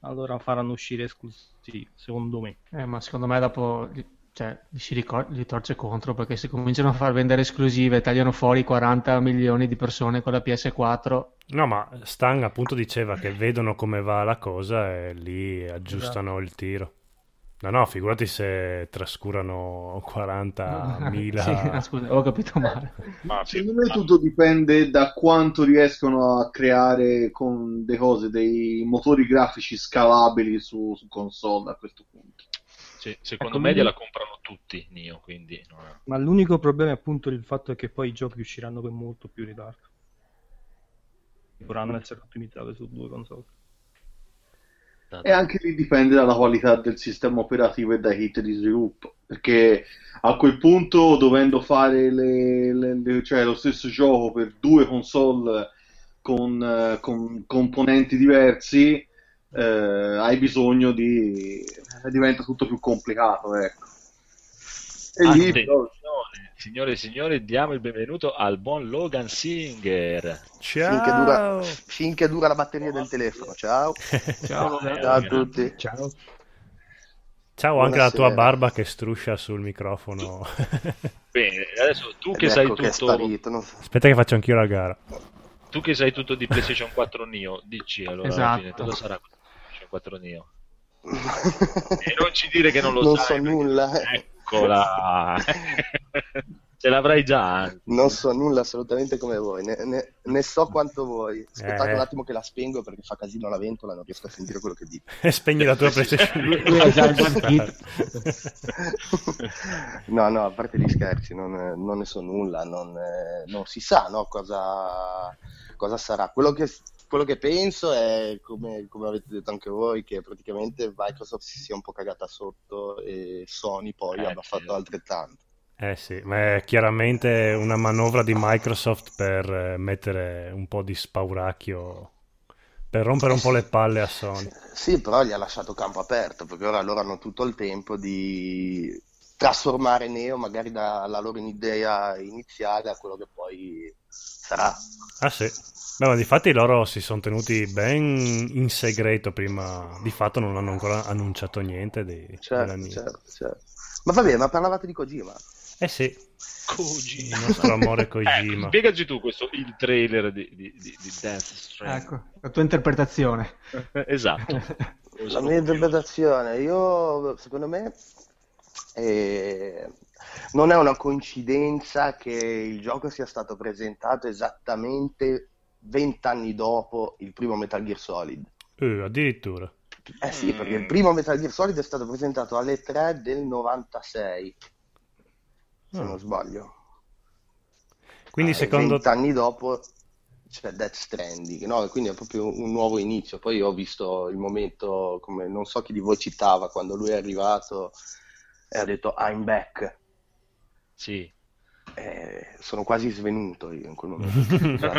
allora faranno uscire esclusivi, secondo me.
Eh, ma secondo me dopo li- cioè, li si ricor- li torce contro perché se cominciano a far vendere esclusive tagliano fuori 40 milioni di persone con la PS4.
No, ma Stan appunto diceva che vedono come va la cosa e lì aggiustano il tiro. No, no, figurati se trascurano
Ah,
40.000.
[LAUGHS] Sì, no, scusa, avevo capito male.
Ma sì,
Secondo me tutto dipende da quanto riescono a creare con dei cose, dei motori grafici scalabili su, su console a questo punto.
sì, secondo
Ecco,
me
quindi-
gliela comprano tutti Neo, quindi non è-
Ma l'unico problema è appunto il fatto è che poi i giochi usciranno con molto più ritardo. Dovranno essere ottimizzati su due console.
E anche lì dipende dalla qualità del sistema operativo e dai kit di sviluppo, perché a quel punto dovendo fare le- le- le- cioè, lo stesso gioco per due console con, eh, con componenti diversi, eh, hai bisogno di... diventa tutto più complicato, ecco. E lì
Attenzione,
però,
Signore e Ah, signori, diamo il benvenuto al buon Logan Singer.
Finché dura,
Ciao!
finché dura la batteria del telefono. Ciao.
Ciao,
Ciao a tutti.
Ciao.
Ciao anche alla tua
Buonasera.
barba che struscia sul microfono.
Bene, adesso tu che
Ed
sai
ecco che è
tutto,
sparito. non-
Aspetta che faccio anch'io la gara.
tu che sai tutto di PlayStation 4 Neo, dici allora alla
Esatto.
fine, cosa sarà questa PlayStation 4
[LAUGHS]
Neo? E non ci dire che non lo
Non
sai.
so
perché- ecco
nulla. [LAUGHS]
Eccola. Ce l'avrai già. anzi.
Non so nulla assolutamente come voi, ne, ne- ne so quanto voi. Aspettate
Eh.
un attimo che la spengo perché fa casino la ventola, non riesco a sentire quello che dite.
E [LAUGHS] spegni la tua PlayStation
Lui ha già il partito.
[LAUGHS] no, no, a parte gli scherzi, non, non ne so nulla, non, eh, non si sa no, cosa, cosa sarà. Quello che, quello che penso è, come, come avete detto anche voi, che praticamente Microsoft si sia un po' cagata sotto e Sony poi
Eh,
abbia
sì.
fatto altrettanto.
Eh sì, ma è chiaramente una manovra di Microsoft per eh, mettere un po' di spauracchio, per rompere un po' le palle a Sony.
Sì, però gli ha lasciato campo aperto perché ora loro hanno tutto il tempo di trasformare Neo magari dalla loro idea iniziale a quello che poi sarà.
Ah sì. Beh, ma difatti loro si sono tenuti ben in segreto prima, di fatto non hanno ancora annunciato niente di, della
Certo,
Neo.
certo, certo. Ma va bene, ma parlavate di Kojima.
Eh sì.
Kojima.
Il nostro amore Kojima.
Ecco, spiegaci tu questo, il trailer di, di, di, di Death Stranding.
Ecco, la tua interpretazione.
Ecco.
Esatto.
La mia interpretazione, io secondo me eh, non è una coincidenza che il gioco sia stato presentato esattamente vent'anni dopo il primo Metal Gear Solid.
Eh, addirittura.
Eh sì, perché
Mm.
il primo Metal Gear Solid è stato presentato alle 3 del 96, se non sbaglio.
Quindi
Eh,
secondo te...
vent'anni dopo c'è Death Stranding, no? E Quindi è proprio un nuovo inizio. Poi ho visto il momento, come non so chi di voi citava, quando lui è arrivato e ha detto I'm back. Eh,
Sì.
sono quasi svenuto io in quel momento.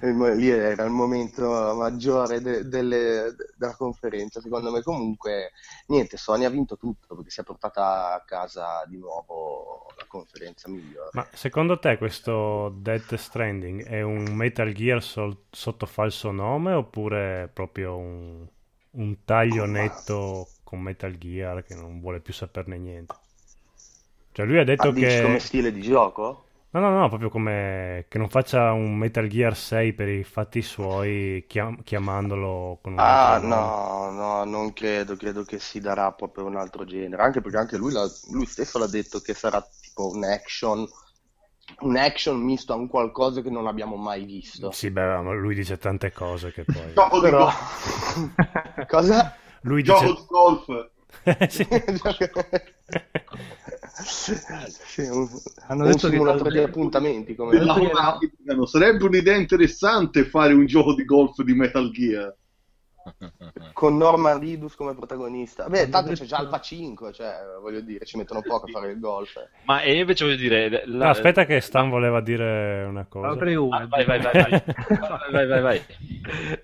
E mo- Lì era il momento maggiore de- delle- della conferenza. Secondo me, comunque, niente. Sony ha vinto tutto perché si è portata a casa di nuovo la conferenza migliore.
Ma secondo te questo Death Stranding è un Metal Gear sol- sotto falso nome oppure è proprio un, un taglio netto con Metal Gear che non vuole più saperne niente? Cioè lui ha detto
Ma Ah, dici
che...
come stile di gioco?
No, no, no, proprio come che non faccia un Metal Gear 6 per i fatti suoi chiam- chiamandolo con un
Ah,
altro nome.
no, no, non credo, credo che si darà proprio un altro genere, anche perché anche lui, l'ha- lui stesso l'ha detto che sarà tipo un action, un action misto a un qualcosa che non abbiamo mai visto.
Sì, beh, ma lui dice tante cose che
[LAUGHS]
poi...
Gioco di
Però-
Cosa?
Lui dice- Eh, Gioco di
golf.
[LAUGHS]
Hanno
Hanno un
detto che-
simulatore di appuntamenti come
Della Horizon. Sarebbe un'idea interessante fare un gioco di golf di Metal Gear.
con Norman Ridus come protagonista. Beh, tanto c'è già Alfa 5, cioè, voglio dire, ci mettono poco a fare il golf.
Ma e io invece voglio dire... la-
No, aspetta che Stan voleva dire una cosa.
Ah, vai, vai, vai,
[LAUGHS]
vai. vai, vai, vai, vai.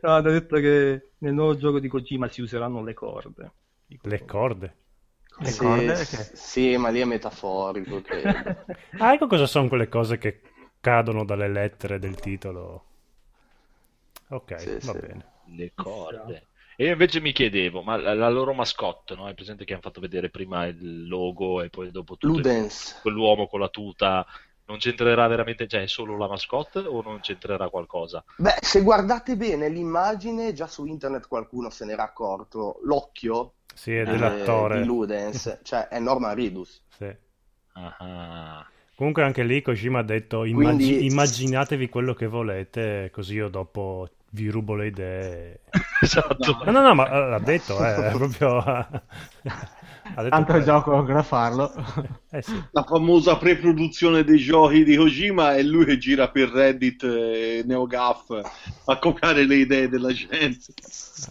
No, hanno detto che nel nuovo gioco di Kojima si useranno le corde.
Le corde.
Le
Sì,
corde?
s- sì, ma lì è metaforico, credo.
Ah, ecco cosa sono quelle cose che cadono dalle lettere del titolo. Ok, va bene.
Le corde. E io invece mi chiedevo, ma la, la loro mascotte, no? È presente che hanno fatto vedere prima il logo e poi dopo tutto...
Ludens.
Quell'uomo con la tuta... Non c'entrerà veramente, cioè è solo la mascotte o non c'entrerà qualcosa?
Beh, se guardate bene l'immagine, già su internet qualcuno se n'era accorto. L'occhio
Sì, è
eh,
dell'attore.
di Ludens, cioè è Norman Ridus.
Sì.
Ah.
Comunque anche lì Kojima ha detto "Immag-
Quindi-
immaginatevi quello che volete, così io dopo vi rubo le
[LAUGHS]
idee.
Esatto.
No, no, no, ma eh, l'ha detto, eh, è proprio... ha detto
Tanto il
quello.
gioco ancora a farlo.
Eh,
La famosa preproduzione dei giochi di Kojima e lui che gira per Reddit eh, e NeoGaf a cocare le idee della gente.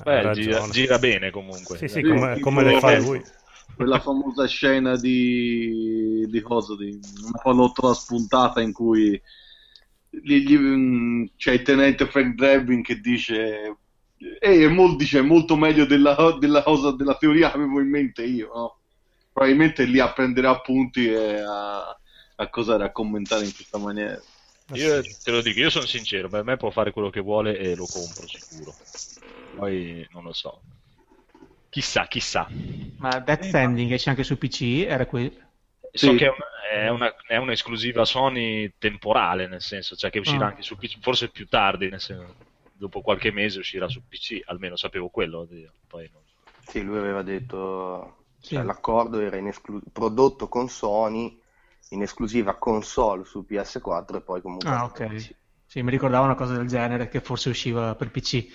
Beh,
ragione.
gira, gira bene comunque.
Sì, sì, come- come le fa lui.
Quella famosa scena di, di cosa? Di una pallottola spuntata in cui gli- gli- mm, c'è il tenente Frank Drebin che dice "Eh, e dice è molto meglio della, della cosa della teoria che avevo in mente io no? probabilmente lì a prendere appunti e a, a cos'era, a commentare in questa maniera
Io te lo dico, io sono sincero, per me può fare quello che vuole e lo compro sicuro. Poi non lo so. Chissà, chissà.
Ma Death Stranding esce anche su PC, era qui.
So che è, un- è una, è un'esclusiva Sony temporale, nel senso, cioè che uscirà
Ah.
anche su PC, forse più tardi, nel senso, dopo qualche mese uscirà su PC, almeno sapevo quello. oddio, Poi non...
Sì, lui aveva detto, cioè,
Sì.
l'accordo era in esclu- prodotto con Sony, in esclusiva console su PS4 e poi comunque...
Ah, ok. Sì, mi ricordavo una cosa del genere che forse usciva per PC.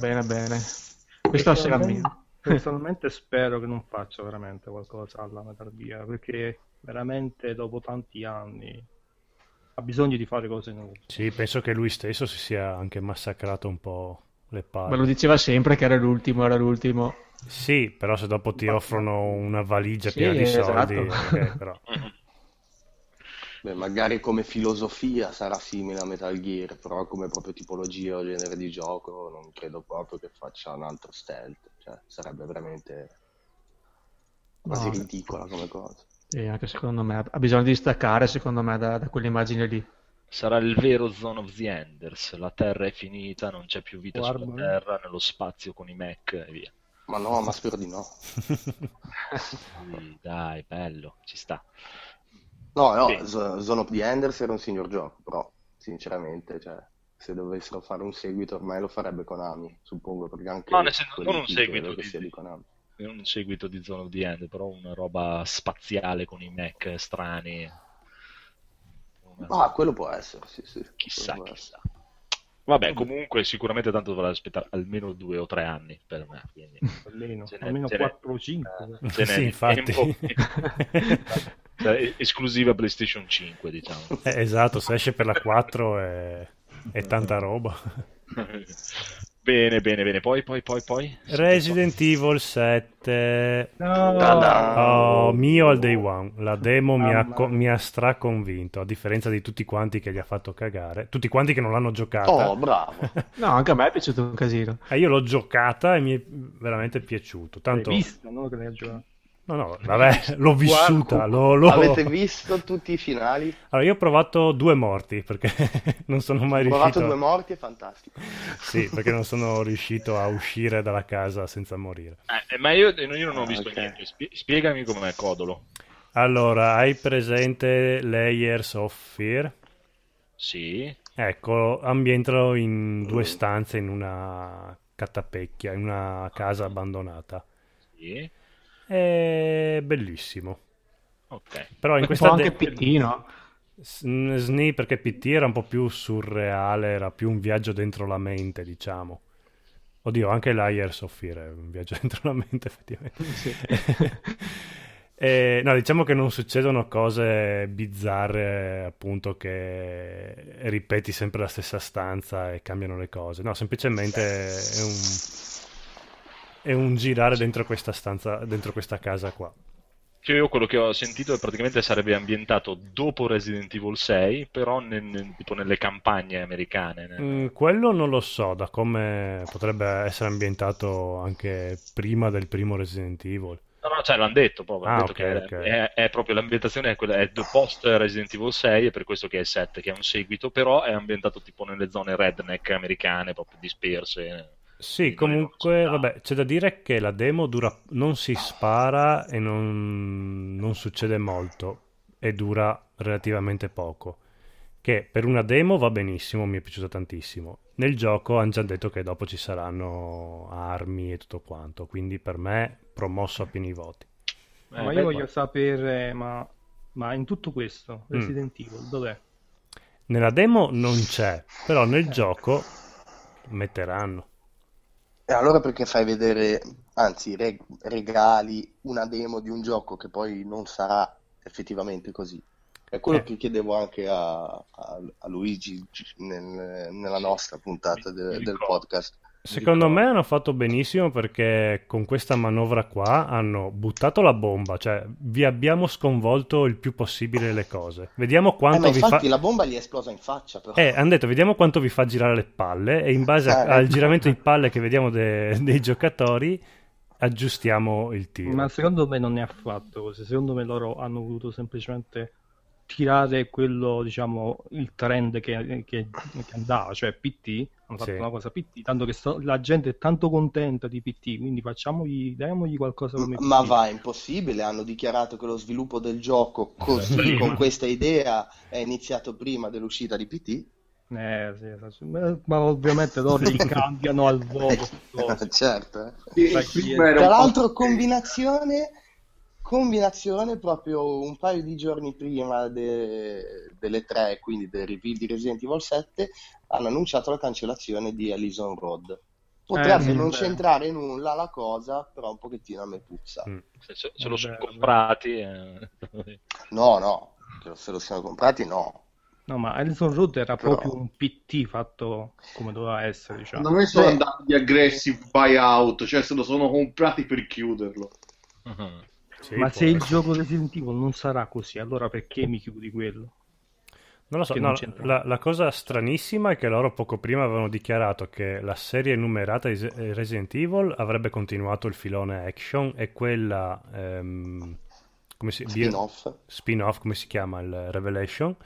Bene, bene. Questo è
Personalmente- Personalmente spero che non faccia veramente qualcosa alla Metal Gear, perché veramente dopo tanti anni ha bisogno di fare cose
[LAUGHS]
nuove.
Sì, penso che lui stesso si sia anche massacrato un po' le palle.
Ma lo diceva sempre che era l'ultimo, era l'ultimo.
Sì, però se dopo ti offrono una valigia
Sì,
piena di
esatto.
soldi, ok,
[LAUGHS]
[LAUGHS]
però.
Beh, magari come filosofia sarà simile a Metal Gear, però come proprio tipologia o genere di gioco non credo proprio che faccia un altro stealth, cioè sarebbe veramente quasi
No.
ridicola come cosa.
E anche secondo me ha- ha bisogno di staccare, secondo me, da, da quell'immagine lì.
Sarà il vero Zone of the Enders. La Terra è finita, non c'è più vita sulla
Guarda.
Terra, nello spazio con i mech e via.
Ma no, ma spero di no.
[LAUGHS]
[LAUGHS]
Sì, dai, bello, ci sta.
No, no, Z- Zone of the Enders era un signor gioco, però sinceramente, cioè, se dovessero fare un seguito ormai lo farebbe Konami, suppongo, perché anche
No, nel senso,
quelli
non un
titoli
seguito
credo che
di-
sia di Konami.
Non un seguito di Zone of the End, però una roba spaziale con i mech strani.
Ah, quello può essere, sì, sì.
Chissà, chissà. Vabbè, comunque sicuramente tanto dovrà aspettare almeno due o tre anni per me. Quindi.
Almeno,
Ce n'è-
almeno
ce n'è- Eh,
4 o 5.
Ce n'è
[LAUGHS] Sì,
di
infatti.
tempo. [LAUGHS] Cioè, esclusiva PlayStation 5, [LAUGHS] diciamo.
Eh, esatto, se esce per la 4 è, è tanta roba.
bene, bene, bene. Poi, poi, poi, poi.
Resident Evil 7.
No.
Oh, mio al day one. La demo mi ha, co- mi ha straconvinto, a differenza di tutti quanti che gli ha fatto cagare. Tutti quanti che non l'hanno giocata.
Oh,
bravo.
[LAUGHS]
No, anche a me è piaciuto un casino.
E io l'ho giocata e mi è veramente piaciuto. Tanto...
L'hai vista, no? Che l'hai giocata.
No, no,
[LAUGHS]
vabbè, l'ho vissuta. l'ho- l'ho-
Avete visto tutti i finali?
Allora, io ho provato due morti perché [LAUGHS] non sono mai
Ho
riuscito.
provato due morti, è fantastico.
Sì, perché non sono riuscito a uscire dalla casa senza morire.
Eh, eh, ma io, io non ho visto niente. Spie- spiegami com'è Codolo.
Allora, hai presente Layers of Fear?
Sì.
Ecco, ambientalo in due stanze in una catapecchia, in una casa abbandonata.
Sì.
È bellissimo.
Ok.
Eh, Però in
Un
questa
po' anche
de-
PT, no?
S- n- Sni perché PT era un po' più surreale, era più un viaggio dentro la mente, diciamo. Oddio, anche l'Ayers of Fear è un viaggio [LAUGHS] dentro la mente, effettivamente.
[LAUGHS]
[LAUGHS] Eh, no, diciamo che non succedono cose bizzarre, appunto, che ripeti sempre la stessa stanza e cambiano le cose. No, semplicemente è un, è un girare dentro questa stanza, dentro questa casa qua.
Cioè, io quello che ho sentito è praticamente sarebbe ambientato dopo Resident Evil 6, però nel- nel- tipo nelle campagne americane. nel-
Mm, quello non lo so, da come potrebbe essere ambientato anche prima del primo Resident Evil.
No, no, cioè l'hanno detto proprio, hanno
Ah,
detto
ok,
che
ok.
È, è proprio l'ambientazione è quella, è the post Resident Evil 6, è per questo che è il 7, che è un seguito, però è ambientato tipo nelle zone redneck americane, proprio disperse.
Sì, comunque, vabbè, c'è da dire che la demo dura, non si spara e non, non succede molto e dura relativamente poco. Che per una demo va benissimo, mi è piaciuta tantissimo. Nel gioco hanno già detto che dopo ci saranno armi e tutto quanto, quindi per me promosso a pieni voti.
Eh,
ma io voglio sapere, ma, ma in tutto questo, Resident Evil, dov'è?
Nella demo non c'è, però nel gioco metteranno.
E allora perché fai vedere, anzi, re- regali una demo di un gioco che poi non sarà effettivamente così? È
Eh.
quello che chiedevo anche a, a- a Luigi g- nel- nella nostra puntata de- del podcast.
Secondo me hanno fatto benissimo perché con questa manovra qua hanno buttato la bomba, cioè vi abbiamo sconvolto il più possibile le cose. Vediamo
Eh,
quanto
ma
vi fa...
infatti la bomba gli è esplosa in faccia, però.
Eh, hanno detto, vediamo quanto vi fa girare le palle e in base a-
Eh.
al giramento di palle che vediamo de- dei giocatori aggiustiamo il tiro.
Ma secondo me non è affatto così. Secondo me loro hanno voluto semplicemente tirare quello, diciamo, il trend che, che- che andava, cioè PT. Hanno fatto
Sì.
una cosa PT, tanto che sto- la gente è tanto contenta di PT, quindi facciamogli, diamogli qualcosa come
Ma
PT.
va, è impossibile. Hanno dichiarato che lo sviluppo del gioco così,
Eh, Sì,
con
ma-
questa idea, è iniziato prima dell'uscita di PT.
Eh, sì, esatto. Ma- ma ovviamente loro li cambiano al
Eh,
volo.
[LAUGHS] certo.
eh. Sai chi è?
Tra l'altro, combinazione, combinazione proprio un paio di giorni prima de- delle tre, quindi del reveal di Resident Evil 7, hanno annunciato la cancellazione di Allison Road. Potrebbe
Eh,
non
beh.
c'entrare nulla la cosa, però un pochettino a me puzza.
Se, se- se lo sono comprati. eh.
No, no, se lo siamo comprati no,
No, ma Allison Road era proprio un PT fatto come doveva essere, diciamo.
Secondo me sono andati di aggressive buyout, cioè se lo sono comprati per chiuderlo.
ma se il gioco Resident Evil non sarà così, allora perché mi chiudi quello?
Non lo so,
Che non
no,
c'entra.
la, la cosa stranissima è che loro poco prima avevano dichiarato che la serie numerata di Se- eh, Resident Evil avrebbe continuato il filone action e quella ehm, come si, di-
Spin-off.
spin-off, come si chiama il Revelation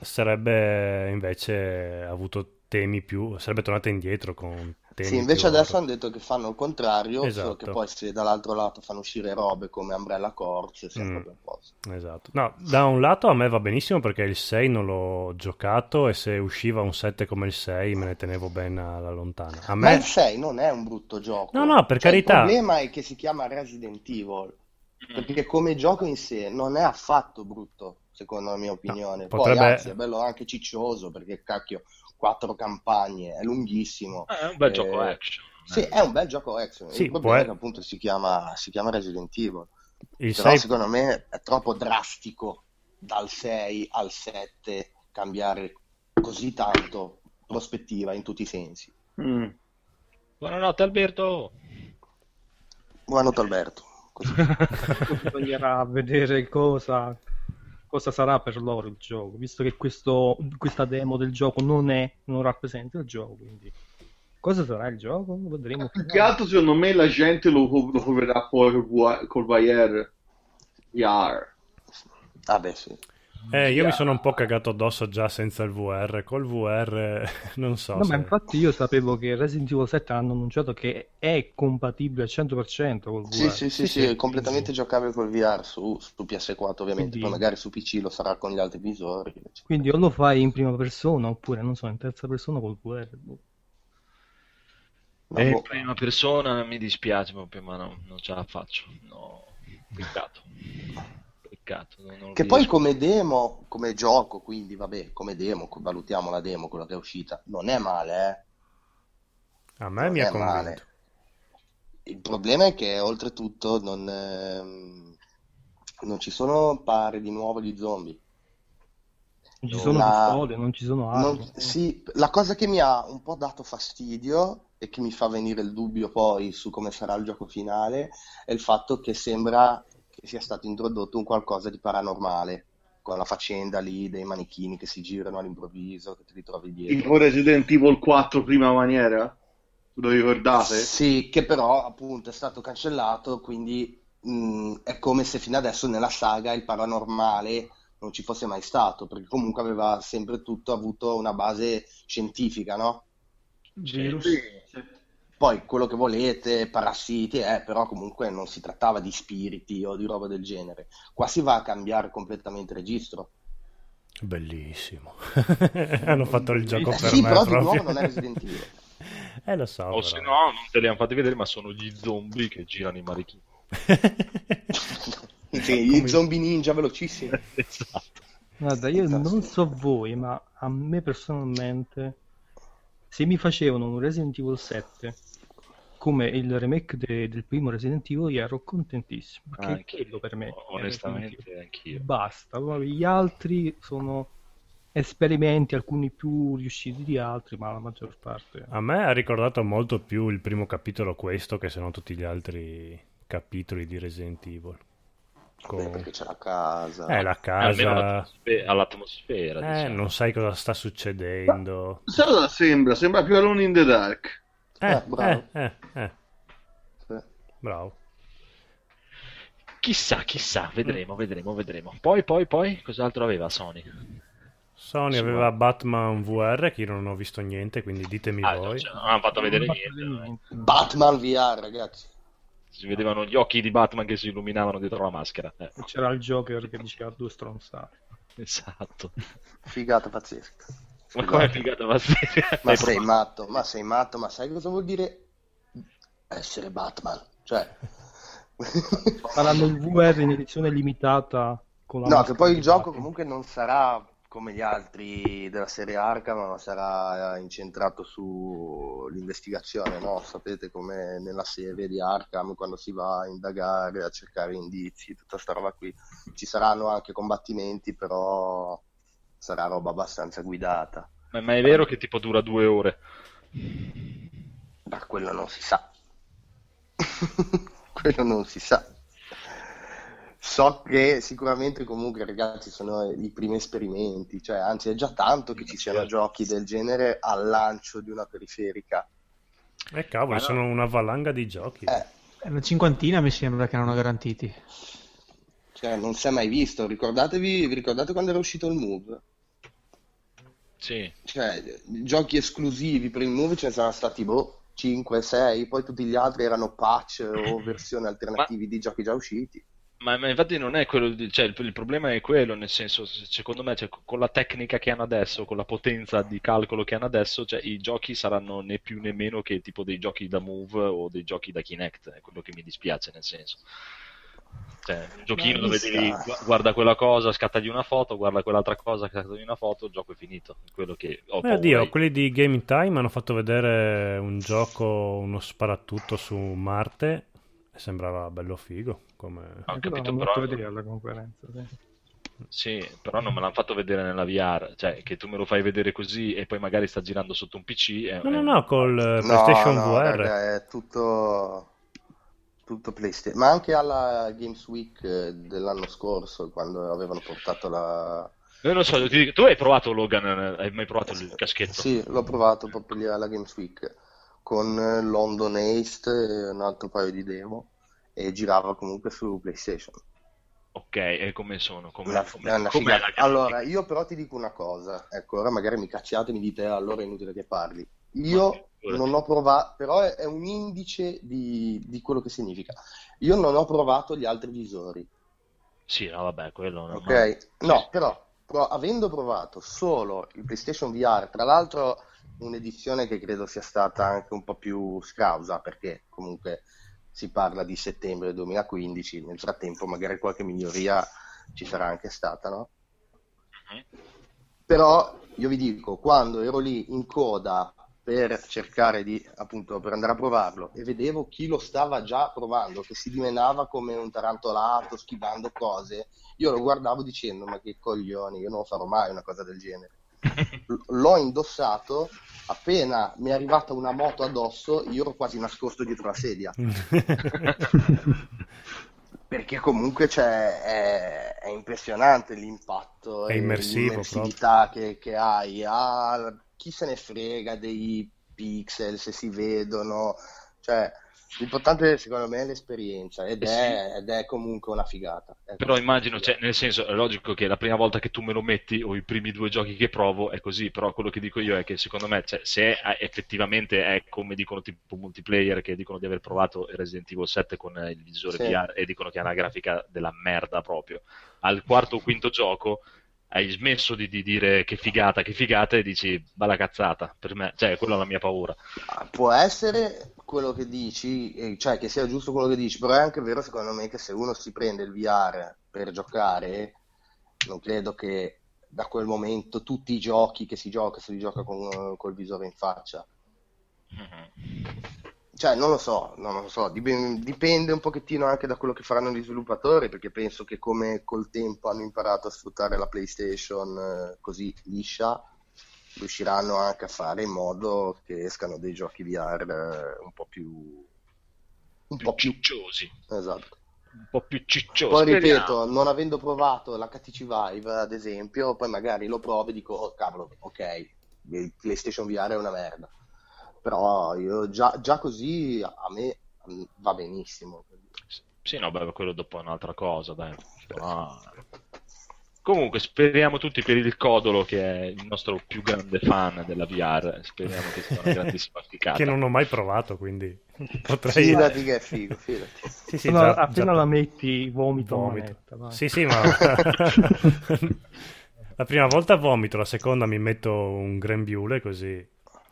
sarebbe invece avuto temi più sarebbe tornata indietro con temi
Sì, invece
più-
adesso hanno detto che fanno il contrario, solo
Esatto.
che poi se dall'altro lato fanno uscire robe come Umbrella Corps, siamo
Mm.
proprio a posto.
Esatto. No, da un lato a me va benissimo perché il 6 non l'ho giocato e se usciva un 7 come il 6 me ne tenevo ben alla lontana. A
Ma
me
il 6 non è un brutto gioco.
No, no, per
Cioè,
carità.
Il problema è che si chiama Resident Evil,
Mm.
perché come gioco in sé non è affatto brutto, secondo la mia opinione. Poi
potrebbe-
anzi è bello anche ciccioso, perché cacchio, quattro campagne, è lunghissimo.
è un bel
Eh,
gioco action.
Sì, è un bel gioco action.
Sì,
il problema
può-
è che appunto si chiama, si chiama Resident Evil.
il
Però
6
secondo me è troppo drastico dal 6 al 7 cambiare così tanto prospettiva in tutti i sensi.
Mm. Buonanotte Alberto.
Buonanotte Alberto.
bisognerà vedere cosa, cosa sarà per loro il gioco, visto che questo- questa demo del gioco non è, non rappresenta il gioco, quindi cosa sarà il gioco? Lo Vedremo.
Più che altro, secondo me, la gente lo, lo coverà poi col, VR col VR. VR.
Vabbè, Ah, sì.
eh, io mi sono un po' cagato addosso già senza il VR, col VR [LAUGHS] non so
No,
se-
ma infatti io sapevo che Resident Evil 7 hanno annunciato che è compatibile al 100% col VR.
Sì, sì, sì, sì, è completamente giocabile col VR su, su PS4 ovviamente, poi magari su PC lo sarà con gli altri visori.
Quindi o lo fai in prima persona oppure, non so, in terza persona col VR. boh.
Eh, prima persona mi dispiace proprio, ma no, non ce la faccio. No, peccato. Peccato. non- non
Che poi
riesco.
come demo, come gioco, quindi vabbè, come demo, valutiamo la demo, quella che è uscita, non è male, eh.
a me mi ha
è Eh, male.
convinto.
Il problema è che oltretutto non, ehm, non ci sono, pare di nuovo, gli zombie.
Non ci sono
La-
custode, non ci sono armi.
non- sì, la cosa che mi ha un po' dato fastidio e che mi fa venire il dubbio poi su come sarà il gioco finale è il fatto che sembra che sia stato introdotto un qualcosa di paranormale con la faccenda lì dei manichini che si girano all'improvviso, che ti ritrovi
Tipo
dietro.
Resident Evil 4 prima maniera? Lo ricordate?
Sì, che però appunto è stato cancellato, quindi mh, è come se fino adesso nella saga il paranormale non ci fosse mai stato, perché comunque aveva sempre tutto avuto una base scientifica, no?
Virus.
Poi quello che volete, parassiti, eh, però comunque non si trattava di spiriti o di roba del genere. Qua si va a cambiare completamente registro.
Bellissimo. [LAUGHS] Hanno fatto il gioco
Eh
per
sì,
me
però di
proprio.
nuovo non è Resident Evil.
eh, lo so.
O
però.
se no, non te li hanno fatti vedere, ma sono gli zombie che girano i marichini.
[LAUGHS] Sì,
Come-
i zombie ninja velocissimi. [LAUGHS] Esatto.
Guarda, io non so voi, ma a me personalmente, se mi facevano un Resident Evil 7 come il remake de- del primo Resident Evil, io ero contentissimo. Perché
Anche-
quello per me. è Resident
Onestamente,
Evil.
anch'io.
Basta, poi gli altri sono esperimenti, alcuni più riusciti di altri, ma la maggior parte.
[LAUGHS] A me ha ricordato molto più il primo capitolo questo che se non tutti gli altri capitoli di Resident Evil. Con-
Perché c'è la casa.
Eh, la
Almeno
casa,
all'atmosfe-
eh,
all'atmosfera. diciamo.
non sai cosa sta succedendo.
Sai cosa sembra? Sembra più Alone in the Dark.
Eh,
bravo.
eh, eh, eh. Bravo.
Chissà, chissà, vedremo, vedremo, vedremo. Poi, poi, poi, cos'altro aveva Sony?
Sony aveva Batman VR che io non ho visto niente, quindi ditemi
Ah,
voi.
Non hanno fatto vedere niente.
Batman VR, ragazzi.
Si vedevano gli occhi di Batman che si illuminavano dietro la maschera. eh.
C'era il Joker che diceva due stronzate.
Esatto.
Figata pazzesca.
Ma come figata pazzesca.
Ma sei matto, ma sei matto, ma sai cosa vuol dire essere Batman? Cioè,
Faranno il VR in edizione limitata con la
no, che
maschera
poi
di
il gioco comunque non sarà come gli altri della serie Arkham, ma sarà eh, incentrato sull'investigazione, no? Sapete come nella serie di Arkham, quando si va a indagare, a cercare indizi, tutta sta roba qui. Ci saranno anche combattimenti, però sarà roba abbastanza guidata.
Ma, ma è vero che tipo dura due ore?
Ma quello non si sa. [LAUGHS] quello non si sa. So che sicuramente comunque ragazzi sono i primi esperimenti, cioè anzi è già tanto che ci siano giochi del genere al lancio di una periferica.
Eh cavolo, sono una valanga di giochi.
Eh,
Una cinquantina mi sembra che non ho garantiti.
Cioè non si è mai visto, ricordatevi, vi ricordate quando era uscito il Move?
Sì.
Cioè giochi esclusivi per il Move ce ne sono stati boh, 5, 6, poi tutti gli altri erano patch o versioni alternativi di giochi già usciti.
Ma, ma infatti non è quello, di- cioè il, il problema è quello, nel senso, se- secondo me, cioè, co- con la tecnica che hanno adesso, con la potenza di calcolo che hanno adesso, cioè, i giochi saranno né più né meno che tipo dei giochi da Move o dei giochi da Kinect, è quello che mi dispiace, nel senso. Cioè, un giochino
Ma mi
dove
sa.
devi gu- guarda quella cosa, scattagli una foto, guarda quell'altra cosa, scattagli una foto, il gioco è finito. Quello che ho
Eh,
paura
oddio,
io.
quelli di Game in Time hanno fatto vedere un gioco, uno sparatutto su Marte. e Sembrava bello figo. Come...
Ho capito,
non
però-
fatto vedere alla conferenza. sì.
Sì, però non me l'hanno fatto vedere nella VR, cioè che tu me lo fai vedere così e poi magari sta girando sotto un PC. È,
No, no,
è-
no, col eh, PlayStation
no,
VR.
raga, è tutto, tutto PlayStation, ma anche alla Games Week eh, dell'anno scorso, quando avevano portato la...
Io non Eh, so, ti- tu hai provato Logan, eh, hai mai provato il caschetto?
Sì, l'ho provato proprio lì alla Games Week, con eh, London East e un altro paio di demo, e girava comunque su PlayStation.
Ok, e come sono? Come,
Una-
come-
è una
com'è la
figata.
grafica?
Eh, Allora, io però ti dico una cosa, ecco, ora magari mi cacciate e mi dite, "Ah, allora è inutile che parli. Io non ho provato, però è, è un indice di, di quello che significa. Io non ho provato gli altri visori,
Sì, no, vabbè, quello non
ok? No, però, pro- avendo provato solo il PlayStation VR, tra l'altro un'edizione che credo sia stata anche un po' più scrausa, perché comunque si parla di settembre 2015, nel frattempo magari qualche miglioria ci sarà anche stata, no? però io vi dico quando ero lì in coda per cercare di appunto per andare a provarlo e vedevo chi lo stava già provando che si dimenava come un tarantolato schivando cose io lo guardavo dicendo ma che coglioni io non farò mai una cosa del genere L- l'ho indossato appena mi è arrivata una moto addosso io ero quasi nascosto dietro la sedia perché comunque c'è- è, è impressionante l'impatto
È
e
immersivo,
l'immersività che, che hai. Ah, chi se ne frega dei pixel se si vedono? Cioè, l'importante secondo me è l'esperienza ed
Eh sì.
è, ed è comunque una figata. Ecco.
Però immagino, cioè, nel senso, è logico che la prima volta che tu me lo metti o i primi due giochi che provo è così, però quello che dico io è che secondo me, cioè, se è- effettivamente è come dicono tipo multiplayer che dicono di aver provato Resident Evil 7 con eh, il visore
Sì.
VR e dicono che ha una grafica della merda proprio, al quarto o quinto gioco hai smesso di, di dire che figata, che figata e dici bella cazzata, per me, cioè, quella è la mia paura.
Può essere quello che dici, eh, cioè che sia giusto quello che dici, però è anche vero secondo me che se uno si prende il VR per giocare, non credo che da quel momento tutti i giochi che si gioca, se li gioca con, col visore in faccia.
Mhm.
Cioè, non lo so, non lo so, dip- dipende un pochettino anche da quello che faranno gli sviluppatori, perché penso che come col tempo hanno imparato a sfruttare la PlayStation eh, così liscia, riusciranno anche a fare in modo che escano dei giochi VR eh, un po' più... un po' più...
Cicciosi,
Esatto.
un po' più cicciosi.
Poi
Speriamo.
ripeto, non avendo provato l'HTC Vive, ad esempio, poi magari lo provo e dico, oh cavolo, ok, il PlayStation VR è una merda. Però io già, già così a me mm, va benissimo.
Sì, no, beh, quello dopo è un'altra cosa, dai. Però- Ah. Comunque, speriamo tutti per il Codolo, che è il nostro più grande fan della VR. Speriamo che sia
[LAUGHS]
una grandissima figata.
che non ho mai provato, quindi potrei...
Fidati che è figo, fidati.
Sì, sì,
Allora,
già-
appena
già-
la metti, vomito.
[LAUGHS] Vomito.
manetta, vai.
Sì,
[LAUGHS]
sì, ma la prima volta vomito, la seconda mi metto un grembiule così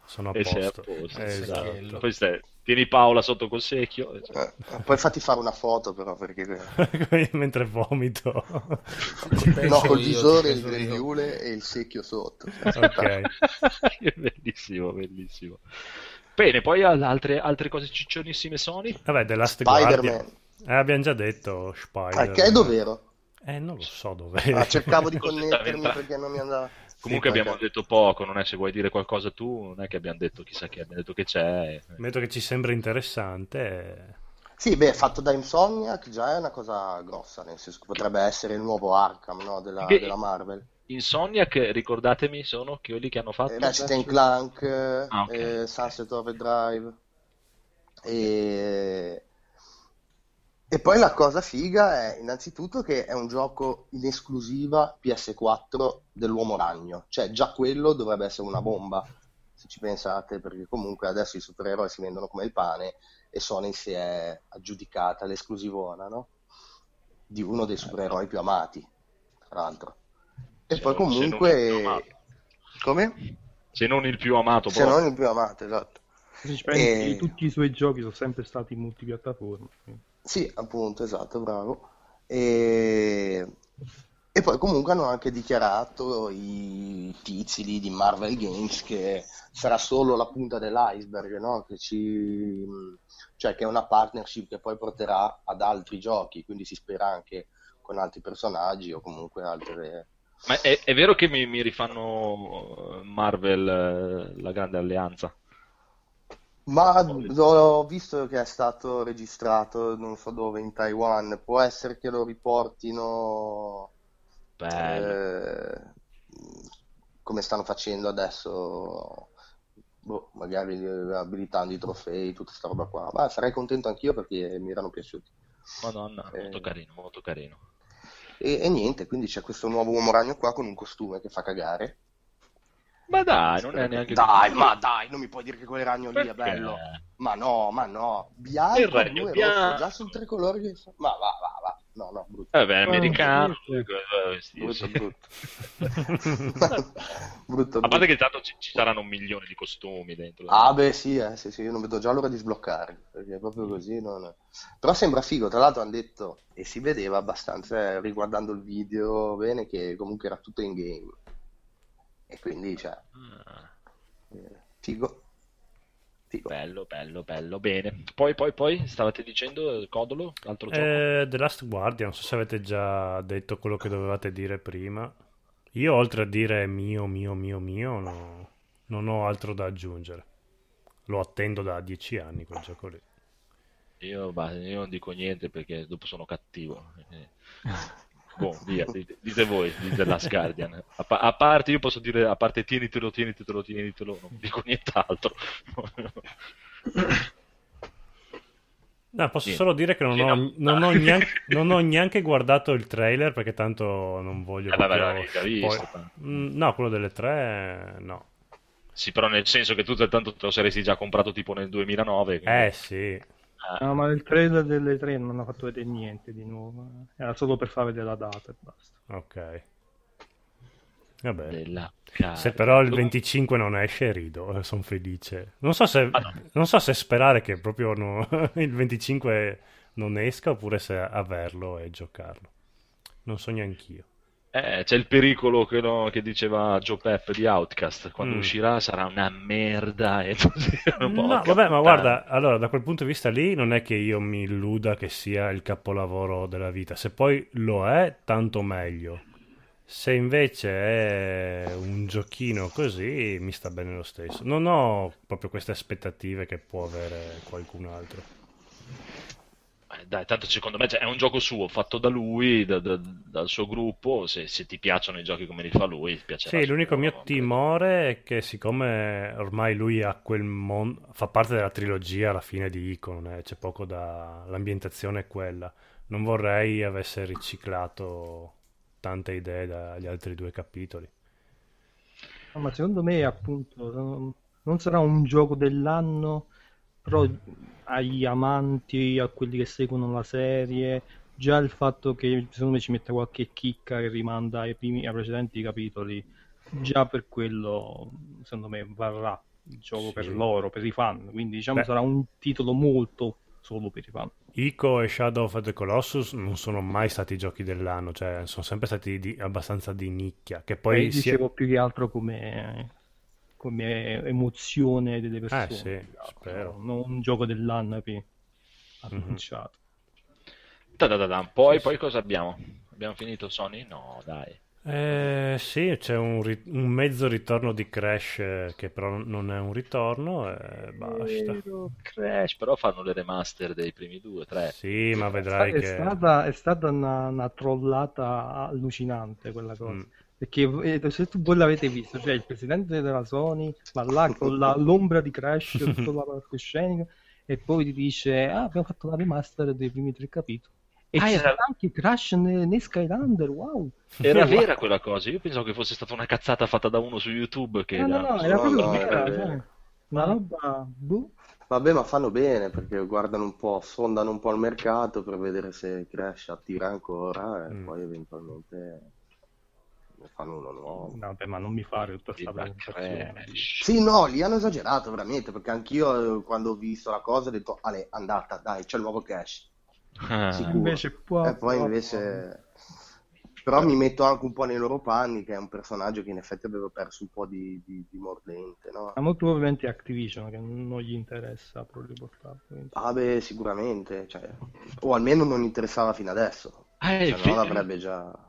sono a
E sei a
posto.
posto,
Eh,
esatto.
esatto.
Poi stai- tieni Paola [LAUGHS] sotto col secchio. eh, cioè. e-
Eh, Poi fatti fare una foto però,
[LAUGHS]
[LAUGHS]
perché...
Mentre vomito.
no,
penso
col
io,
visore,
ci
il
penso io.
grembiule e il secchio sotto.
Ok.
[LAUGHS]
bellissimo, bellissimo. Bene, poi al- altre, altre cose ciccionissime Sony.
Vabbè, The Last
Spider-Man.
Guardian. Eh, abbiamo già detto Spider.
Ah, che è dov'ero?
Eh, non lo so dove.
Ah, cercavo di
Così
[LAUGHS]
connettermi
spaventa-
perché non mi andava.
Comunque
Sì,
abbiamo detto poco, non è se vuoi dire qualcosa tu, non è che abbiamo detto chissà che, abbiamo detto che c'è.
Metto che ci sembra interessante. eh.
Sì, beh, fatto da Insomniac già è una cosa grossa, nel senso che potrebbe essere il nuovo Arkham no, della,
Che-
della Marvel.
Insomniac, ricordatemi, sono quelli che hanno fatto...
Eh,
Ah,
Ratchet and Clank, eh, eh, Sunset Overdrive. E... e poi la cosa figa è innanzitutto che è un gioco in esclusiva PS4 dell'Uomo Ragno, cioè già quello dovrebbe essere una bomba, se ci pensate, perché comunque adesso i supereroi si vendono come il pane e Sony si è aggiudicata l'esclusivona, no? Di uno
Eh,
dei supereroi più amati, tra l'altro. E
Se
poi
non- se non
comunque... Come?
Se non il più amato,
Se
però.
non il più amato, esatto.
Se ci pensi,
E-
tutti i suoi giochi sono sempre stati multipiattaforma.
Sì, appunto, esatto, bravo. E... e poi comunque hanno anche dichiarato i tizi lì di Marvel Games che sarà solo la punta dell'iceberg, no? Che ci... cioè che è una partnership che poi porterà ad altri giochi, quindi si spera anche con altri personaggi o comunque altre...
Ma è, è vero che mi, mi rifanno eh, Marvel, eh, la grande alleanza?
Ma l'ho visto che è stato registrato non so dove in Taiwan, può essere che lo riportino eh, come stanno facendo adesso, boh, magari eh, abilitando i trofei, tutta sta roba qua. Ma sarei contento anch'io perché mi erano piaciuti.
Madonna, molto carino, molto carino.
E, e niente, quindi c'è questo nuovo uomo ragno qua con un costume che fa cagare.
Ma dai, non è neanche
Dai,
così.
ma dai, non mi puoi dire che quel ragno lì è
Perché?
bello. Ma no, ma no, bianco,
Il ragno
blu e
bianco.
rosso, già sono tre colori che sono- Ma va, va, va, no, no, brutto.
Vabbè, americano. eh, Ah, sì,
Brutto,
sì. [LAUGHS]
brutto.
A parte che tanto ci, ci saranno un milione di costumi dentro.
Ah, beh, sì, eh, sì, sì, io non vedo già l'ora di sbloccarli, perché proprio così non... Però sembra figo, tra l'altro hanno detto, e si vedeva abbastanza, eh, riguardando il video, bene, che comunque era tutto in game. E quindi, cioè... eh, Figo.
Bello, bello, bello, bene. Poi, poi, poi, stavate dicendo, eh, Codolo, altro gioco?
Eh, The Last Guardian, non so se avete già detto quello che dovevate dire prima. Io oltre a dire mio, mio, mio, mio, no- non ho altro da aggiungere. Lo attendo da dieci anni quel gioco lì.
Io, bah, io non dico niente perché dopo sono cattivo. Eh. Boh, via, dite, dite voi, dite Last Guardian. A, pa- a parte, io posso dire, a parte tienitelo, tienitelo, tienitelo, non dico nient'altro.
No, posso
Sì.
solo dire che non,
Sì,
ho,
no.
non
[LAUGHS]
ho neanche, non ho neanche guardato il trailer perché tanto non voglio...
Eh, vabbè,
proprio-
l'avevi già visto,
poi-
tanto.
Mm, no, quello delle tre no.
Sì, però nel senso che tu tanto te lo saresti già comprato tipo nel 2009. quindi-
Eh sì.
Ah,
No, ma il trailer delle tre non hanno fatto vedere niente di nuovo. eh. Era solo per far vedere la data e basta.
Ok. Vabbè.
cara.
Se però il 25 non esce, rido, sono felice. Non so se,
Ah,
non so se sperare che proprio no- [LAUGHS] il 25 non esca oppure se averlo e giocarlo. Non so neanch'io.
Eh, c'è il pericolo che, no- che diceva Joe Pep di Outcast. Quando
Mm.
uscirà sarà una merda. E [LAUGHS] non può
No, vabbè, ma guarda, allora da quel punto di vista lì non è che io mi illuda che sia il capolavoro della vita. Se poi lo è, tanto meglio. Se invece è un giochino così, mi sta bene lo stesso. Non ho proprio queste aspettative che può avere qualcun altro.
Eh, Dai, tanto secondo me cioè, è un gioco suo, fatto da lui, da- da- dal suo gruppo. Se, se ti piacciono i giochi come li fa lui, ti piacerà.
Sì, l'unico mio timore è che siccome ormai lui ha quel mon- fa parte della trilogia alla fine di Icon, eh, c'è poco da... l'ambientazione è quella, non vorrei avesse riciclato tante idee dagli altri due capitoli.
No, ma secondo me, appunto, non- non sarà un gioco dell'anno, però agli amanti, a quelli che seguono la serie, già il fatto che secondo me ci metta qualche chicca che rimanda ai, primi, ai precedenti capitoli,
Mm.
già per quello, secondo me, varrà il gioco per loro, per i fan. Quindi, diciamo,
Beh.
sarà un titolo molto solo per i fan.
Ico e Shadow of the Colossus non sono mai stati giochi dell'anno, cioè sono sempre stati di- abbastanza di nicchia, che
Poi
poi sia-
eh, dicevo più che altro come, come emozione delle persone.
Eh, sì,
più che altro, Non un gioco dell'anno che ha
Mm-hmm.
annunciato.
Ta-da-da-dam. Poi, poi cosa abbiamo? Abbiamo finito Sony? No, dai.
Eh, sì, c'è un, ri- un mezzo ritorno di Crash eh, che però non è un ritorno e basta.
Oh,
Crash, però fanno le remaster dei primi due, tre.
Sì, ma vedrai
è
che...
stata, è stata una, una trollata allucinante quella cosa.
Mm.
Perché eh, se tu voi l'avete visto, cioè il presidente della Sony va là con la- l'ombra
[LAUGHS]
di Crash sulla palcoscenica e poi ti dice: Ah, abbiamo fatto la remaster dei primi tre capitoli. E
Ah,
c'è
era-
anche Crash ne, ne Skylander, wow!
Era
Wow.
vera quella cosa, io pensavo che fosse stata una cazzata fatta da uno su eh, YouTube che
No, no,
l'hanno
no, era
solo-
proprio
no,
vera,
era
cioè,
vera.
una roba. boh.
Vabbè, ma fanno bene perché guardano un po', sondano un po' il mercato per vedere se Crash attira ancora
Mm.
e poi eventualmente ne fanno uno nuovo. cioè,
Vabbè, ma non mi fare tutta questa presentazione.
Sì, no, lì hanno esagerato veramente perché anch'io eh, quando ho visto la cosa ho detto, Ale, andata, dai, c'è il nuovo Crash.
Ah.
Sicuro.
Invece può-
E poi invece... Però mi metto anche un po' nei loro panni, che è un personaggio che in effetti aveva perso un po' di, di- di mordente, no?
Ma molto probabilmente Activision che non gli interessa proprio riportarlo. quindi.
Ah beh, sicuramente, cioè, o almeno non interessava fino adesso,
eh,
se
fi-
no l'avrebbe già... Eh.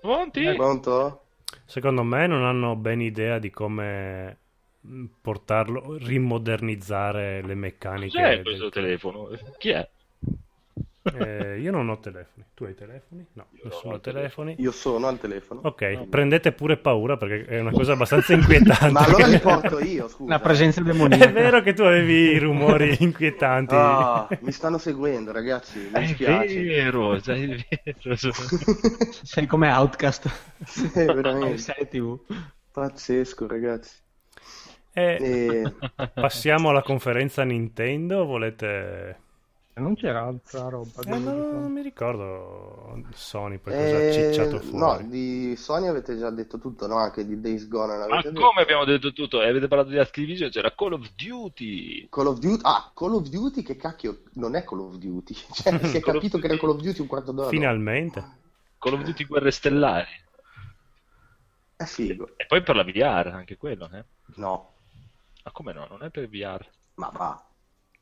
Pronti?
Pronto?
Secondo me non hanno ben idea di come mh, portarlo, rimodernizzare le meccaniche.
Cos'è
del-
eh, questo telefono? Chi è?
Eh, io non ho telefoni. Tu hai telefoni? No, nessuno ha telefoni.
Io sono al telefono.
Ok, prendete pure paura perché è una cosa abbastanza inquietante.
Ma allora li porto io, scusa.
La presenza demoniaca. [LAUGHS] È vero che tu
[LAUGHS]
avevi i rumori inquietanti. Eh,
Ah, mi stanno seguendo, ragazzi, mi dispiace.
vero, cioè, è vero.
[LAUGHS] Sei come Outcast.
Sì, [LAUGHS]
[LAUGHS]
veramente.
Serie TV.
Pazzesco, ragazzi.
Eh, Passiamo alla conferenza Nintendo. Volete.
Non c'era altra roba.
Eh, no, non mi ricordo Sony poi cosa ha
Eh,
cicciato fuori.
no, di Sony avete già detto tutto, no? Anche di Days Gone non
Ma
avete detto.
come abbiamo detto tutto? E avete parlato di Activision, c'era Call of Duty.
Call of Duty, ah, Call of Duty che cacchio, non è Call of Duty, [LAUGHS] cioè si è capito che era Call of Duty un quarto d'ora. dopo.
Finalmente.
Call of Duty Guerre Stellari.
È figo.
E poi per la VR, anche quello, eh?
No.
Ma come Eh, no? Non è per VR.
Ma va.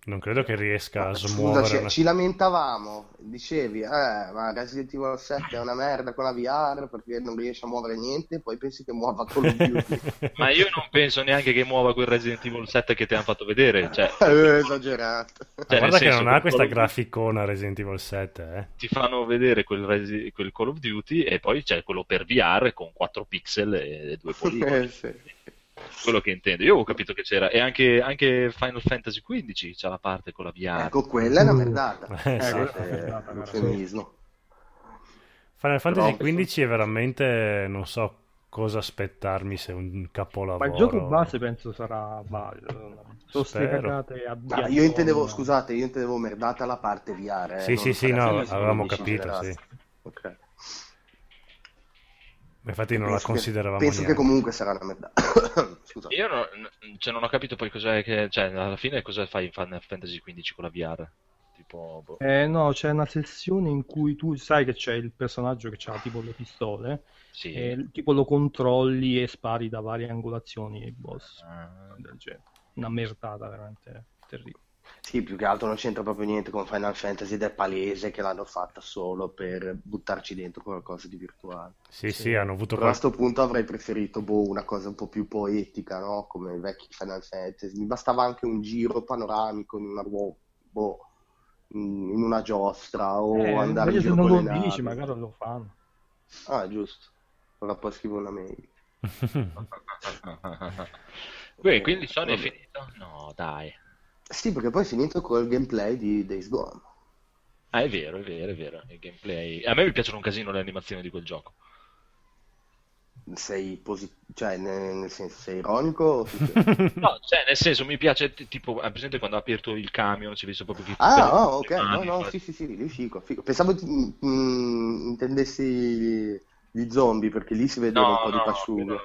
Non credo che riesca a
Scusa,
smuovere.
ci,
una-
ci lamentavamo, dicevi, eh, ma Resident Evil 7 è una merda con la VR perché non riesce a muovere niente, poi pensi che muova Call of
[LAUGHS]
Duty.
Ma io non penso neanche che muova quel Resident Evil 7 che ti hanno fatto vedere. Cioè,
Eh, esagerato.
Ma
nel
Ah, guarda che
senso
non
che
ha questa
Call of Duty-
graficona Resident Evil 7, eh.
ti fanno vedere quel, Resi- quel Call of Duty e poi c'è quello per VR con 4 pixel e
[LAUGHS]
2 poligoni.
Eh, sì.
quello che intendo. Io avevo capito che c'era. E anche, anche Final Fantasy XV c'ha la parte con la VR.
Ecco, quella è una merdata.
[LAUGHS] Eh,
Eh,
sì.
questo è un eufemismo.
Final Fantasy
Però-
XV è veramente non so cosa aspettarmi se è un capolavoro.
Ma il gioco base penso sarà valido. Sono ste
Spero.
cagate a
No, Ah, io intendevo, scusate, io intendevo merdata la parte VR. eh,
Sì,
non
sì, sì,
sarà-
no,
sì,
avevamo
sì,
capito,
generale.
sì.
Ok.
Infatti non la
Penso che-
consideravamo
Penso che
niente.
comunque sarà una merda. Scusa.
Io no- n- cioè, non ho capito poi cos'è che. Cioè, alla fine cosa fai in Final Fantasy XV con la VR? Tipo. boh.
Eh, no, c'è una sessione in cui tu sai che c'è il personaggio che ha tipo le pistole,
Sì.
e tipo lo controlli e spari da varie angolazioni ai boss.
Ah.
Del genere. Una merdata veramente terribile.
Sì, più che altro non c'entra proprio niente con Final Fantasy ed è palese che l'hanno fatta solo per buttarci dentro qualcosa di virtuale.
Sì, sì, hanno avuto
Però a
qualche...
sto punto avrei preferito boh, una cosa un po' più poetica, no? Come i vecchi Final Fantasy. Mi bastava anche un giro panoramico in una ruo- boh, in in una giostra o
Eh,
andare in giro
invece se non
con
lo
le navi.
dici, magari lo fanno.
Ah, giusto. Allora poi scrivo una mail.
[LAUGHS] Beh, quindi Sony è finito? No, dai.
Eh, Sì, perché poi è finito col gameplay di Days Gone.
Ah, è vero, è vero, è vero. Il gameplay. A me mi piacciono un casino le animazioni di quel gioco.
Sei posi- cioè, ne- nel senso, sei ironico? o ti-
[LAUGHS] No, cioè, nel senso, mi piace t- tipo, è presente quando ha aperto il camion, ci visto proprio che
Ah,
le
oh, ok, no,
mani,
no,
fa-
sì, sì, sì, lì figo, figo. Pensavo ti- mm, intendessi gli zombie, perché lì si vedeva
No,
un po' di
no,
pasciugo.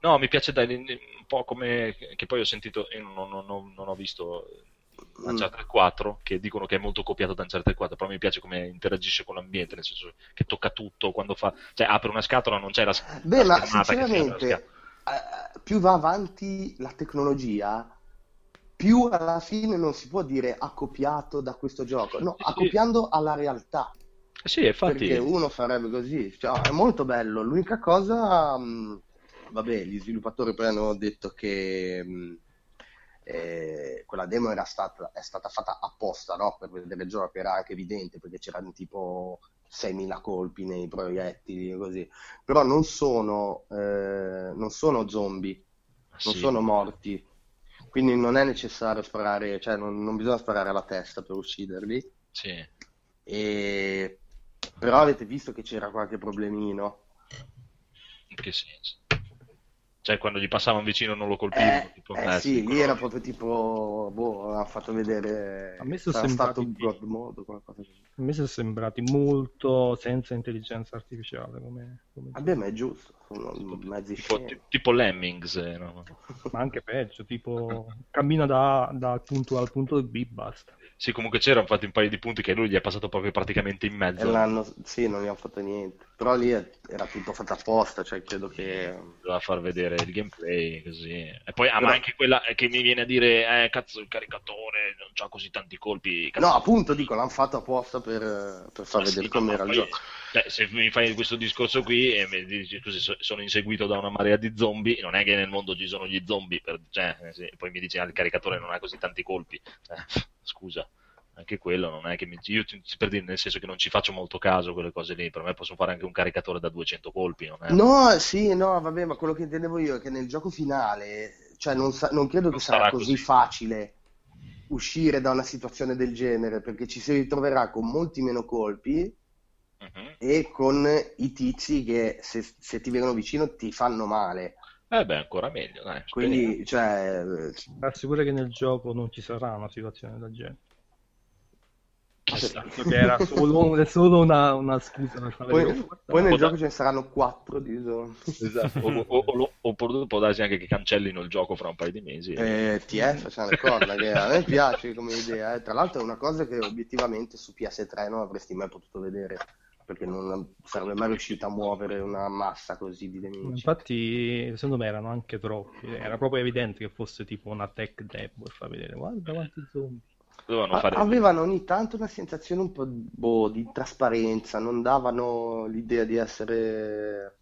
No, mi piace dai, un po' come che poi ho sentito e non, non- non- non ho visto
Mm.
Uncharted 4 che dicono che è molto copiato da Uncharted 4 però mi piace come interagisce con l'ambiente nel senso che tocca tutto quando fa cioè apre una scatola non c'è la, s-
Beh,
la schermata che
ma
si apre la
sinceramente,
scatola.
eh, più va avanti la tecnologia, più alla fine non si può dire ha copiato da questo gioco. No, ha copiando alla realtà.
Sì, infatti.
Perché uno farebbe così, cioè, è molto bello. L'unica cosa, mh, vabbè, gli sviluppatori poi hanno detto che mm, mh, eh, quella demo era stata, è stata fatta apposta no? per vedere il gioco, che era anche evidente perché c'erano tipo 6.000 colpi nei proiettili e così. Però non sono, eh, non sono zombie, non
Sì.
sono morti. Quindi non è necessario sparare, cioè non, non bisogna sparare alla testa per ucciderli.
Sì.
E- Però avete visto che c'era qualche problemino?
In che senso? Cioè, quando gli passavano vicino non lo colpivano. tipo,
Eh
eh,
sì,
sì,
lì era proprio tipo, boh, ha fatto vedere...
A me sono
sarà
sembrati
stato un god mode o qualcosa così.
A me sono sembrati molto senza intelligenza artificiale. Come, come
Vabbè, ma è giusto, sono mezzi
tipo,
scemi.
ti- tipo Lemmings. eh, erano.
ma anche peggio, tipo cammina da- dal punto A al punto B, basta.
Sì, comunque c'erano fatti un paio di punti che lui gli è passato proprio praticamente in
E
mezzo.
l'hanno... Sì, Eh, non gli hanno fatto niente. Però lì è- era tutto fatto apposta, cioè credo che...
Doveva far vedere il gameplay così. E poi, ah, ma
Però-
anche quella che mi viene a dire, eh, cazzo, il caricatore non c'ha così tanti colpi. Cazzo,
No, appunto, dico, l'hanno fatto apposta per, per far
Ma
vedere
sì,
com'era
ma
il
poi-
gioco.
cioè, se mi fai questo discorso qui e mi dici scusi, so- sono inseguito da una marea di zombie, non è che nel mondo ci sono gli zombie, per- cioè, eh, sì, poi mi dici ah, il caricatore non ha così tanti colpi. Eh, [LAUGHS] scusa, anche quello non è che mi... Io ti- per dire, nel senso che non ci faccio molto caso quelle cose lì, per me posso fare anche un caricatore da 200 colpi, non è...
No, sì, no, vabbè, ma quello che intendevo io è che nel gioco finale, cioè non, sa- non credo che sarà
sarà
così,
così.
facile uscire da una situazione del genere, perché ci si ritroverà con molti meno colpi
Mhm.
e con i tizi che se, se ti vengono vicino ti fanno male.
Eh beh, ancora meglio, dai.
Quindi, cioè, eh,
Darsi pure che nel gioco non ci sarà una situazione del genere.
Chissà.
[LAUGHS] Perché Esatto, [LAUGHS] era solo, è solo una, una scusa per fare
poi,
il-
poi nel
O da-
gioco ce ne saranno quattro di zombie.
Esatto. O- o- o lo- Oppure può darsi anche che cancellino il gioco fra un paio di mesi.
Eh, TF c'è una corda
[LAUGHS]
che a me piace come idea, eh. Tra l'altro è una cosa che obiettivamente su PS3 non avresti mai potuto vedere, perché non sarebbe mai riuscita a muovere una massa così di nemici.
Infatti, secondo me erano anche troppi. Era proprio evidente che fosse tipo una tech demo per far vedere, guarda quanti zombie.
Dovevano
A-
fare...
avevano ogni tanto una sensazione un po' boh, di trasparenza, non davano l'idea di essere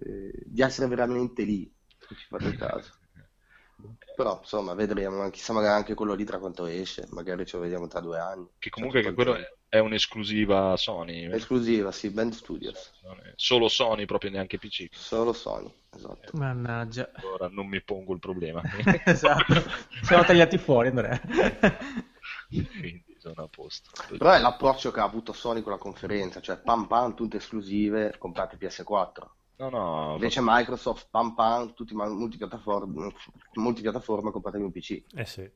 eh, di essere veramente lì, se ci fate caso.
[LAUGHS]
Però insomma, vedremo, chissà magari anche quello lì tra quanto esce, magari ce lo vediamo tra due anni.
Che comunque che quello è- è un'esclusiva Sony.
Esclusiva, sì, Band Studios.
Solo Sony, proprio neanche PC.
Solo Sony, esatto.
Mannaggia.
Allora non mi pongo il
[LAUGHS]
problema.
esatto. Siamo tagliati fuori, Andrea.
Quindi sono a posto.
Però è l'approccio che ha avuto Sony con la conferenza, cioè pam pam, tutte esclusive, comprate PS4.
No, no.
Invece Microsoft, pam pam, tutti ma- multipiattaform- multipiattaforma, compratevi un PC.
Eh sì.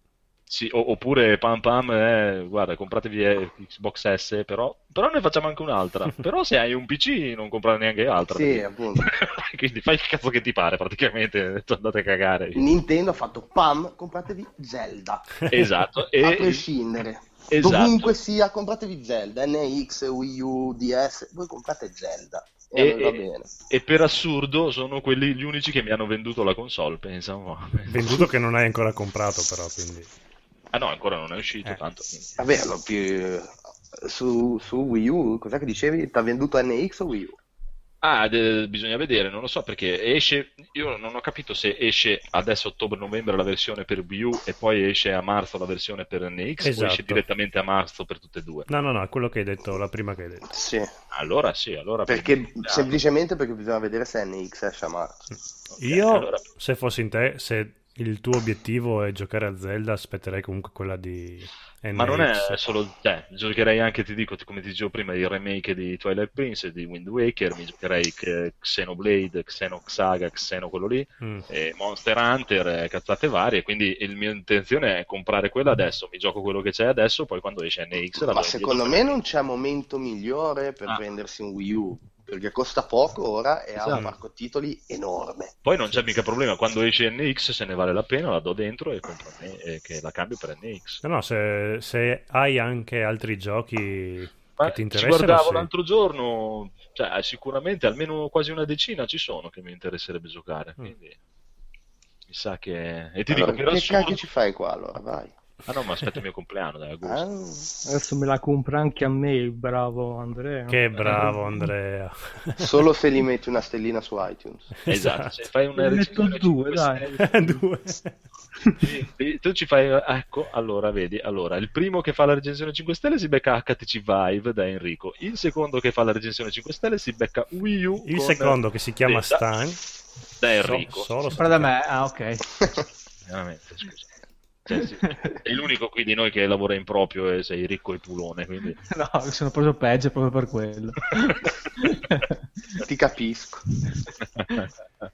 Sì, o- oppure pam pam, eh, guarda, compratevi eh, Xbox S, però, però ne facciamo anche
[LAUGHS]
un'altra. però se hai un PC non comprare neanche altra.
Sì,
perché-
appunto.
[LAUGHS] Quindi fai il cazzo che ti pare, praticamente. [LAUGHS] Andate a cagare.
Nintendo ha fatto pam, compratevi Zelda.
Esatto.
[LAUGHS] A
E,
prescindere.
Esatto.
Dovunque sia, compratevi Zelda, NX, Wii U, DS, voi comprate Zelda. E,
E-
allora va
e-
bene.
e per assurdo sono quelli gli unici che mi hanno venduto la console, pensa un po'.
Venduto che non hai ancora comprato, però, quindi... Eh,
Ah no, ancora non è uscito, tanto.
Vabbè, allora, più- su, su Wii U, cos'è che dicevi? Ti ha venduto NX o Wii U?
Ah, de- bisogna vedere, non lo so perché esce, io non ho capito se esce adesso ottobre-novembre la versione per Wii U e poi esce a marzo la versione per NX o esce
Esatto.
direttamente a marzo per tutte e due.
No, no, no, è quello che hai detto, la prima che hai detto.
Sì.
Allora sì, allora
Perché semplicemente perché bisogna vedere se NX esce a marzo.
Io,
allora.
se fossi in te, se il tuo obiettivo è giocare a Zelda, aspetterei comunque quella di NX.
Ma non è solo te, giocherei anche, ti dico, come ti dicevo prima, il remake di Twilight Prince e di Wind Waker, mi giocherei X- Xenoblade, Xeno Saga, Xeno quello lì,
Mm.
e Monster Hunter, eh, cazzate varie, quindi il mio intenzione è comprare quella adesso, mi gioco quello che c'è adesso, poi quando esce NX la
Ma
vado
secondo
indietro.
me non c'è momento migliore per
Ah.
prendersi un Wii U. Perché costa poco ora e ha
Esatto.
un parco titoli enorme.
Poi non c'è mica problema, quando esce NX se ne vale la pena, la do dentro e, compro N- e che la cambio per NX.
No, no, se, se hai anche altri giochi
Ma
che ti
ci
interessano,
guardavo
sì.
l'altro giorno, cioè, sicuramente almeno quasi una decina ci sono che mi interesserebbe giocare, quindi mi sa che... E ti
Allora,
dico che era
che
assurdo,
cacchio ci fai qua allora? Vai. Ah.
Ah no, ma aspetta il mio compleanno, dai, agosto.
Adesso me la compra anche a me, il bravo Andrea.
Che bravo Andrea.
[LAUGHS] Solo se gli metti una stellina su iTunes.
Esatto, se fai una
Ne metto
recensione
due,
cinque
[LAUGHS]
dai.
due.
Sì, tu ci fai ecco allora vedi allora il primo che fa la recensione 5 stelle si becca HTC Vive da Enrico il secondo che fa la recensione 5 stelle si becca Wii U
Il
con-
secondo che si chiama
Sì, da-
Stan.
da Enrico
So- solo
Sopra da me, ah ok. [LAUGHS]
veramente scusa Cioè, sì, è l'unico qui di noi che lavora in proprio e sei ricco e pulone quindi
No, mi sono preso peggio proprio per quello.
Ti capisco.
[LAUGHS]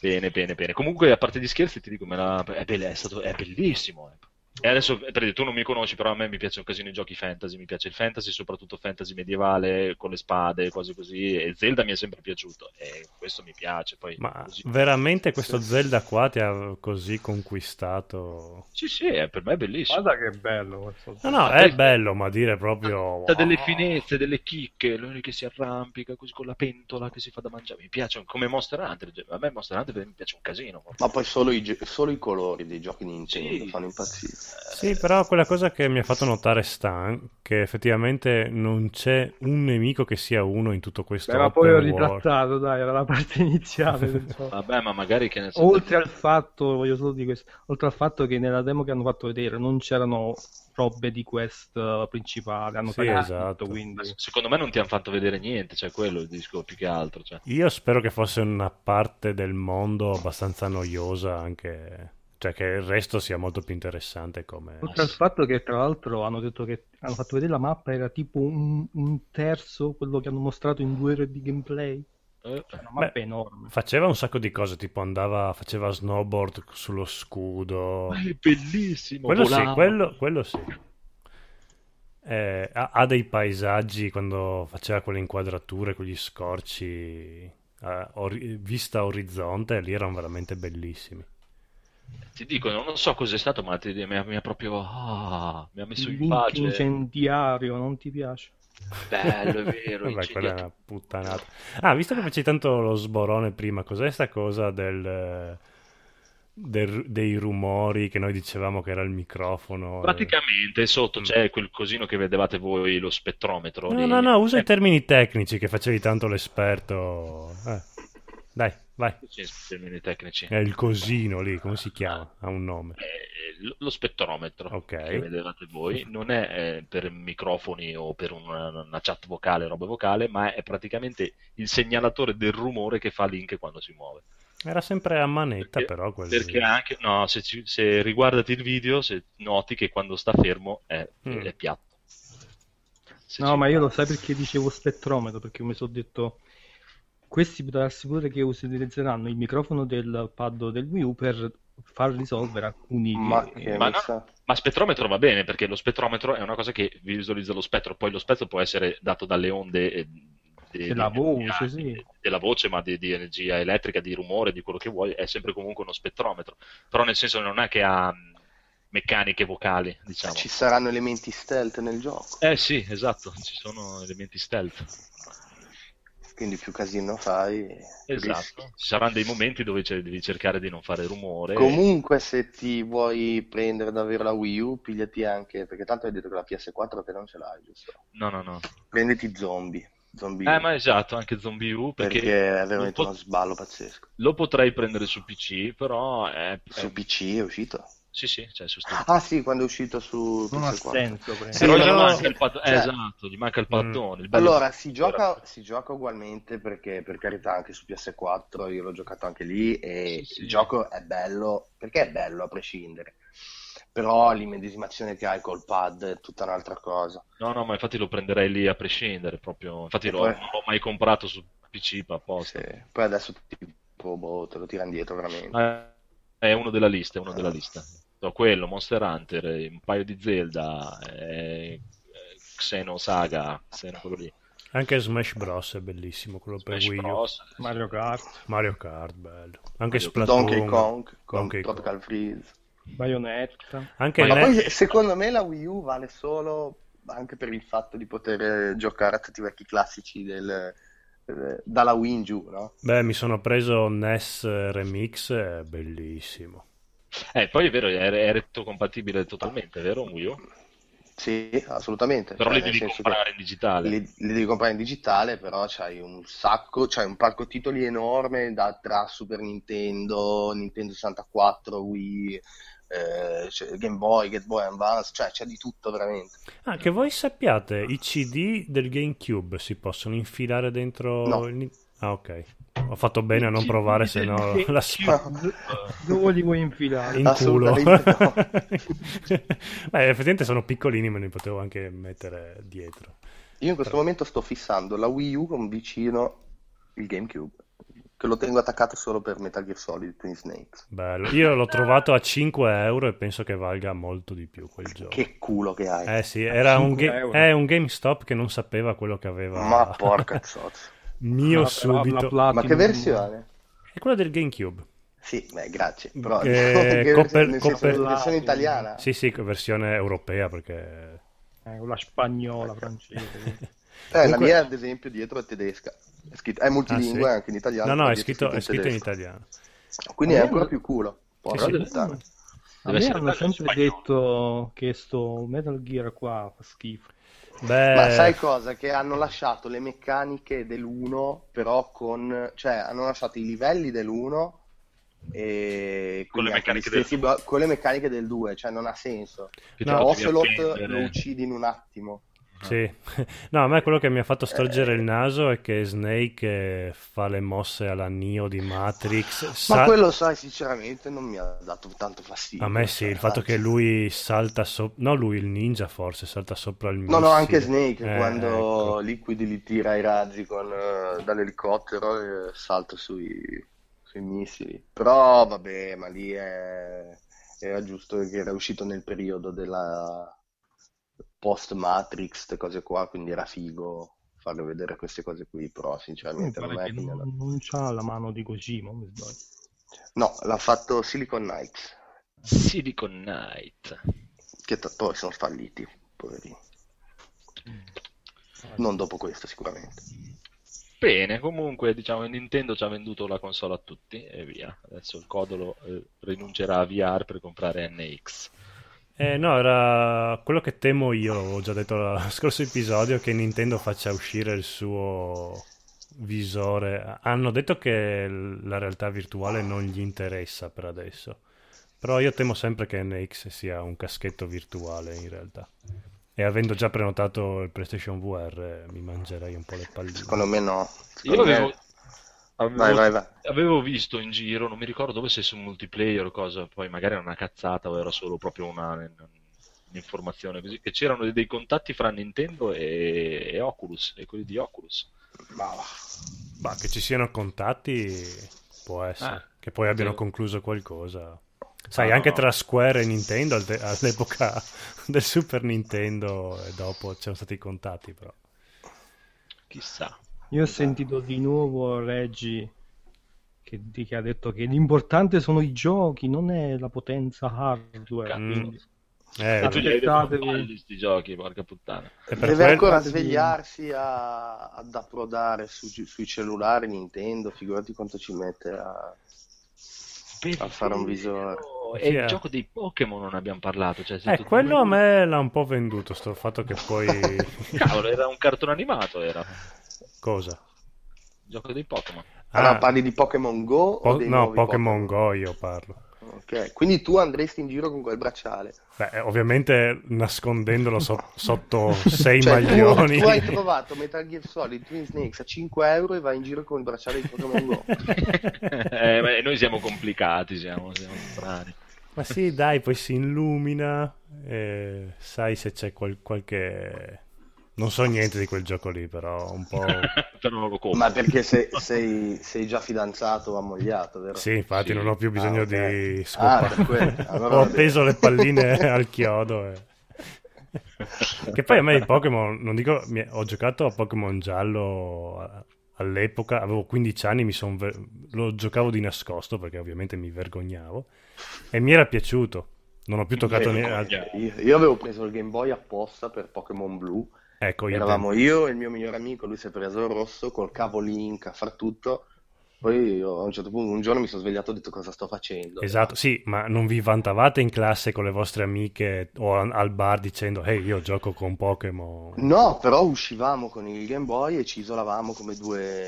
bene bene bene comunque a parte gli scherzi ti dico me la- è, bella- è stato- è bellissimo eh. E adesso per dire, tu non mi conosci, però a me mi piacciono un casino i giochi fantasy, mi piace il fantasy, soprattutto fantasy medievale con le spade, cose così. E Zelda mi è sempre piaciuto e questo mi piace. Poi
Ma
così.
veramente questo Zelda qua ti ha così conquistato?
Sì, sì, è- per me è bellissimo. Ah,
Guarda che bello questo.
No, no, è bello, ma dire proprio...
Ha ah, delle finezze, delle chicche, lui che si arrampica così con la pentola che si fa da mangiare. Mi piace come Monster Hunter. cioè, A me Monster Hunter mi piace un casino.
Ma poi solo i, ge- solo i colori dei giochi Nintendo
Sì.
fanno impazzire.
Sì, però quella cosa che mi ha fatto notare Stan, che effettivamente non c'è un nemico che sia uno in tutto questo...
Beh, ma poi ho
open world.
ritrattato, dai, era la parte [LAUGHS] iniziale del gioco.
Vabbè, ma magari che ne so.
Oltre al fatto, voglio solo dire questo, oltre al fatto che nella demo che hanno fatto vedere non c'erano robe di quest eh, principale, hanno
Sì,
tagliato
esatto.
tutto, quindi
Secondo me non ti hanno fatto vedere niente, cioè quello è il disco più che altro. Cioè.
Io spero che fosse una parte del mondo abbastanza noiosa anche... Cioè che il resto sia molto più interessante come...
Oltre al fatto che tra l'altro hanno detto che hanno fatto vedere la mappa era tipo un, un terzo quello che hanno mostrato in due ore di gameplay.
Eh,
Cioè, una
Beh,
mappa enorme.
Faceva un sacco di cose, tipo andava, faceva snowboard sullo scudo.
Ma è bellissimo.
Quello sì,
volava.
quello, quello sì. Eh, ha, ha dei paesaggi quando faceva quelle inquadrature, quegli scorci, eh, ori- vista a orizzonte, lì erano veramente bellissimi.
Ti dico, non so cos'è stato, ma ti- mi, ha, mi ha proprio. ah, mi ha messo
Il
in
link
pace.
incendiario non ti piace? [LAUGHS]
[LAUGHS]
Bello, è
Vabbè,
vero.
quella è
incendiato.
una puttanata. Ah, visto che facevi tanto lo sborone prima, cos'è sta cosa del, del- dei rumori che noi dicevamo che era il microfono? e-
Praticamente sotto c'è quel cosino che vedevate voi, lo spettrometro.
No,
lì.
no, no, usa
Eh,
i termini tecnici che facevi tanto l'esperto. Eh, Dai, vai.
sì, sì, termini tecnici.
È il cosino lì, come si chiama? Ha un nome.
Eh, lo- Lo spettrometro
Ok.
che vedevate voi non è eh, per microfoni o per una, una chat vocale, roba vocale, ma è praticamente il segnalatore del rumore che fa Link quando si muove.
Era sempre a manetta,
Perché-
però quello.
Perché anche, no, se, ci- se riguardati il video, se noti che quando sta fermo è,
Mm.
è piatto. Se
No,
ci-
ma io lo sai perché dicevo spettrometro, perché mi sono detto questi mi darsi pure che utilizzeranno il microfono del pad del Wii U per far risolvere alcuni
Ma che
Ma
mi
no.
sa...
Ma spettrometro va bene perché lo spettrometro è una cosa che visualizza lo spettro, poi lo spettro può essere dato dalle onde eh, de-
della
di-
voce,
di-
sì.
della voce, ma di, di energia elettrica, di rumore, di quello che vuoi, è sempre comunque uno spettrometro. Però nel senso non è che ha mh, meccaniche vocali, diciamo.
Ci saranno elementi stealth nel gioco,
Eh sì, esatto, ci sono elementi stealth.
quindi più casino fai. più rischi.
Esatto. Ci saranno dei momenti dove ce- devi cercare di non fare rumore.
Comunque, se ti vuoi prendere davvero la Wii U, pigliati anche. Perché tanto hai detto che la PS4 te non ce l'hai, giusto?
No, no, no.
Prenditi zombie. Zombie
Eh,
U,
ma esatto, anche Zombie U perché,
perché, è
lo,
veramente
pot-
uno sballo pazzesco.
lo potrei prendere su PC, però è, è
Su PC è uscito?
Sì, sì, cioè su Steam.
Ah, sì, quando è uscito su
Non ha
PS4.
senso. Mm. prendere.
Sì,
Però gli
però-
manca il pat- eh,
cioè-
esatto, gli manca il pattone. il bello-
Allora, si gioca, si gioca ugualmente perché, per carità, anche su PS4 io l'ho giocato anche lì e
Sì, sì.
il gioco è bello, perché è bello a prescindere. Però l'immedesimazione che hai col pad è tutta un'altra cosa.
No, no, ma infatti lo prenderei lì a prescindere, proprio. Infatti
E
l'ho,
poi-
non l'ho mai comprato su PC ma apposta.
Sì. Poi adesso tipo, boh, te lo tirano dietro veramente.
Ma È uno della lista, è uno della lista. No, quello, Monster Hunter, eh, un paio di Zelda, eh, eh, Xeno Saga, Xeno quello lì.
Anche Smash Bros. è bellissimo, quello per
Smash
Wii U.
Bros.
Mario Kart,
Mario Kart, bello. Anche
Mario-
Splatoon.
Donkey Kong con
Donkey Kong.
Tropical Freeze.
Bayonetta.
Anche
Ma
Ma
Net-
poi secondo me la Wii U vale solo anche per il fatto di poter eh, giocare a tutti i vecchi classici del, eh, dalla Wii in giù, no?
Beh, mi sono preso NES Remix, è bellissimo.
Eh, poi è vero, è, è retrocompatibile totalmente, vero Muglio?
Sì, assolutamente.
Però
Cioè,
li
nel
devi
senso che
comprare in digitale.
Li, li devi comprare in digitale, però c'hai un sacco, c'hai un parco titoli enorme da, tra Super Nintendo, Nintendo 64, Wii, eh, c'è Game Boy, Game Boy Advance, cioè c'è di tutto veramente.
Ah, che voi sappiate, i CD del GameCube si possono infilare dentro...
No.
il- Ah, ok. Ho fatto bene a non provare, se no
[LAUGHS]
la spa...
Dove li vuoi
Ah,
infilare?
in culo.
Assolutamente no.
[LAUGHS] Beh, effettivamente sono piccolini, me li potevo anche mettere dietro.
Io in questo momento sto fissando la Wii U con vicino il GameCube, che lo tengo attaccato solo per Metal Gear Solid Twin Snakes.
Bello. Io l'ho trovato a 5 euro e penso che valga molto di più quel gioco.
Che culo che hai.
Eh sì, era un,
5
ga-
euro.
è un GameStop che non sapeva quello che aveva.
Ma porca zozza.
[LAUGHS] Mio
Ma- ma-
subito.
ma che versione?
È quella del GameCube.
Sì, beh, grazie. Però
Eh,
dico [LAUGHS] che
coper-
nel senso,
coper-
la versione italiana.
Sì, sì, versione europea perché...
Eh, quella spagnola, francese.
Eh, la
Comunque-
mia, ad esempio, dietro è tedesca. È, scritto- è multilingue
Ah, sì?
anche in italiano.
No, no,
ma
è
dietro
scritto, è scritto in
tedesco.
italiano.
Quindi è
Ma io-
ancora più culo. Porca
sì.
puttana.
A
Deve
me
essere
hanno sempre detto che sto Metal Gear qua fa schifo.
Beh,
Ma sai cosa? Che hanno lasciato le meccaniche dell'1, però con... Cioè, hanno lasciato i livelli dell'1 e...
Con le
quindi anche
meccaniche
gli stessi bo- con le meccaniche del 2, cioè non ha senso.
Che
Cioè,
ti devi
Ocelot
offendere.
lo uccidi in un attimo.
Sì, [LAUGHS] no, a me quello che mi ha fatto storgere il naso è che Snake eh, fa le mosse alla Neo di Matrix.
Ma
sa-
quello, sai, sinceramente non mi ha dato tanto fastidio.
A me sì, il fatto che lui salta sopra, no lui il ninja forse, salta sopra il
No, no, anche
missile.
Snake
Eh,
quando
ecco.
Liquid li tira i razzi con, eh, dall'elicottero e salta sui, sui missili. Però vabbè, ma lì è- era giusto che era uscito nel periodo della post Matrix, queste cose qua, quindi era figo farlo vedere queste cose qui, però
Mi
Mm,
sinceramente non
pare
è
che
che
non, non c'ha la mano di Kojima, non mi sbaglio.
No, l'ha fatto Silicon Knights,
Silicon Knight.
che t- poi sono falliti, poverini.
Mm.
Non dopo questo sicuramente.
Bene, comunque diciamo che Nintendo ci ha venduto la console a tutti e via. Adesso il Codolo eh, rinuncerà a VR per comprare NX.
Eh, no, era quello che temo io, ho già detto al [LAUGHS] scorso episodio, che Nintendo faccia uscire il suo visore. Hanno detto che l- la realtà virtuale non gli interessa per adesso, però io temo sempre che NX sia un caschetto virtuale in realtà. E avendo già prenotato il PlayStation VR mi mangerei un po' le palline.
Secondo me no.
Io avevo, avevo-
Vai, vai, vai.
avevo visto in giro, non mi ricordo dove se su multiplayer o cosa, poi magari era una cazzata o era solo proprio una, un'informazione così, che c'erano dei, dei contatti fra Nintendo e, e Oculus, e quelli di Oculus.
Ma che ci siano contatti può essere,
Ah.
che poi abbiano
Sì.
concluso qualcosa. Sai,
no,
anche
no.
tra Square e Nintendo al te- all'epoca [LAUGHS] del Super Nintendo e dopo c'erano stati i contatti, però.
Chissà.
Io ho sentito di nuovo Reggie che, di- che ha detto che l'importante sono i giochi, non è la potenza hardware. Quindi
Eh,
e tu gli hai detto
aspettatevi.
"Falli sti giochi, porca puttana.
Deve ancora svegliarsi a- ad approdare su- sui cellulari Nintendo, figurati quanto ci mette a, a fare un visore.
E
Sì, eh.
il gioco dei Pokémon non abbiamo parlato, cioè se
Eh,
tu-
quello a me l'ha un po' venduto, sto fatto che poi...
[LAUGHS] Cavolo, era un cartone animato,
[LAUGHS]
era il
Cosa? Ah,
gioco dei Pokémon.
Allora parli di Pokémon Go o
Po-
dei
no,
nuovi
Pokémon Go io parlo.
Pokémon? Ok, Quindi tu andresti in giro con quel bracciale.
Beh, eh, ovviamente nascondendolo so-
[LAUGHS]
sotto sei
Cioè, tu-
maglioni.
Tu, hai trovato Metal Gear Solid Twin Snakes a 5 euro e vai in giro con il bracciale di Pokémon Go.
[LAUGHS] Eh, ma noi siamo complicati, siamo, siamo strani.
Ma sì, dai, poi si illumina e sai se c'è qual- qualche... Non so niente di quel gioco lì, però un
[LAUGHS]
po'...
Però lo compro.
Ma perché se- sei, sei già fidanzato o ammogliato, vero?
Sì, infatti
Sì.
non ho più bisogno
Ah, ok.
di
Ah,
[LAUGHS]
per quello.
scopare.
Allora
ho
va bene.
appeso le palline [LAUGHS] al
[LAUGHS]
chiodo. e- che poi a me i Pokémon, non dico, mi- ho giocato a Pokémon giallo a- all'epoca, avevo 15 anni, mi son ver- lo giocavo di nascosto perché ovviamente mi vergognavo e mi era piaciuto. Non ho più toccato
Eh,
neanche...
io, io avevo preso il Game Boy apposta per Pokémon Blu.
Ecco, io
Eravamo io e il mio migliore amico, lui si è preso il rosso col cavo Link a far tutto. Poi io a un certo punto, un giorno mi sono svegliato e ho detto cosa sto facendo.
Esatto, sì, ma non vi vantavate in classe con le vostre amiche o an- al bar dicendo ehi io gioco con Pokémon?
No, però uscivamo con il Game Boy e ci isolavamo come due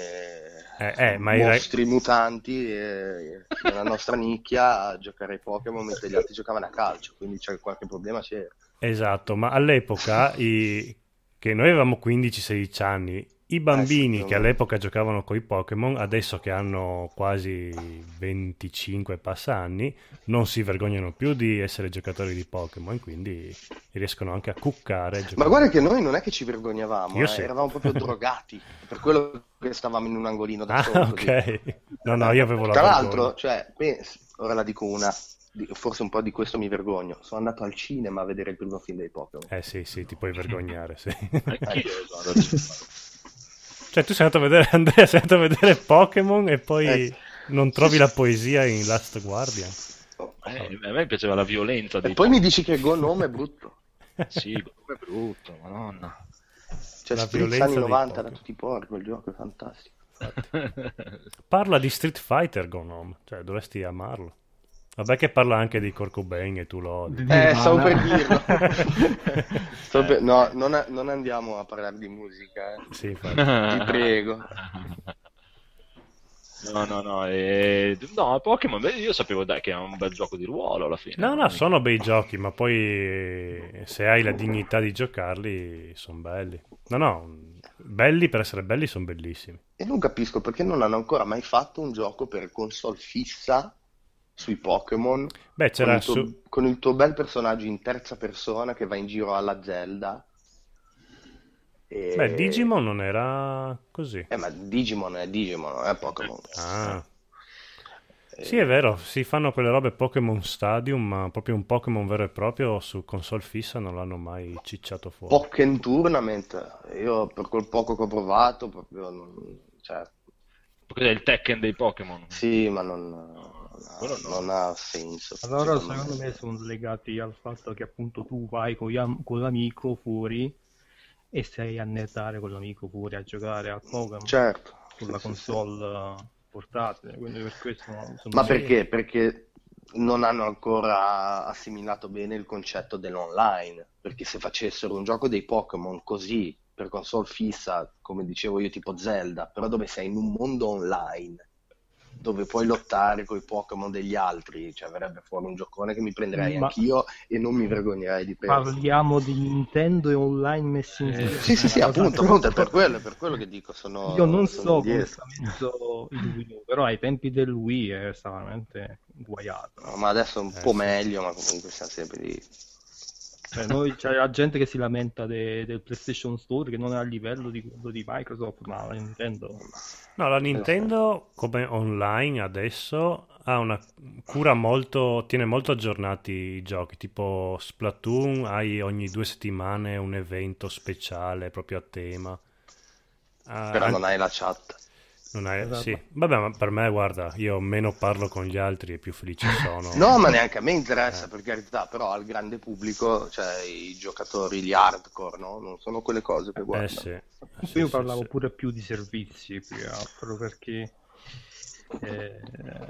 Eh, eh, ma i ra-
mostri mutanti eh, nella nostra nicchia a giocare ai Pokémon mentre gli altri giocavano a calcio, quindi c'è qualche problema c'era.
Esatto, ma all'epoca, i- che noi avevamo 15-16
Eh,
anni, i bambini che all'epoca giocavano con i Pokémon, adesso che hanno quasi 25 e passa anni, non si vergognano più di essere giocatori di Pokémon, quindi riescono anche a cuccare. e
Ma
giocare.
guarda che noi non è che ci vergognavamo,
Io
eh,
sì.
eravamo
[LAUGHS]
proprio drogati, per quello che stavamo in un angolino da soli.
Ah, ok. No, no, io avevo la
Tra
vergogna.
l'altro, cioè, pens- ora la dico una, di- forse un po' di questo mi vergogno. Sono andato al cinema a vedere il primo film dei Pokémon.
Eh sì, sì, ti puoi
[LAUGHS]
vergognare, sì. [LAUGHS]
Anch'io sono
Cioè, tu sei andato a vedere, [LAUGHS] Andrea, sei andato a vedere Pokémon e poi
Eh.
non trovi la poesia in Last Guardian?
Eh, a me piaceva la violenza dei
E poi mi
[LAUGHS]
dici che Go Nome è brutto.
Sì, come è brutto, madonna.
Cioè,
La
sprizza
violenza
anni
dei
90 da tutti i porti, quel gioco è fantastico.
Parla di Street Fighter Gonom, cioè dovresti amarlo. Vabbè che parla anche di Corcobain e tu lo odi.
[LAUGHS] Eh, stavo per dirlo.
[LAUGHS]
Stavo per- No, non, a- non andiamo a parlare di musica, eh.
Sì,
Ti prego.
No, no, no, eh, no, Pokémon, beh, io sapevo dai, che è un bel gioco di ruolo alla fine.
No, no, sono bei giochi, ma poi eh, se hai la dignità di giocarli, sono belli. No, no, belli per essere belli sono bellissimi.
E non capisco perché non hanno ancora mai fatto un gioco per console fissa sui Pokémon.
Beh, c'era
con il, tuo,
su-
con il tuo bel personaggio in terza persona che va in giro alla Zelda. E...
Beh, Digimon non era così.
Eh, ma Digimon è Digimon, non è Pokémon.
Ah. Sì, è vero, si fanno quelle robe Pokémon Stadium, ma proprio un Pokémon vero e proprio su console fissa non l'hanno mai cicciato fuori.
Pokken Tournament, io per quel poco che ho provato, proprio non... cioè,
Cos'è il Tekken dei Pokémon?
sì, ma non, non ha- non ha senso.
Allora,
secondo me.
secondo me sono legati al fatto che appunto tu vai con, gli am- con l'amico fuori e stai a nettare con l'amico fuori a giocare a Pokémon
Certo.
con la console eh, portatile, quindi per questo sono
Ma perché? Perché non hanno ancora assimilato bene il concetto dell'online. Perché se facessero un gioco dei Pokémon così per console fissa, come dicevo io, tipo Zelda, però dove sei in un mondo online dove puoi lottare con i Pokémon degli altri, cioè verrebbe fuori un giocone che mi prenderei
Ma-
anch'io e non mi vergognerei di pensare.
Parliamo di Nintendo e online messi in
Sì, sì, sì, appunto, appunto, è per quello, è per quello che dico, sono
Io
sono
non so come
indietro.
sta messo il Wii U, però ai tempi del Wii eh, stava veramente guaiato.
No, ma adesso è un
Eh,
po'
sì.
meglio, ma comunque siamo sempre lì.
Cioè, noi, c'è la gente che si lamenta de- del PlayStation Store che non è a livello di quello di Microsoft, ma la Nintendo.
No, la Nintendo come online adesso ha una cura molto, tiene molto aggiornati i giochi, tipo Splatoon hai ogni due settimane un evento speciale proprio a tema. Ah,
Però
an-
non hai la chat.
non hai-
Esatto.
sì. Vabbè, ma per me, guarda, io meno parlo con gli altri e più felice sono.
No, ma neanche a me interessa,
Eh.
per carità, però al grande pubblico, cioè i giocatori, gli hardcore, no? Non sono quelle cose
Eh,
che guardano.
Io parlavo pure più di servizi più che altro perché eh,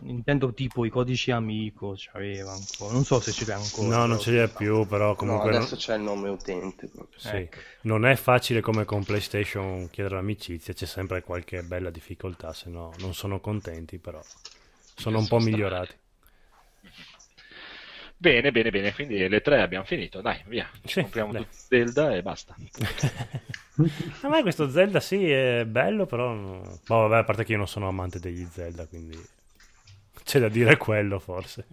Nintendo tipo i codici amico c'aveva ancora, non so se ce l'ha ancora.
No,
però-
non ce l'è più, però comunque...
no,
non-
adesso c'è il nome utente proprio.
Sì.
Eh.
Ecco. Non è facile come con PlayStation chiedere l'amicizia, c'è sempre qualche bella difficoltà, se no non sono contenti, però sono un po' migliorati.
Bene, bene, bene, quindi le tre abbiamo finito, dai, via. Ci compriamo tutti Zelda e basta.
A me questo Zelda sì è bello, però... no- Ma vabbè, a parte che io non sono amante degli Zelda, quindi c'è da dire quello forse.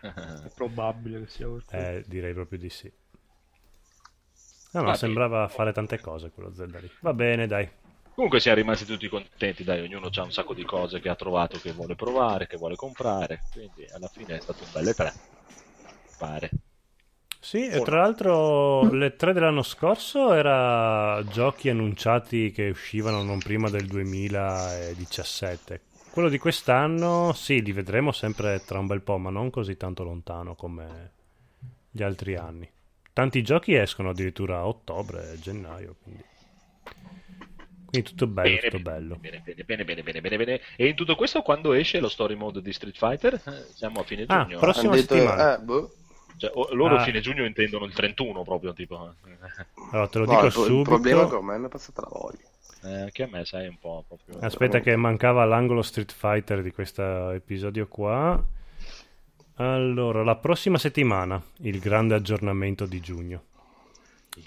È probabile che sia per quello.
Eh, direi proprio di sì. Ah, No, no,
Va bene.
sembrava fare tante cose quello Zelda lì. Va bene, dai.
Comunque siamo rimasti tutti contenti, dai, ognuno ha un sacco di cose che ha trovato, che vuole provare, che vuole comprare, quindi alla fine è stato un belle tre, pare.
Sì, e tra l'altro le tre dell'anno scorso era giochi annunciati che uscivano non prima del 2017. Quello di quest'anno, sì, li vedremo sempre tra un bel po', ma non così tanto lontano come gli altri anni. Tanti giochi escono addirittura a ottobre, gennaio, quindi, Quindi tutto bello,
Bene,
tutto bello.
Bene, bene, bene, bene, bene, bene, bene. E in tutto questo, quando esce lo story mode di Street Fighter? Eh, Siamo a fine
Ah,
giugno.
prossima Han detto,
eh,
settimana.
boh.
Cioè, o- loro
Ah.
fine giugno intendono il 31 proprio, tipo.
Allora, te lo
No,
dico
il pro- il
subito.
problema è che ormai mi è passata la voglia.
Eh, anche a me, sai, un po' proprio.
Aspetta che mancava l'angolo Street Fighter di questo episodio qua. Allora, la prossima settimana il grande aggiornamento di giugno.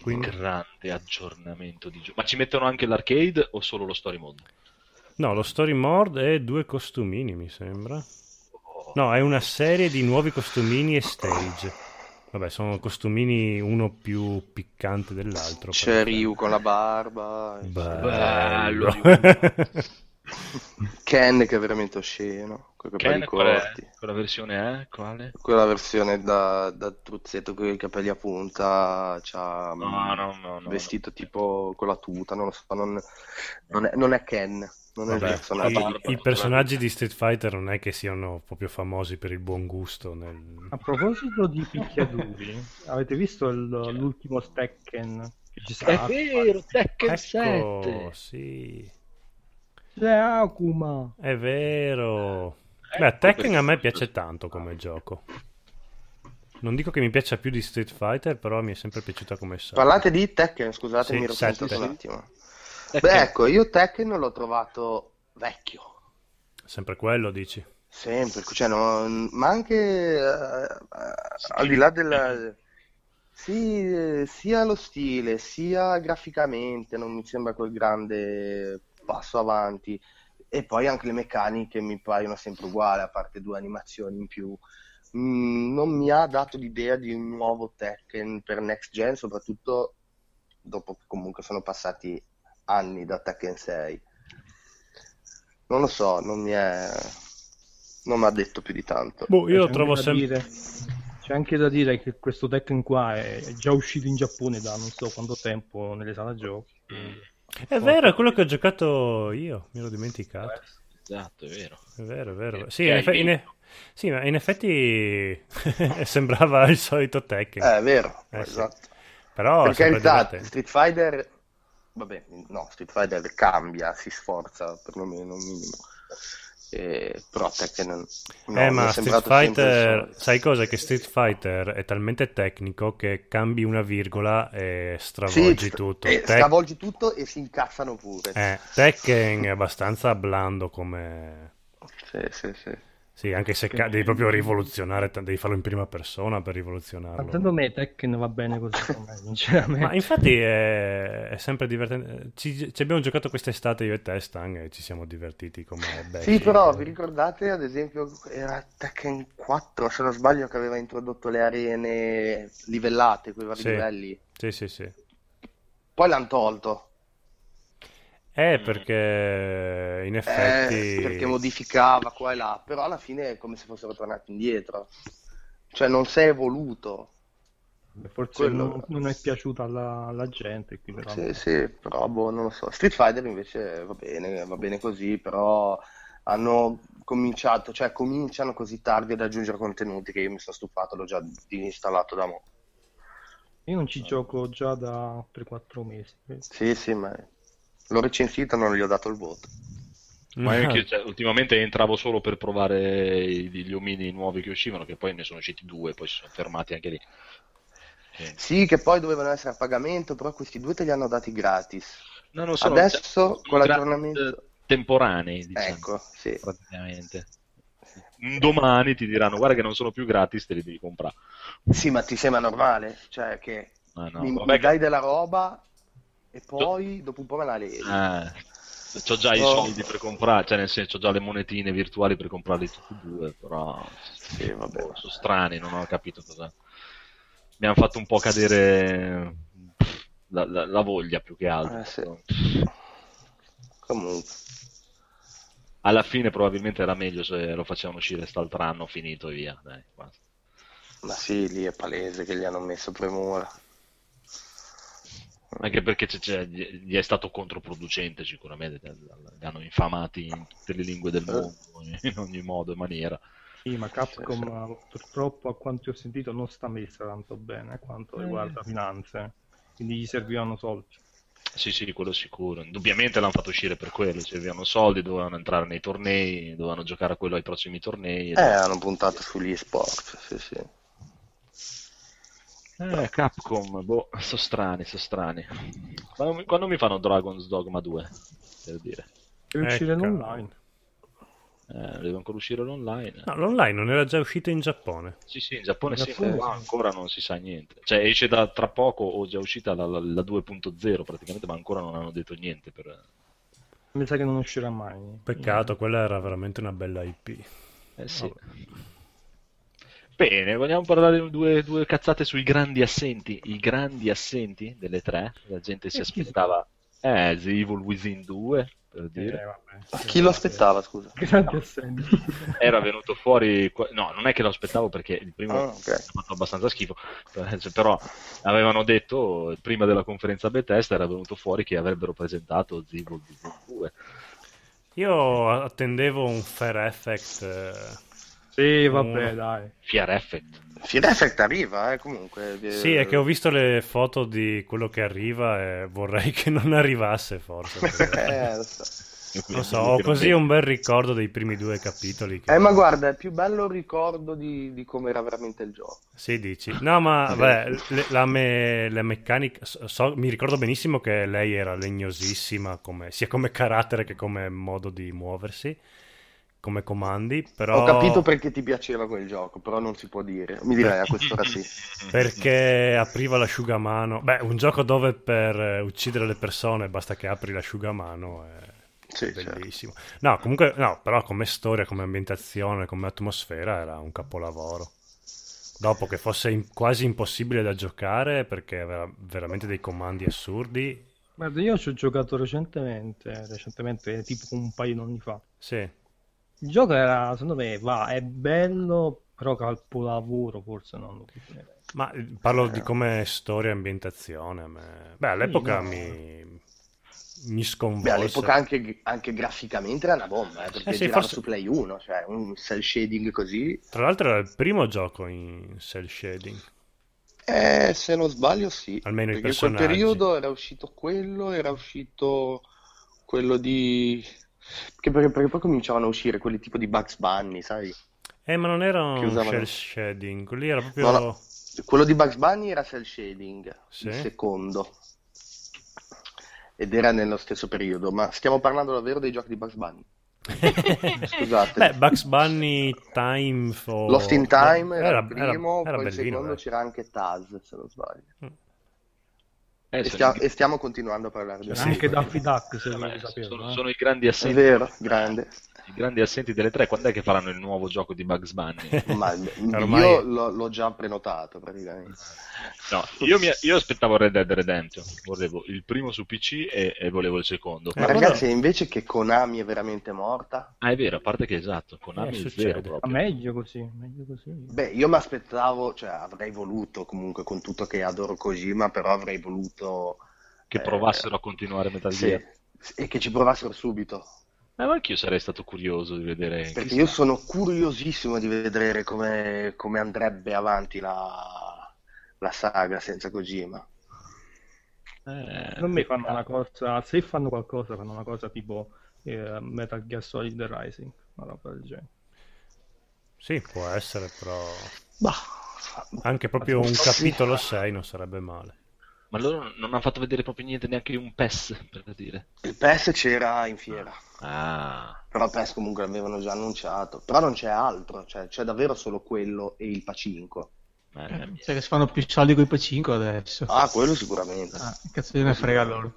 Quindi,
Grande aggiornamento di gioco. Ma ci mettono anche l'arcade o solo lo story mode?
no, lo story mode e due costumini, mi sembra. No, è una serie di nuovi costumini e stage. Vabbè, sono costumini uno più piccante dell'altro.
C'è Ryu con la barba.
Bello. [LAUGHS]
Ken che è veramente osceno. Con i capelli
Ken, qual è?
corti.
Quella versione è? Quale?
Quella versione da, da truzzetto con i capelli a punta. C'ha mm,
No, no, no, no,
vestito tipo con la tuta. Non lo so. Non, non è, non è Ken. Non è il
Vabbè,
personaggio.
i- i, personaggi di Street Fighter non è che siano proprio famosi per il buon gusto. Nel...
A proposito di picchiaduri, avete visto il- l'ultimo Tekken? Che ci
È
sarà?
vero, Tekken
Ecco,
7.
sì,
C'è Akuma.
è vero.
Eh,
Beh, Tekken a me piace tanto come gioco. Non dico che mi piaccia più di Street Fighter, però mi è sempre piaciuta come saga.
Parlate di Tekken, scusate,
Certo. Sì,
mi ero
sette.
confuso un attimo. Beh, ecco, io Tekken l'ho trovato vecchio.
Sempre quello, dici?
Sempre, cioè, no, ma anche eh, al di là della... Sì, eh, sia lo stile, sia graficamente non mi sembra quel grande passo avanti. E poi anche le meccaniche mi paiono sempre uguali, a parte due animazioni in più. Mm, non mi ha dato l'idea di un nuovo Tekken per Next Gen, soprattutto dopo che comunque sono passati anni da Tekken 6. Non lo so, non mi è... non mi ha detto più di tanto.
Boh, io lo
Eh, C'è
trovo
anche da
sempre...
dire- C'è anche da dire che questo Tekken qua è è già uscito in Giappone da non so quanto tempo nelle sale giochi. quindi-
È vero, è quello che ho giocato io, mi ero dimenticato.
Esatto, è vero.
È vero, è vero.
Eh,
Sì, in
hai
effe- in e- sì, ma in effetti [LAUGHS] sembrava il solito Tekken.
Eh, è vero,
Eh, sì.
esatto.
Però è
per
sempre
carità,
divertente.
Street Fighter... Vabbè, no, Street Fighter cambia, si sforza perlomeno un minimo. Eh, però Tekken... no,
eh,
mi
ma Street
è sembrato sempre il
Fighter,
solito.
sai cosa? Che Street Fighter è talmente tecnico che cambi una virgola e stravolgi
Sì,
tutto.
eh,
Tek-
stravolgi tutto e si incazzano pure.
eh, Tekken è abbastanza blando come...
Sì, sì, sì.
Sì, anche se ca- devi proprio rivoluzionare, t- devi farlo in prima persona per rivoluzionarlo.
Tanto a me Tekken va bene così, per me, sinceramente.
[LAUGHS] Ma infatti è, è sempre divertente. Ci, ci abbiamo giocato quest'estate io e te, Stan, e ci siamo divertiti come
Sì,
bestie.
però vi ricordate ad esempio era Tekken 4, se non sbaglio, che aveva introdotto le arene livellate, quei vari
Sì.
livelli.
Sì, sì, sì.
Poi l'hanno tolto,
Eh, perché in
eh,
effetti...
perché modificava qua e là, però alla fine è come se fossero tornati indietro. Cioè non si è evoluto.
Forse
quello-
Cioè, non, non è piaciuta alla, alla gente. Quindi
Sì, sì, però boh, non lo so. Street Fighter invece va bene, va bene così, però hanno cominciato, cioè cominciano così tardi ad aggiungere contenuti che io mi sono stufato, l'ho già disinstallato da mo'.
Io non ci gioco già da 3-4 mesi.
Sì, sì, ma l'ho recensita, non gli ho dato il voto.
Ma anche io, cioè, ultimamente entravo solo per provare i- gli omini nuovi che uscivano, che poi ne sono usciti due, poi si sono fermati anche lì.
Sì, che poi dovevano essere a pagamento, però questi due te li hanno dati gratis.
No, cioè, no, sono-
Adesso con
gratis,
l'aggiornamento...
Temporanei, diciamo. Ecco,
sì.
Praticamente. Un Domani ti diranno, guarda che non sono più gratis, te li devi comprare.
Sì, ma ti sembra normale? Cioè che
Ma "Ah, no,
mi, mi
vabbè che-
dai della roba e poi dopo un po' me la levi.
Ah. ho Eh. già i
Oh.
soldi per comprare, cioè nel senso, ho già le monetine virtuali per comprarli tutti e due, però boh, sono strani, non ho capito cosa. Mi hanno fatto un po' cadere la, la- la voglia più che altro.
Comunque.
Alla fine probabilmente era meglio se lo facevano uscire st'altro anno, finito e via. Dai, basta.
Ma sì, lì è palese che gli hanno messo premura.
Anche perché c'è- c'è- gli gli è stato controproducente sicuramente, li hanno infamati in tutte le lingue del mondo, in ogni modo e maniera.
Sì, ma Capcom purtroppo a quanto ho sentito eh,
Eh.
non sta messa tanto bene a quanto riguarda finanze, quindi gli servivano soldi.
Sì, sì, quello sicuro. Indubbiamente l'hanno fatto uscire per quello. Servivano soldi, dovevano entrare nei tornei, dovevano giocare a quello ai prossimi tornei.
Eh, hanno puntato sugli sport, sì, sì.
Eh, Capcom, boh, sono strani, sono strani. Quando mi, quando mi fanno Dragon's Dogma 2? Per dire. Ecco.
Deve
Cioè,
uscire l'online.
Eh, deve ancora uscire l'online.
No, l'online non era già uscito in Giappone.
Sì, sì, in Giappone
In
sì, eh,
Giappone
ma
sì.
ancora non si sa niente. Cioè, esce da tra poco o già uscita la, la- la 2.0 praticamente, ma ancora non hanno detto niente per...
Mi sa che non uscirà mai.
Peccato, quella era veramente una bella IP.
Eh sì. Bene, vogliamo parlare di due, due cazzate sui grandi assenti. I grandi assenti delle tre, la gente si aspettava eh, The Evil Within 2, per dire.
Ma chi lo aspettava, scusa?
Grande assenti.
Era venuto fuori, qua- no, non è che lo aspettavo perché il primo
Ah,
ha fatto abbastanza schifo, Cioè, però avevano detto prima della conferenza Bethesda era venuto fuori che avrebbero presentato The Evil Within 2.
Io attendevo un Fair Effect. eh,
Sì,
un-
dai.
Fear Effect.
Fear Effect arriva, eh, comunque. eh,
Sì, è che ho visto le foto di quello che arriva e vorrei [LAUGHS] che non arrivasse forse. perché-
[LAUGHS] Eh,
[LAUGHS]
lo so.
Non so, ho così un bel ricordo dei primi due capitoli. Che...
Eh, ma guarda, è più bello il ricordo di, di come era veramente il gioco.
Sì, dici. No,
[LAUGHS]
ma beh, le- la, me- la meccanica. so- so- mi ricordo benissimo che lei era legnosissima, come- sia come carattere che come modo di muoversi, come comandi. Però...
Ho capito perché ti piaceva quel gioco, però non si può dire. Mi direi a quest'ora [LAUGHS] sì.
Perché apriva l'asciugamano. Beh, un gioco dove per eh, uccidere le persone basta che apri l'asciugamano è
certo.
bellissimo. No, comunque, no, però come storia, come ambientazione, come atmosfera era un capolavoro. Dopo che fosse in- quasi impossibile da giocare perché aveva veramente dei comandi assurdi.
Guarda, io ci ho giocato recentemente, recentemente, tipo un paio di anni fa.
Sì.
Il gioco era, secondo me, va, è bello, però capolavoro forse non lo
Ma eh, parlo di come storia e ambientazione. a me- Beh, all'epoca
no.
mi, mi
Beh,
sconvolse.
all'epoca anche, anche graficamente era una bomba, eh, perché
Eh sì,
girava
forse-
su Play 1, cioè un cel shading così.
Tra l'altro era il primo gioco in cell shading.
Eh, se non sbaglio sì.
Almeno i
Perché in quel
personaggi.
periodo era uscito quello, era uscito quello di... Perché, perché- perché poi cominciavano a uscire quelli tipo di Bugs Bunny, sai?
Eh, ma non era
Che
un
usavano-
cell shading, lì era proprio...
No, no. Quello di Bugs Bunny era cel shading,
Sì.
il secondo. Ed era nello stesso periodo, ma stiamo parlando davvero dei giochi di Bugs
[LAUGHS]
Bunny. Scusate.
Beh, Bugs Bunny Time for...
Lost in Time
Beh,
era, il primo,
era
poi il
bellino,
secondo
beh.
c'era anche Taz, se non sbaglio.
Eh,
e,
sono
stia-
i-
e stiamo continuando a parlare di
C'era
Bugs
anche
Bunny.
Daffy Duck, se
Vabbè,
volete sapere.
sono,
eh.
sono i grandi
È
assenti.
vero, grande.
I grandi assenti delle tre, quando è che faranno il nuovo gioco di Bugs Bunny?
[LAUGHS] Ma
Ormai-
io l'ho, l'ho già prenotato praticamente.
No, io, mi- io aspettavo Red Dead Redemption, volevo il primo su PC e, e volevo il secondo.
Ma ragazzi, invece che Konami è veramente morta?
Ah, è vero, a parte che esatto, Konami
Eh,
è zero proprio.
Ma meglio così, meglio così.
Beh, io mi aspettavo, cioè avrei voluto comunque con tutto che adoro Kojima, però avrei voluto
Che
eh,
provassero a continuare Metal
sì,
Gear.
e che ci provassero subito.
Eh, ma anch'io sarei stato curioso di vedere...
Perché
chissà.
io sono curiosissimo di vedere come, come andrebbe avanti la, la saga senza Kojima.
Eh,
Non mi fanno una cosa, se fanno qualcosa, fanno una cosa tipo eh, Metal Gear Solid Rising, una roba del genere.
Sì, può essere, però...
Bah.
Anche proprio un capitolo 6 non sarebbe male.
Ma loro non hanno fatto vedere proprio niente, neanche un PES, per dire.
Il PES c'era in fiera,
Ah,
però PES comunque l'avevano già annunciato, però non c'è altro, cioè c'è davvero solo quello e il Pacinco.
Sai Cioè, che si fanno più soldi con i P5 adesso.
Ah, quello sicuramente.
Ah, che cazzo ne frega loro.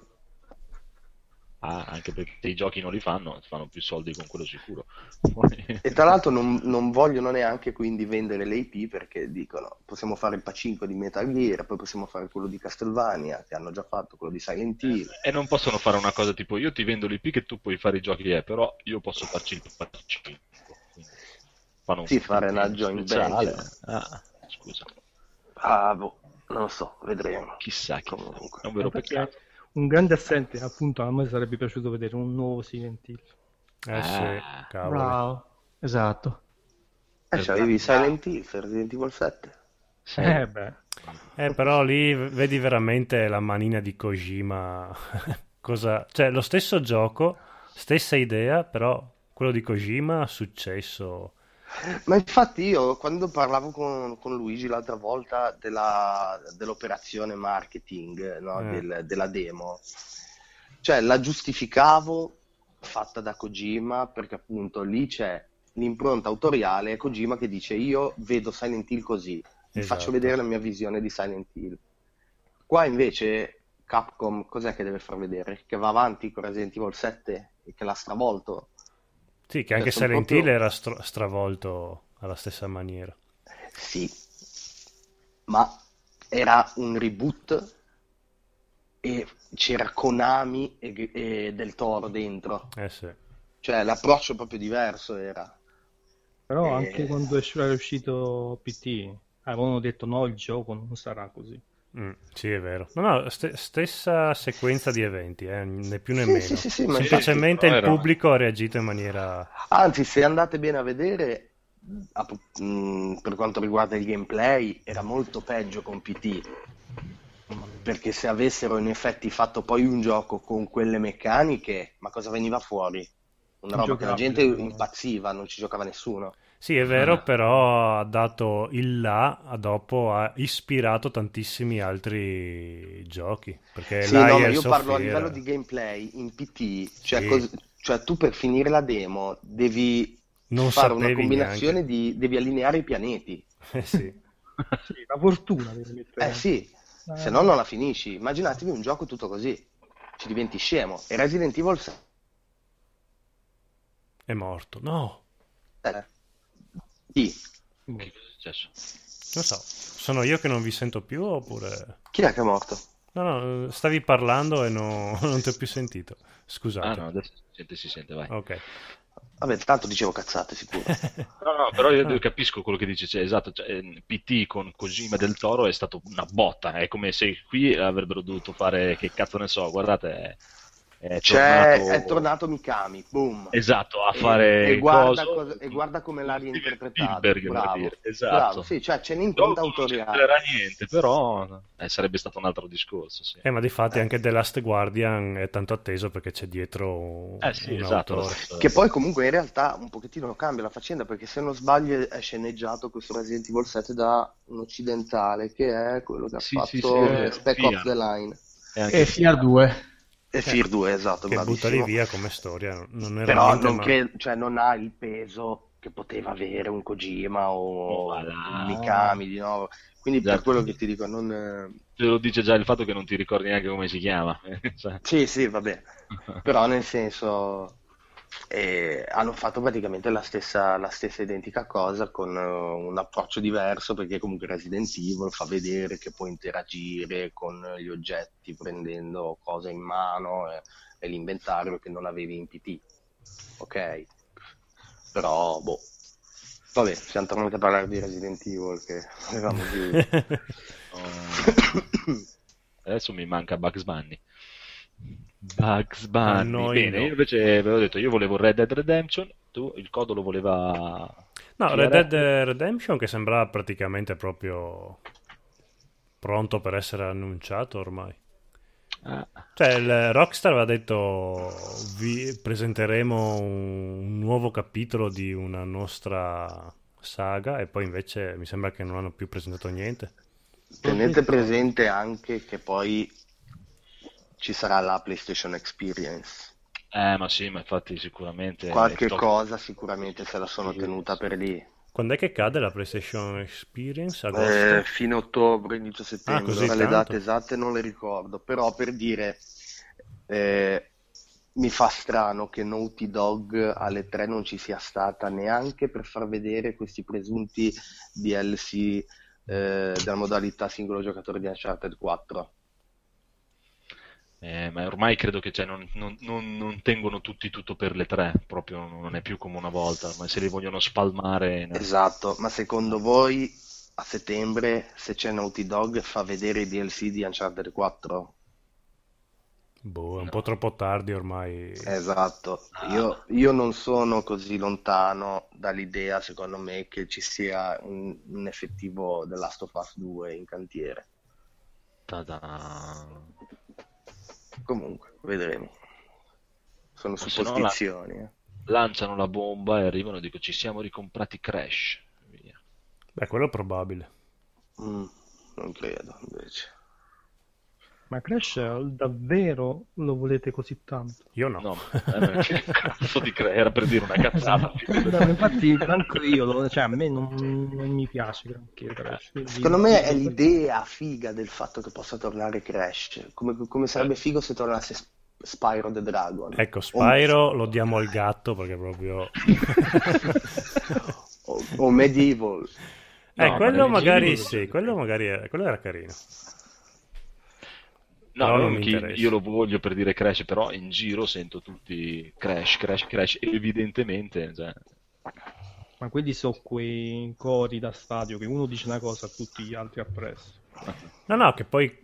ah, anche perché i giochi non li fanno, fanno più soldi con quello sicuro. [LAUGHS]
E tra l'altro non, non vogliono neanche quindi vendere le IP perché dicono possiamo fare il Pacinco di Metal Gear, poi possiamo fare quello di Castlevania, che hanno già fatto, quello di Silent
Eh
Hill.
E non possono fare una cosa tipo io ti vendo l'IP che tu puoi fare i giochi eh, però io posso farci il paccino. Fanno un
Sì, fare una joint
speciale.
venture.
Ah, scusa,
Ah, boh, non lo so, vedremo.
chissà Ah, che è un
Ma
vero
infatti
peccato.
è Eh, Un grande assente, appunto, a me sarebbe piaciuto vedere un nuovo Silent Hill.
Eh sì,
Ah,
cavolo.
Esatto.
Eh, c'avevi Silent Hill, Resident Evil 7.
Sì.
esatto. Eh beh,
Eh, però lì v- vedi veramente la manina di Kojima. [LAUGHS] Cosa... Cioè, lo stesso gioco, stessa idea, però quello di Kojima ha successo.
Ma infatti io quando parlavo con, con Luigi l'altra volta della- dell'operazione marketing, no,
Eh.
del- della demo, cioè la giustificavo fatta da Kojima perché appunto lì c'è l'impronta autoriale Kojima che dice io vedo Silent Hill così, vi
Esatto.
faccio vedere la mia visione di Silent Hill. Qua invece Capcom cos'è che deve far vedere? Che va avanti con Resident Evil 7 e che l'ha stravolto.
Sì, che anche
Cioè, sono
Silent
proprio-
Hill era stra- stravolto alla stessa maniera.
Sì, ma era un reboot e c'era Konami e, e Del Toro dentro.
Eh sì.
Cioè l'approccio proprio diverso era.
Però
Eh.
anche quando es- era uscito PT avevano detto no, il gioco non sarà così.
Mm, sì, è vero. No, no, ste- stessa sequenza di eventi, eh, né più né
Sì,
meno.
sì, sì, sì, ma certo.
Semplicemente
infatti,
il
però era-
pubblico ha reagito in maniera...
Anzi, se andate bene a vedere, a- mh, per quanto riguarda il gameplay, era molto peggio con PT. Perché se avessero in effetti fatto poi un gioco con quelle meccaniche, ma cosa veniva fuori? Una roba che la gente
Ingiocabile.
impazziva, non ci giocava nessuno.
Sì, è vero,
Ah.
però ha dato il là, a dopo ha ispirato tantissimi altri giochi. Perché
Sì, no, ma
l'Ayers
io
of
parlo a
Fear-
livello di gameplay in PT, cioè,
Sì.
cos- cioè tu per finire la demo devi
Non
fare una
sapevi
combinazione di devi allineare i pianeti.
Eh
[LAUGHS]
sì.
la fortuna devi mettere.
Eh sì,
Eh.
se no non la finisci. Immaginatevi un gioco tutto così, ci diventi scemo. E Resident Evil se-
È morto. No,
eh, sì.
non so. Sono io che non vi sento più oppure...
Chi è che è morto?
No, no, stavi parlando e no- [LAUGHS] non ti ho più sentito. Scusate.
Ah no, adesso si sente, si sente, vai.
Esatto. Ok.
Vabbè, tanto dicevo cazzate, sicuro.
[LAUGHS] No, no, però io capisco quello che dice, cioè, esatto, cioè, eh, PT con Kojima del Toro è stato una botta, è come se qui avrebbero dovuto fare, che cazzo ne so, guardate, è, è
C'è,
tornato...
Cioè, è tornato Mikami, boom.
Esatto, a
E-
fare
e, guarda
coso,
cosa- e guarda come l'ha reinterpretato.
Spielberg, vuol
bravo,
dire. Esatto.
bravo, sì, cioè c'è l'impronta
Non
autoriale.
era niente, però eh, sarebbe stato un altro discorso, sì.
Eh, ma di fatti anche The Last Guardian è tanto atteso perché c'è dietro un,
Eh sì,
un
esatto.
autore.
Che poi comunque in realtà un pochettino cambia la faccenda perché se non sbaglio è sceneggiato questo Resident Evil 7 da un occidentale che è quello che ha
Sì,
fatto
sì, sì, eh,
Spec
via.
Ops The Line.
E Fear 2.
E Fear 2, esatto,
Eh, Che
bravissimo.
buttali via come storia. Non era
Però
niente,
non,
ma-
cre- cioè, non ha il peso che poteva avere un Kojima o un Mikami di nuovo. Quindi per
Esatto.
quello che ti dico, non... eh,
Te lo dice già il fatto che non ti ricordi neanche come si chiama. [LAUGHS] Cioè,
Sì, sì, vabbè. Però nel senso eh, hanno fatto praticamente la stessa, la stessa identica cosa con eh, un approccio diverso perché comunque Resident Evil fa vedere che puoi interagire con gli oggetti prendendo cose in mano e, e l'inventario che non avevi in PT. Ok. Però, boh. Vabbè, siamo tornati a parlare di Resident Evil che avevamo chiuso. [COUGHS]
no. Adesso mi manca Bugs Bunny. Bugs
A
Bunny.
noi
Bene,
no.
io invece ve l'ho detto, io volevo Red Dead Redemption, tu il codo lo voleva...
No,
chi
Red
era?
Dead Redemption che sembrava praticamente proprio pronto per essere annunciato ormai.
Ah.
Cioè, il Rockstar aveva detto vi presenteremo un, un nuovo capitolo di una nostra saga e poi invece mi sembra che non hanno più presentato niente.
Tenete presente anche che poi ci sarà la PlayStation Experience.
Eh, ma sì, ma infatti sicuramente...
Qualche
sto-
cosa sicuramente se la sono tenuta per lì.
Quando è che cade la PlayStation Experience? Agosto?
Eh, fine ottobre, inizio
Ah,
settembre.
così
Ora le
tanto?
date esatte non le ricordo, però per dire eh, mi fa strano che Naughty Dog alle 3 non ci sia stata neanche per far vedere questi presunti DLC eh, della modalità singolo giocatore di Uncharted 4.
Eh, ma ormai credo che cioè, non, non- non- non tengono tutti tutto per le tre, proprio non è più come una volta, ma se li vogliono spalmare... in-
Esatto, ma secondo voi a settembre se c'è Naughty Dog fa vedere i DLC di Uncharted 4?
Boh, è un po' troppo tardi ormai.
Esatto, io, io non sono così lontano dall'idea, secondo me, che ci sia un, un effettivo The Last of Us 2 in cantiere. Comunque, vedremo. Sono
O se no la-
supposizioni. eh.
Lanciano la bomba e arrivano e dico ci siamo ricomprati Crash.
Beh, quello è probabile.
Mm, non credo, invece.
Ma Crash davvero lo volete così tanto?
Io no.
eh, che cazzo di Crash? Era per dire una
[LAUGHS]
[LAUGHS]
cazzata.
No, infatti, anche io, lo- cioè, a me non, non mi piace granché Crash. quindi-
Eh, Secondo me è l'idea figa del fatto che possa tornare Crash. Come, come sarebbe figo se tornasse Sp- Spyro the Dragon.
Ecco, Spyro lo diamo al gatto perché proprio...
O, o Medieval.
Eh,
No,
quello
ma-
magari sì, quello magari era, quello era carino.
No,
Però
non
non mi
che
interessa.
io lo voglio per dire Crash, però in giro sento tutti Crash, Crash, Crash, evidentemente. cioè,
Eh,
Ma quelli sono quei cori da stadio che uno dice una cosa a tutti gli altri appresso.
No, no, che poi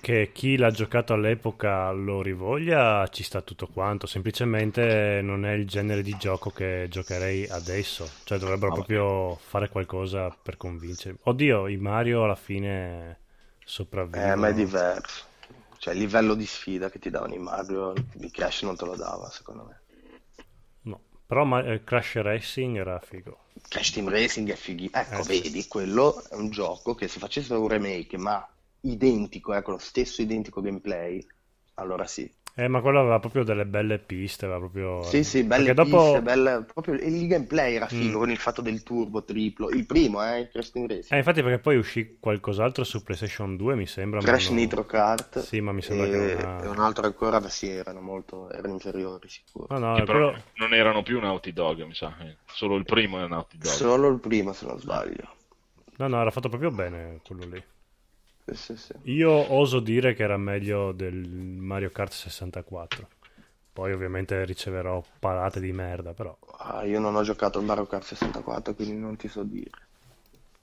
che chi l'ha giocato all'epoca lo rivoglia, ci sta tutto quanto, semplicemente non è il genere di gioco che giocherei adesso, cioè dovrebbero
Ah, vabbè.
proprio fare qualcosa per convincere. Oddio, i Mario alla fine sopravvivono.
Eh, ma è diverso. Cioè, il livello di sfida che ti davano i Mario, di Crash non te lo dava, secondo me.
No, però ma- eh, Crash Racing era figo.
Crash Team Racing è fighi. Ecco, vedi, quello è un gioco che se facessero un remake, ma identico, ecco, lo stesso identico gameplay, allora sì.
Eh, ma quello aveva proprio delle belle piste, aveva proprio...
Sì, sì, belle
Perché dopo...
piste, belle- proprio il gameplay era figo
Mm.
con il fatto del turbo triplo, il primo, eh, il Crash Team Racing.
Eh, infatti perché poi uscì qualcos'altro su PlayStation 2, mi sembra. ma
Crash
non-
Nitro Kart
Sì, ma mi sembra
e,
che non ha-
e un altro ancora, beh, sì, erano molto, erano inferiori, sicuro.
No, no,
che
eh,
però
quello-
non erano più Naughty Dog, mi sa. eh. Solo il primo era Naughty Dog.
Solo il primo, se non sbaglio.
no, no, era fatto proprio bene quello lì.
Sì, sì, sì.
Io oso dire che era meglio del Mario Kart 64. Poi ovviamente riceverò parate di merda, però...
Ah, io non ho giocato al Mario Kart 64, quindi non ti so dire.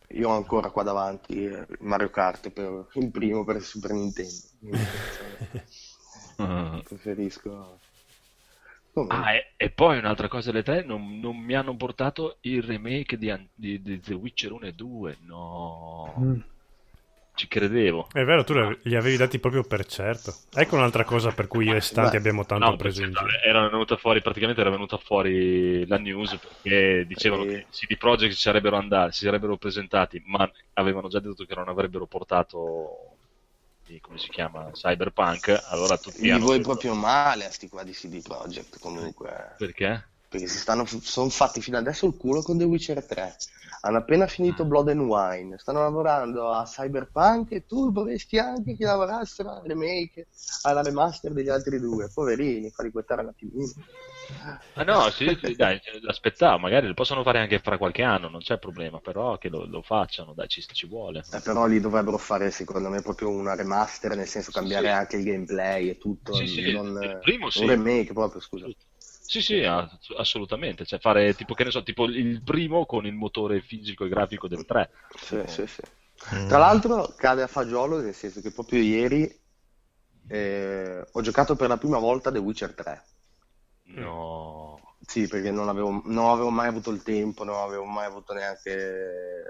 Io ho ancora qua davanti eh, Mario Kart per, il primo per Super Nintendo. Quindi,
Mm.
insomma, Preferisco.
Ah, e, e poi un'altra cosa delle tre, non, non mi hanno portato il remake di, An- di- di The Witcher 1 e 2, no.
Mm.
Ci credevo.
È vero, tu le- li avevi dati proprio per certo. Ecco un'altra cosa per cui io e Stanti
Beh,
abbiamo tanto
no,
preso in
perché
giro.
Era venuta fuori, praticamente era venuta fuori la news perché dicevano che CD Projekt si sarebbero andati, si sarebbero presentati, ma avevano già detto che non avrebbero portato eh, come si chiama Cyberpunk, allora tutti
Gli
hanno
vuoi
detto,
proprio male a sti qua di CD Projekt comunque.
perché?
Perché si stanno, sono fatti fino adesso il culo con The Witcher 3. Hanno appena finito Blood and Wine. Stanno lavorando a Cyberpunk e tu vorresti anche che lavorassero al remake, alla remaster degli altri due. Poverini, fai guettare un attimino.
Ah no, sì, sì, dai, aspettavo, magari lo possono fare anche fra qualche anno, non c'è problema, però che lo, lo facciano, dai, ci, ci vuole.
Eh, però lì dovrebbero fare, secondo me, proprio una remaster, nel senso cambiare anche il gameplay e tutto.
Sì, sì,
non- eh,
il primo sì.
Un remake proprio, scusa.
Sì, sì, a- assolutamente. Cioè, fare tipo, che ne so, tipo il primo con il motore fisico e grafico del 3.
Sì, sì, sì. Tra l'altro cade a fagiolo, nel senso che proprio ieri eh, ho giocato per la prima volta The Witcher 3.
No.
Sì, perché non avevo, non avevo mai avuto il tempo, non avevo mai avuto neanche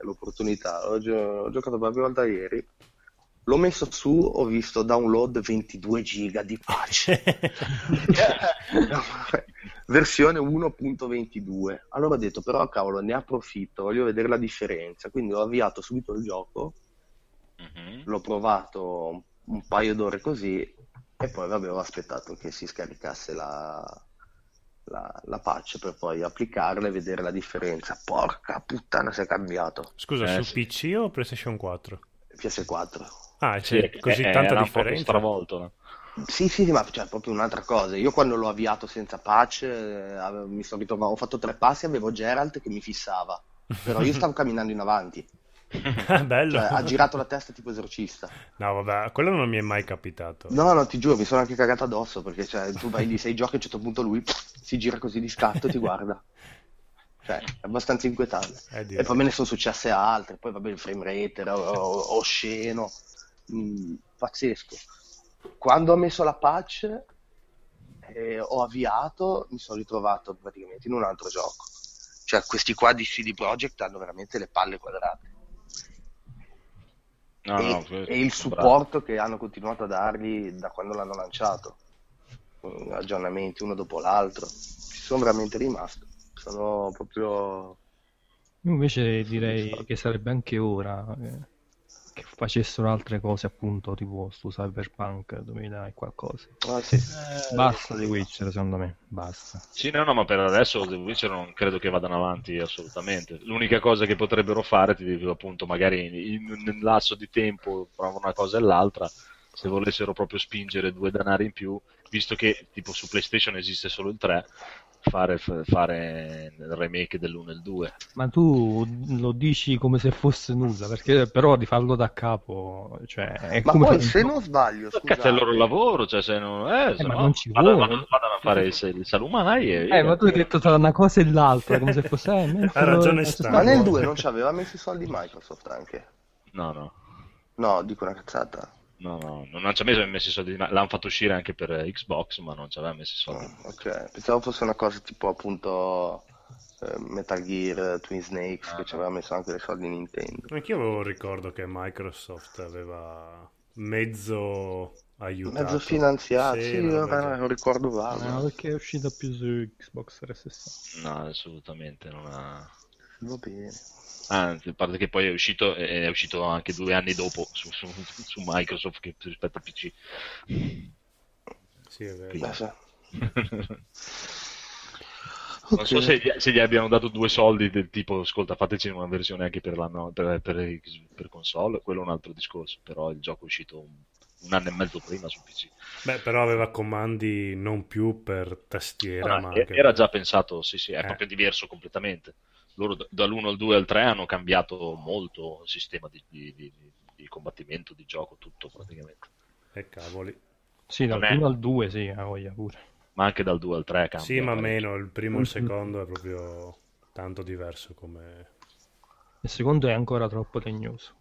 l'opportunità. Ho, gio- ho giocato per la prima volta ieri. L'ho messo su, ho visto download 22 giga di
Ah,
pace.
cioè.
[LAUGHS] Versione 1.22. Allora ho detto, però cavolo, ne approfitto, voglio vedere la differenza. Quindi ho avviato subito il gioco,
Mhm.
l'ho provato un- un paio d'ore così e poi vabbè, ho aspettato che si scaricasse la, la, la patch per poi applicarla e vedere la differenza. Porca puttana, si è cambiato.
Scusa,
Eh,
su PC o PlayStation 4?
PS4.
Ah, e c'è così tanta differenza? [LAUGHS]
Sì, sì, sì, ma c'è proprio un'altra cosa. Io quando l'ho avviato senza patch, eh, avevo- mi sono ritrovato, ho fatto tre passi e avevo Geralt che mi fissava. Però
[LAUGHS]
io stavo camminando in avanti.
Bello.
Cioè, ha girato la testa tipo esorcista.
No, vabbè, quello non mi è mai capitato.
No, no, ti giuro, mi sono anche cagato addosso perché cioè, tu vai lì, sei giochi, a un certo punto lui [LAUGHS] pff, si gira così di scatto e ti guarda. Cioè, è abbastanza inquietante.
Eh, direi.
e poi me ne sono successe altre, poi vabbè il frame rate era o- o- osceno, mm, pazzesco. quando ho messo la patch e ho avviato, mi sono ritrovato praticamente in un altro gioco. Cioè, questi qua di CD Projekt hanno veramente le palle quadrate.
No,
e,
no, questo-
e il supporto che hanno continuato a dargli da quando l'hanno lanciato. Mm, Aggiornamenti uno dopo l'altro. Ci sono veramente rimasto. Sono proprio
Io invece direi che sarebbe anche ora eh, che facessero altre cose, appunto, tipo su Cyberpunk 2000 e qualcosa. Basta The Witcher, secondo me, basta.
Sì, no, no, ma per adesso The Witcher non credo che vadano avanti assolutamente. L'unica cosa che potrebbero fare, ti dico appunto, magari in un lasso di tempo fra una cosa e l'altra, se volessero proprio spingere due danari in più, visto che tipo su PlayStation esiste solo il 3, fare, f- fare il remake dell'1 e il 2.
Ma tu lo dici come se fosse nulla, perché però di farlo da capo, cioè, è
Ma
come
poi
fare-
se non sbaglio,
Cazzo, è il
scusate,
loro lavoro, cioè se non... Eh, se
ma
no,
non ci
vadano,
vuole.
vadano- vadano a fare il, il salumai e...
Eh, ma tu hai detto tra una cosa e l'altra, come se fosse... eh, mettilo-
ma nel 2
Eh,
non ci aveva messo i soldi Microsoft anche.
No, no.
No, dico una cazzata.
No, no, non ci ha messo, messo i soldi, ma l'hanno fatto uscire anche per eh, Xbox, ma non ci aveva messo i soldi.
Ok, pensavo fosse una cosa tipo appunto eh, Metal Gear, eh, Twin Snakes che ci aveva messo anche dei soldi Nintendo.
Anch'io avevo il ricordo che Microsoft aveva mezzo aiutato.
Mezzo finanziato, sì,
no,
vabbè, non ricordo vago.
No, perché è uscita più su Xbox 360.
Mm.
No, assolutamente non ha...
Va bene.
Anzi, a parte che poi è uscito, è uscito anche due anni dopo su, su- su Microsoft che rispetto a PC.
Sì, è vero.
Quindi-
Ok.
[LAUGHS] Non so se gli, se gli abbiano dato due soldi del tipo, ascolta, fateci una versione anche per, la no- per, per- per console, quello è un altro discorso, però il gioco è uscito un, un anno e mezzo prima su PC.
Beh, però aveva comandi non più per tastiera,
Ah,
ma Eh.
e-
anche
era già pensato, sì, sì, è proprio diverso completamente. Loro d- dall'1 al 2 al 3 hanno cambiato molto il sistema di, di- di- di- di combattimento, di gioco, tutto praticamente.
E Eh, cavoli.
Sì, dal
Vabbè.
1 al 2, sì, ha voglia pure.
Ma anche dal 2 al 3 cambia.
Sì, ma
parecchio.
meno, il primo e
[LAUGHS]
il
Mhm.
secondo è proprio tanto diverso come...
Il secondo è ancora troppo tegnoso.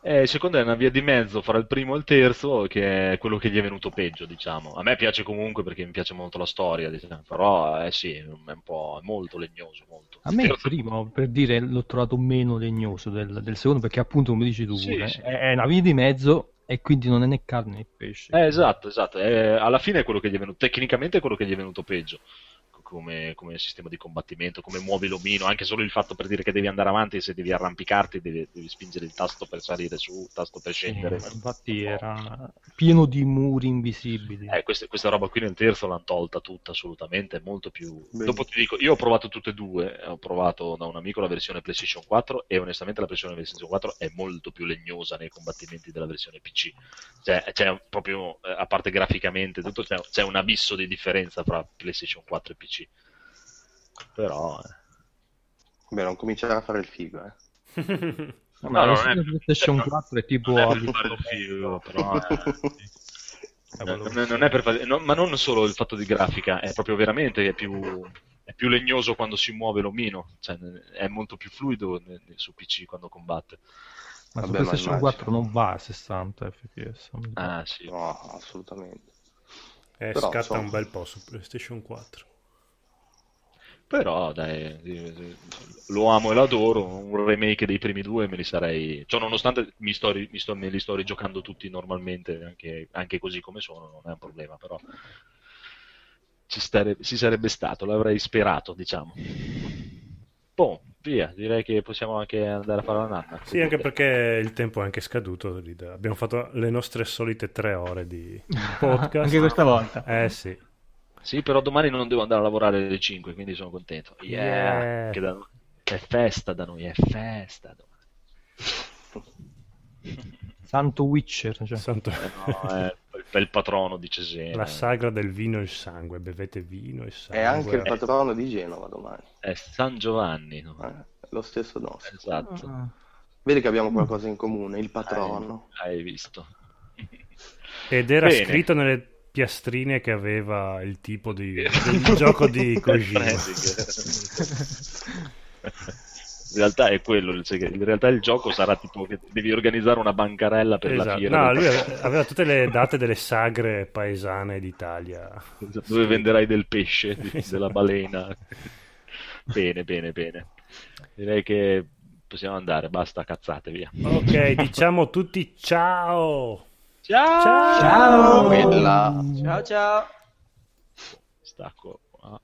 Eh, il secondo è una via di mezzo fra il primo e il terzo, che è quello che gli è venuto peggio, diciamo. A me piace comunque perché mi piace molto la storia, diciamo, però eh, sì, è un po' è molto legnoso, molto.
A me il primo, per dire, l'ho trovato meno legnoso del, del secondo, perché appunto, come dici tu,
Sì,
pure,
sì.
È, è una via di mezzo e quindi non è né carne né pesce.
Eh, esatto, esatto. Eh, alla fine è quello che gli è venuto, tecnicamente è quello che gli è venuto peggio. co- Come, come sistema di combattimento, come muovi l'omino, anche solo il fatto per dire che devi andare avanti, se devi arrampicarti, devi, devi spingere il tasto per salire su, tasto per scendere.
ma Eh, infatti era pieno di muri invisibili.
Eh, queste- questa roba qui nel terzo l'hanno tolta tutta assolutamente, è molto più...
Bene.
Dopo ti dico, io ho provato tutte e due, eh, ho provato da un amico la versione PlayStation 4 e onestamente la versione PlayStation 4 è molto più legnosa nei combattimenti della versione PC. Cioè, c'è proprio, eh, a parte graficamente, tutto, c'è, c'è un abisso di differenza tra PlayStation 4 e PC. Però... eh.
Beh, non cominciare a fare il figo, eh.
No,
No,
ma la
non è-
versione PlayStation 4 è tipo...
non è per farlo
[LAUGHS]
figo, però,
[LAUGHS]
eh, No, non- non è per fare- no, ma non solo il fatto di grafica, è proprio veramente è più, è più legnoso quando si muove l'omino, cioè, è molto più fluido ne- ne- su PC quando combatte.
Ma
Vabbè,
su
ma
PlayStation
immagino.
4 non va a 60 fps. non mi ricordo.
Ah, sì.
No, assolutamente.
Eh,
Però,
scatta
insomma.
un bel po' su PlayStation 4.
Però dai, eh, lo amo e l'adoro, un remake dei primi due me li sarei... Cioè, nonostante mi sto, ri- mi sto- me li sto rigiocando tutti normalmente, anche, anche così come sono, non è un problema, però ci, stare- ci sarebbe stato, l'avrei sperato, diciamo. Boh, via, direi che possiamo anche andare a fare la nanna.
Sì, anche perché il tempo è anche scaduto. lì da- Abbiamo fatto le nostre solite tre ore di podcast.
Anche questa
volta. Eh sì.
Sì, però domani non devo andare a lavorare alle 5, quindi sono contento. Yeah!
Yeah.
Che da- È festa da noi, è festa.
Santo Witcher. Cioè.
No, eh. è il bel patrono di Cesena.
La sagra del vino e il sangue. Bevete vino e sangue.
È Eh, anche il patrono di Genova domani. Eh,
È San Giovanni.
lo stesso nostro.
Esatto.
Vedi che abbiamo qualcosa in comune, il patrono.
Hai visto.
Ed era
Bene.
scritto nelle piastrine che aveva il tipo di del gioco di Kojima.
Prending. In realtà è quello, cioè che in realtà il gioco sarà tipo che devi organizzare una bancarella per la
Esatto.
fiera.
No,
del-
lui ave- aveva tutte le date delle sagre paesane d'Italia.
Dove venderai del pesce, di-
Esatto.
della balena. bene, bene, bene. Direi che possiamo andare, basta cazzate, via. [LAUGHS]
Ok, diciamo tutti ciao.
Ciao.
Ciao.
Bella.
Ciao ciao.
Stacco. qua.